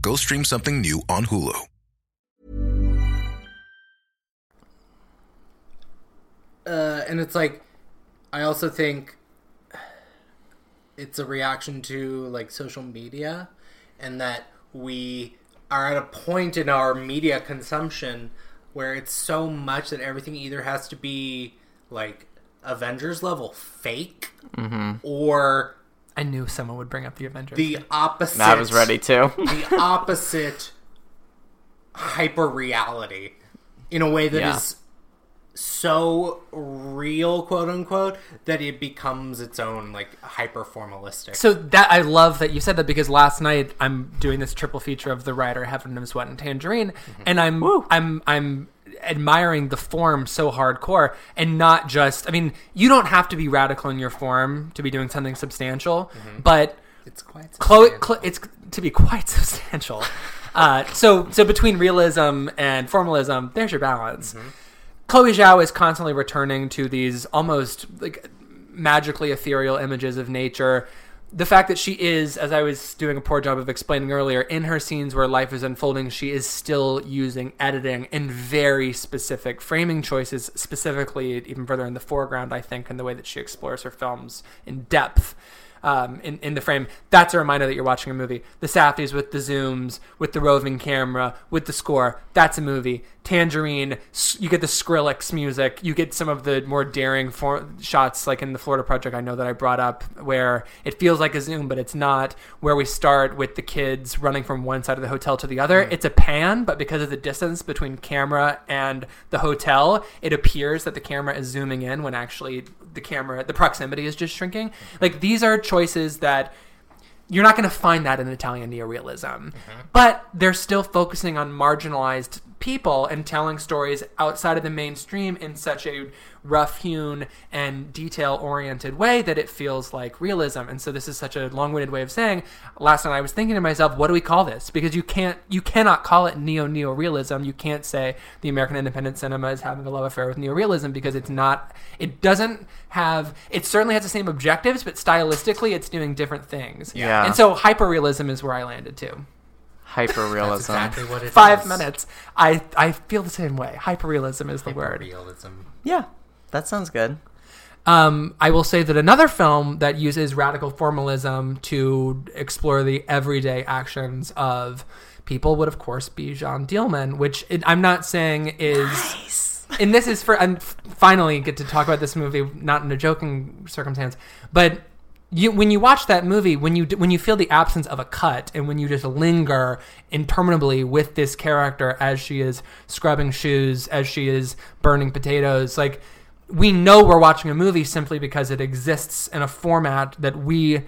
S4: Go stream something new on Hulu.
S2: uh, and it's like i also think it's a reaction to like social media and that we are at a point in our media consumption where it's so much that everything either has to be like avengers level fake or
S1: I knew someone would bring up the Avengers.
S2: the opposite
S3: I was ready too. *laughs*
S2: the opposite hyper reality in a way that is
S3: Yeah.
S2: so real, quote unquote, that it becomes its own like hyper formalistic.
S1: So that I love that you said that because last night I'm doing this triple feature of the writer Heaven of Sweat and Tangerine, and I'm I'm I'm admiring the form so hardcore and not just. I mean, you don't have to be radical in your form to be doing something substantial, but
S2: it's quite
S1: Chloe, Chlo- it's to be quite *laughs* substantial. Uh, so, so between realism and formalism, there's your balance. Chloe Zhao is constantly returning to these almost like magically ethereal images of nature. The fact that she is, as I was doing a poor job of explaining earlier, in her scenes where life is unfolding, she is still using editing and very specific framing choices, specifically even further in the foreground, I think, in the way that she explores her films in depth um, in, in the frame. That's a reminder that you're watching a movie. The Safdies with the zooms, with the roving camera, with the score. That's a movie. Tangerine. s- You get the Skrillex music. You get some of the more daring for- shots, like in the Florida Project. I know that I brought up where it feels like a zoom, but it's not. Where we start with the kids running from one side of the hotel to the other, it's a pan, but because of the distance between camera and the hotel, it appears that the camera is zooming in when actually the camera, the proximity is just shrinking. Like these are choices that you're not going to find that in Italian neorealism. But they're still focusing on marginalized people and telling stories outside of the mainstream in such a rough hewn and detail oriented way that it feels like realism. And so this is such a long winded way of saying last night I was thinking to myself, what do we call this? Because you can't you cannot call it neo neorealism. You can't say the American independent cinema is having a love affair with neorealism because it's not it doesn't have it certainly has the same objectives, but stylistically it's doing different things.
S3: Yeah.
S1: And so hyperrealism is where I landed too.
S3: Hyperrealism.
S2: That's exactly what it is.
S1: Five minutes. I I feel the same way. Hyperrealism is the word.
S2: Realism.
S3: Yeah, that sounds good.
S1: Um, I will say that another film that uses radical formalism to explore the everyday actions of people would, of course, be Jean Dielman, which it, I'm not saying is. And this is for and f- finally get to talk about this movie, not in a joking circumstance, but you when you watch that movie, when you d- when you feel the absence of a cut, and when you just linger interminably with this character as she is scrubbing shoes, as she is burning potatoes, like we know we're watching a movie simply because it exists in a format that we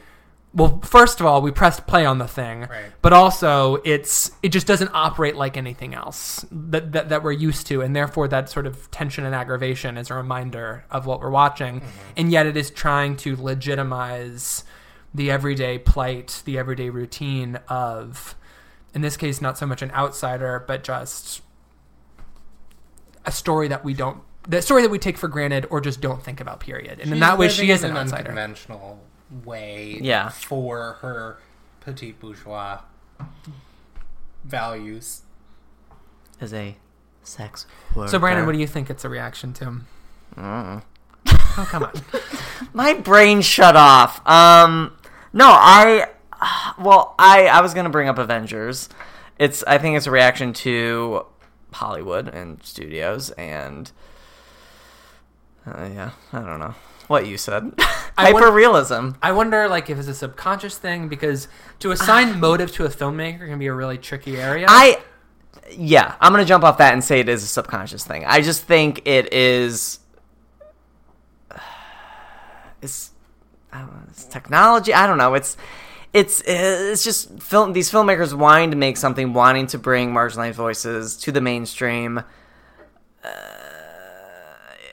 S1: well first of all we pressed play on the thing
S2: Right.
S1: but also it's it just doesn't operate like anything else that, that that we're used to and therefore that sort of tension and aggravation is a reminder of what we're watching
S2: Mm-hmm.
S1: and yet it is trying to legitimize the everyday plight the everyday routine of in this case not so much an outsider but just a story that we don't the story that we take for granted or just don't think about period and in
S2: She's
S1: that way she
S2: living
S1: is
S2: in
S1: an outsider
S2: unconventional way.
S3: Yeah.
S2: For her petit bourgeois values.
S3: Is a sex worker.
S1: So, Brandon, what do you think it's a reaction to? Oh, come on.
S3: My brain shut off. Um, no, I. Well, I I was gonna bring up Avengers. It's I think it's a reaction to Hollywood and studios and. Uh, yeah, I don't know what you said.
S1: I wonder-
S3: Hyperrealism.
S1: I wonder, like, if it's a subconscious thing because to assign motive to a filmmaker can be a really tricky area.
S3: I yeah, I'm gonna jump off that and say it is a subconscious thing. I just think it is. *sighs* It's, I don't know, it's technology. I don't know. It's it's it's just film. These filmmakers wanting to make something, wanting to bring marginalized voices to the mainstream. uh,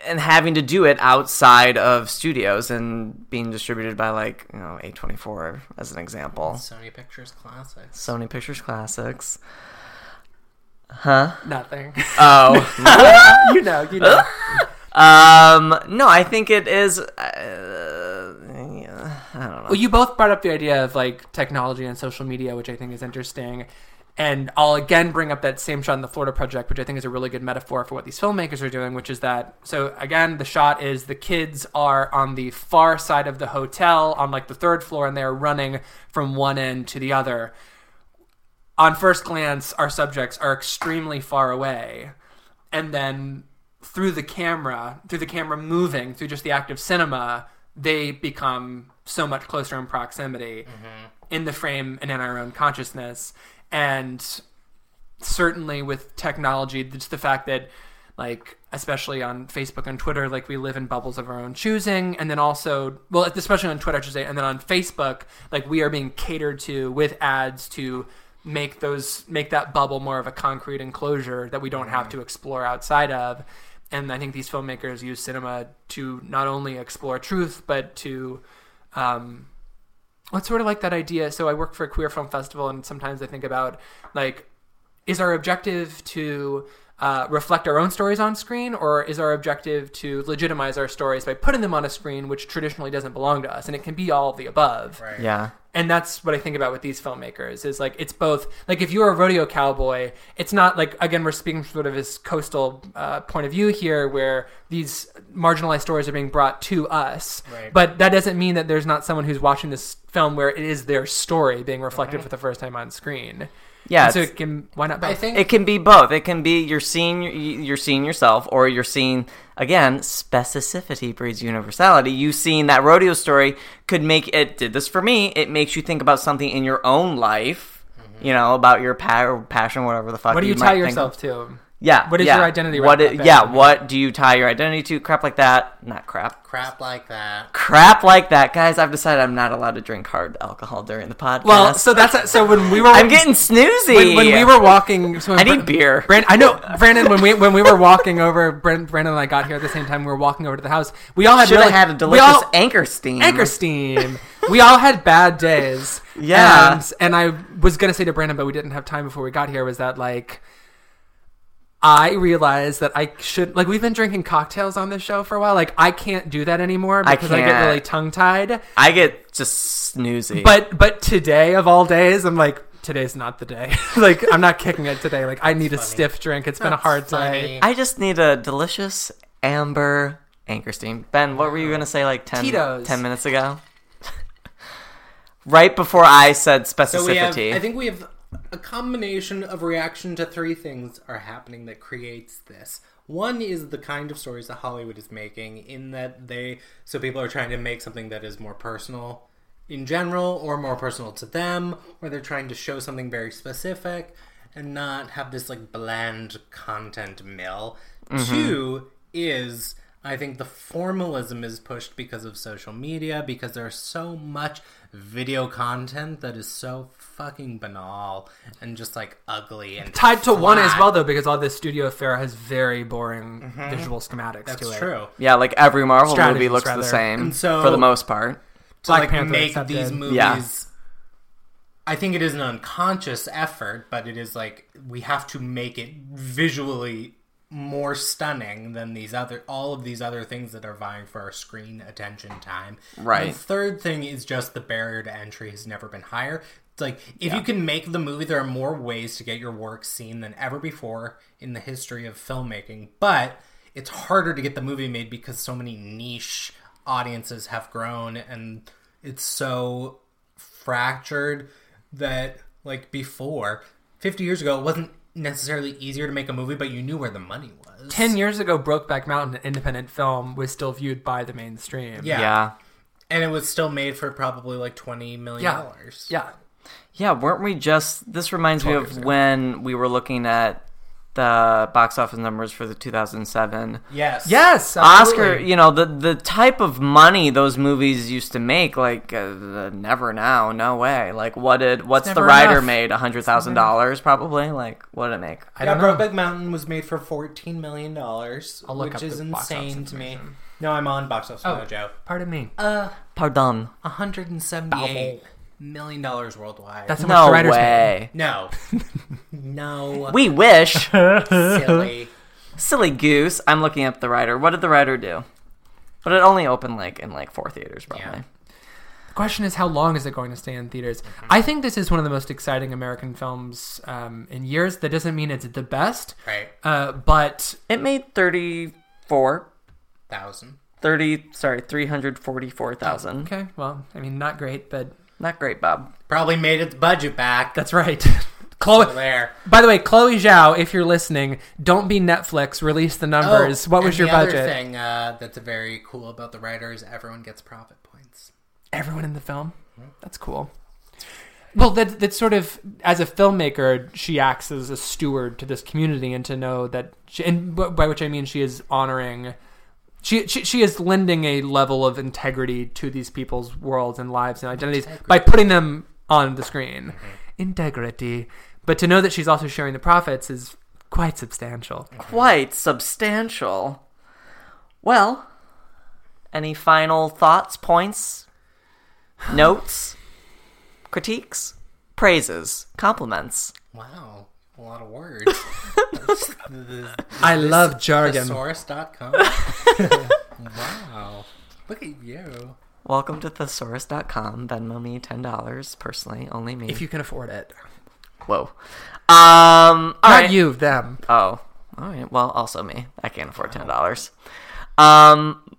S3: And having to do it outside of studios and being distributed by like you know A24 as an example,
S2: Sony Pictures classics.
S3: Sony Pictures Classics.
S1: Nothing.
S3: Oh,
S1: *laughs* you know, you know.
S3: Um, no, I think it is. Uh, yeah, I don't know.
S1: Well, you both brought up the idea of like technology and social media, which I think is interesting. And I'll again bring up that same shot in the Florida Project, which I think is a really good metaphor for what these filmmakers are doing, which is that so again, the shot is the kids are on the far side of the hotel on like the third floor and they're running from one end to the other. On first glance, our subjects are extremely far away. And then through the camera, through the camera moving, through just the act of cinema, they become so much closer in proximity in the frame and in our own consciousness. And certainly with technology, just the fact that, like, especially on Facebook and Twitter, like, we live in bubbles of our own choosing. And then also, well, especially on Twitter, I should say, and then on Facebook, like, we are being catered to with ads to make those make that bubble more of a concrete enclosure that we don't have to explore outside of and i think these filmmakers use cinema to not only explore truth but to um, well, it's sort of like that idea. So I work for a queer film festival, and sometimes I think about like, is our objective to uh, reflect our own stories on screen, or is our objective to legitimize our stories by putting them on a screen, which traditionally doesn't belong to us? And it can be all of the above
S2: Right.
S3: yeah,
S1: and that's what I think about with these filmmakers is like it's both like if you're a rodeo cowboy, it's not like again we're speaking from sort of this coastal uh, point of view here where these marginalized stories are being brought to us,
S2: Right.
S1: but that doesn't mean that there's not someone who's watching this film where it is their story being reflected for the first time on screen.
S3: Yeah,
S1: And so
S3: it's-
S1: it can why not both?
S2: I think
S3: It can be both. It can be you're seeing you're seeing yourself, or you're seeing again. Specificity breeds universality. You seeing that rodeo story could make it did this for me. It makes you think about something in your own life. You know about your pa- passion, whatever the fuck.
S1: Mm-hmm. what do you,
S3: might
S1: tie
S3: think-
S1: yourself to?
S3: Yeah.
S1: What is
S3: yeah.
S1: your identity?
S3: What?
S1: wrapped
S3: i-
S1: up in?
S3: yeah. What do you tie your identity to? Crap like that. Not crap.
S2: crap like that.
S3: Crap like that, guys. I've decided I'm not allowed to drink hard alcohol during the podcast.
S1: Well, so that's so when we were
S3: I'm getting snoozy.
S1: when, when we were walking. So when
S3: I
S1: Bran-
S3: need beer.
S1: Brand, I
S3: *laughs*
S1: know Brandon. When we when we were walking over, Brand, Brandon and I got here at the same time. We were walking over to the house. We all had
S3: should
S1: really-
S3: have had a
S1: we
S3: delicious
S1: all-
S3: anchor steam.
S1: anchor steam. we all had bad days.
S3: Yeah.
S1: And, and I was going to say to Brandon, but we didn't have time before we got here, was that like, I realized that I should, like, we've been drinking cocktails on this show for a while. Like, I can't do that anymore
S3: I
S1: because I, get
S3: can't.
S1: really tongue tied.
S3: I get just snoozy.
S1: But, but today of all days, I'm like, today's not the day. *laughs* like, I'm not kicking it today. Like, I need a stiff drink. It's been a hard day.
S2: Funny.
S3: I just need a delicious amber anchor steam. Ben, what were you gonna say like 10,
S1: Tito's.
S3: 10 minutes ago? *laughs* right before I said specificity.
S2: So we have, I think we have a combination of reaction to three things are happening that creates this. One is the kind of stories that Hollywood is making, in that they so people are trying to make something that is more personal in general, or more personal to them, or they're trying to show something very specific and not have this like bland content mill. Two is I think the formalism is pushed because of social media, because there's so much video content that is so fucking banal and just like ugly and
S1: Tied to one as well, though, because all this studio affair has very boring visual schematics to
S2: Mm-hmm. That's
S1: it.
S2: true.
S3: yeah, like every Marvel movie
S1: Strategies,
S3: looks
S1: rather.
S3: the same
S2: And so-
S3: for the most part.
S2: to
S1: Black
S2: like
S1: Panther
S2: make
S1: accepted.
S2: these movies.
S3: Yeah.
S2: I think it is an unconscious effort, but it is like we have to make it visually more stunning than these other all of these other things that are vying for our screen attention time. And the
S3: Right.
S2: third thing is just the barrier to entry has never been higher. It's like if you can make the movie, there are more ways to get your work seen than ever before in the history of filmmaking, but it's harder to get the movie made because so many niche audiences have grown and it's so fractured that like before 50 years ago it wasn't necessarily easier to make a movie but you knew where the money was
S1: 10 years ago, Brokeback Mountain, an independent film, was still viewed by the mainstream.
S2: yeah.
S3: Yeah.
S2: and it was still made for probably like 20 million
S1: Yeah.
S2: dollars
S1: Yeah.
S3: Yeah, weren't we just? This reminds me of when we were looking at the box office numbers for the 2007
S2: yes
S1: Yes.
S3: Oscar,
S1: absolutely.
S3: you know the the type of money those movies used to make, like uh, the never now, no way. Like what did what's the
S1: never
S3: writer
S1: enough.
S3: made? A hundred thousand dollars probably. Like what did it make?
S1: I
S2: yeah,
S1: don't know.
S2: Brokeback Mountain was made for fourteen million dollars,
S1: look
S2: which
S1: up
S2: is
S1: the box office
S2: insane to me.
S1: information.
S2: No, I'm on Box Office Mojo.
S1: Pardon me.
S2: Uh,
S3: Pardon.
S2: Oh. hundred and seventy-eight million dollars worldwide.
S1: That's how much
S3: No
S1: the writers made.
S3: way.
S2: *laughs* no, no,
S3: We wish. *laughs*
S2: silly.
S3: Silly goose. I'm looking up the writer. What did the writer do? But it only opened like in like four theaters probably.
S1: The question is, how long is it going to stay in theaters?
S2: Mm-hmm.
S1: I think this is one of the most exciting American films um, in years. That doesn't mean it's the best,
S2: Right,
S1: uh, but
S3: It made thirty four.
S2: thousand.
S3: 30 sorry 344,000.
S1: okay. Well, I mean, not great, but
S3: Not great, Bob.
S2: Probably made its budget back.
S1: that's right. *laughs* Chloe.
S2: Over there.
S1: By the way, Chloe Zhao, if you're listening, don't be Netflix. Release the numbers. what was
S2: Oh, and
S1: your
S2: the
S1: budget?
S2: Other thing uh, that's very cool about the writer is everyone gets profit points.
S1: everyone in the film. That's cool. Well, that that's sort of as a filmmaker, she acts as a steward to this community, and to know that, she, and b- by which I mean she is honoring, she, she she is lending a level of integrity to these people's worlds and lives and identities by putting them on the screen. Integrity, but to know that she's also sharing the profits is quite substantial.
S3: quite substantial. Well, any final thoughts, points,
S1: *sighs*
S3: notes, critiques, praises, compliments?
S2: Wow, a lot
S1: *laughs*
S2: of words.
S1: I love jargon.
S2: Thesaurus.com. wow, look at you.
S3: Welcome to thesaurus.com. Venmo me $10 personally, only me.
S1: If you can afford it,
S3: Whoa. Um, all
S1: not
S3: right.
S1: you, them.
S3: Oh, all right. Well, also me. I can't afford $10. Um,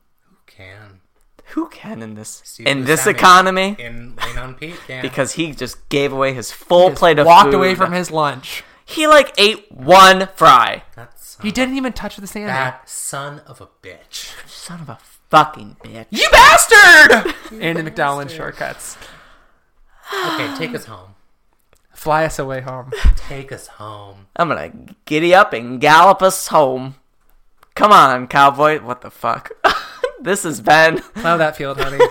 S2: Can
S3: Who can in this
S2: Steve
S3: in this
S2: Buscemi
S3: economy?
S2: in Rain on Pete, yeah.
S3: Because he just gave away his full plate of
S1: walked
S3: food.
S1: away from his lunch.
S3: He like ate one fry.
S2: that son,
S1: He didn't even touch the sandwich.
S2: that son of a bitch.
S3: Son of a fucking bitch.
S1: You bastard! *laughs* Andy McDowell shortcuts.
S2: Okay, take us home.
S1: Fly us away home.
S2: Take us home.
S3: I'm gonna giddy up and gallop us home. Come on, cowboy. What the fuck? *laughs* this has been
S1: Plow that field, honey.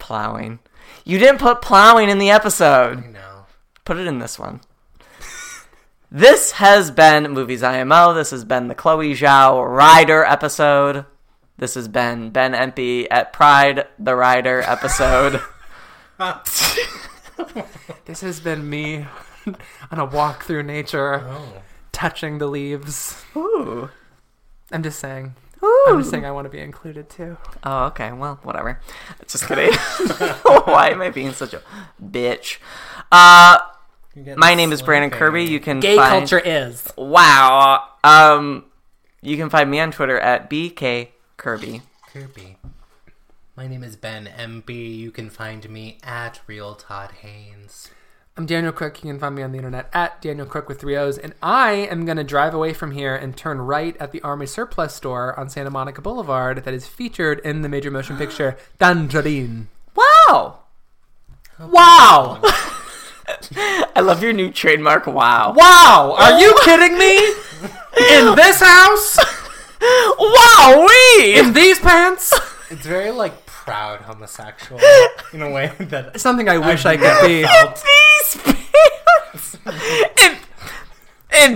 S3: plowing. You didn't put plowing in the episode.
S2: You know,
S3: Put it in this one. *laughs* this has been Movies IMO. This has been the Chloe Zhao Rider episode. This has been Ben Empey at Pride the Rider episode.
S1: *laughs* this has been me *laughs* on a walk through nature, touching the leaves.
S3: *laughs* Ooh.
S1: I'm just saying. I'm
S3: Ooh.
S1: just saying I want to be included too.
S3: Oh, okay. Well, whatever.
S2: *laughs*
S3: Just kidding. *laughs* Why am I being such a bitch? Uh,
S2: you get
S3: my
S2: the
S3: name is
S2: slim
S3: Brandon
S2: thing.
S3: Kirby. You can
S1: Gay
S3: find,
S1: culture is.
S3: Wow. Um, you can find me on Twitter at bk kirby.
S2: Kirby. My name is Ben MB. You can find me at Real Todd Haynes.
S1: I'm Daniel Crook. You can find me on the internet at Daniel Crook with three O's. And I am going to drive away from here and turn right at the Army Surplus store on Santa Monica Boulevard that is featured in the major motion picture Tangerine.
S3: Wow. Wow. I love your new trademark. Wow.
S1: Wow! Are
S3: *laughs*
S1: you kidding me? In this house?
S3: Wow. We. *laughs*
S1: In these pants?
S2: It's very like proud
S3: *laughs*
S2: homosexual in a way that
S1: Something I wish I could be.
S3: These
S2: *laughs*
S3: pants. In,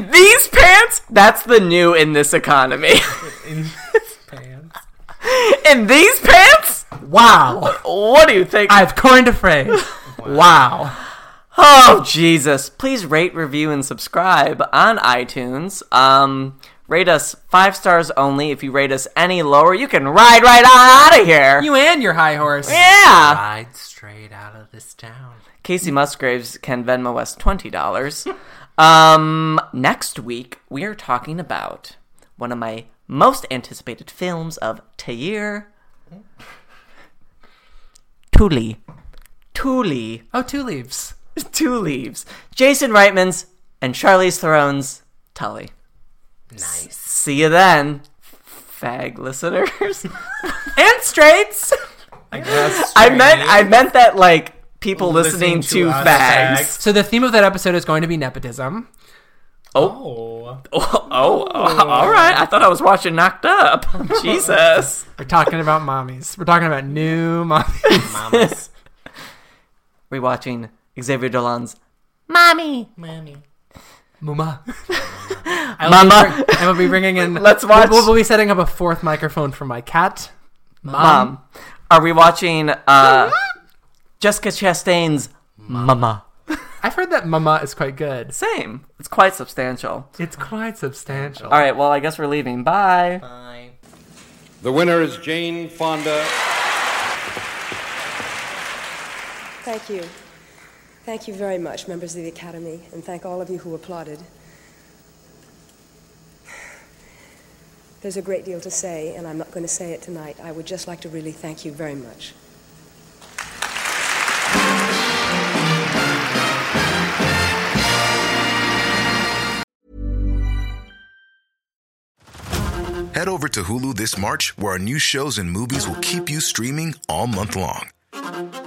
S3: in these pants. That's the new in this economy. *laughs*
S2: in his pants.
S3: in these pants.
S1: Wow!
S3: What do you think?
S1: I've coined a phrase. Wow.
S3: Oh Jesus! Please rate, review, and subscribe on iTunes. Um, rate us five stars only. If you rate us any lower, you can ride right on out of here.
S1: You and your high horse.
S3: yeah.
S2: Ride straight out of this town.
S3: Casey Musgraves can Venmo us
S1: *laughs*
S3: twenty dollars. um, next week we are talking about one of my most anticipated films of Tair.
S1: Mm-hmm.
S3: Tuli. Tuli.
S1: Oh, two leaves.
S3: Two Leaves, Jason Reitman's, and Charlize Theron's Tully.
S2: Nice.
S3: See you then, fag *laughs* listeners.
S1: And straights!
S2: I guess.
S3: I meant I meant that like people listening, to,
S2: us
S3: fags.
S1: So the theme of that episode is going to be nepotism.
S2: Oh.
S3: *laughs* *laughs* Oh, oh, oh, all right. I thought I was watching Knocked *laughs* Up. Jesus.
S1: We're talking about mommies. We're talking about new
S3: *laughs*
S1: mommies.
S2: Mamas.
S3: We're watching Xavier Dolan's Mommy.
S2: Mammy.
S1: Muma.
S3: Mama.
S1: And we'll be bringing in.
S3: Let's watch-
S1: We'll, we'll be setting up a fourth microphone for my cat. Mom.
S3: Mom. Are we watching uh, Jessica Chastain's Mama?
S1: I've heard that mama is quite good.
S3: Same. It's quite substantial.
S1: It's quite substantial.
S3: All right. Well, I guess we're leaving. Bye.
S2: Bye.
S5: The winner is Jane Fonda.
S6: Thank you. Thank you very much, members of the Academy, and thank all of you who applauded. There's a great deal to say, and I'm not going to say it tonight. I would just like to really thank you very much.
S4: Head over to Hulu this March, where our new shows and movies will keep you streaming all month long.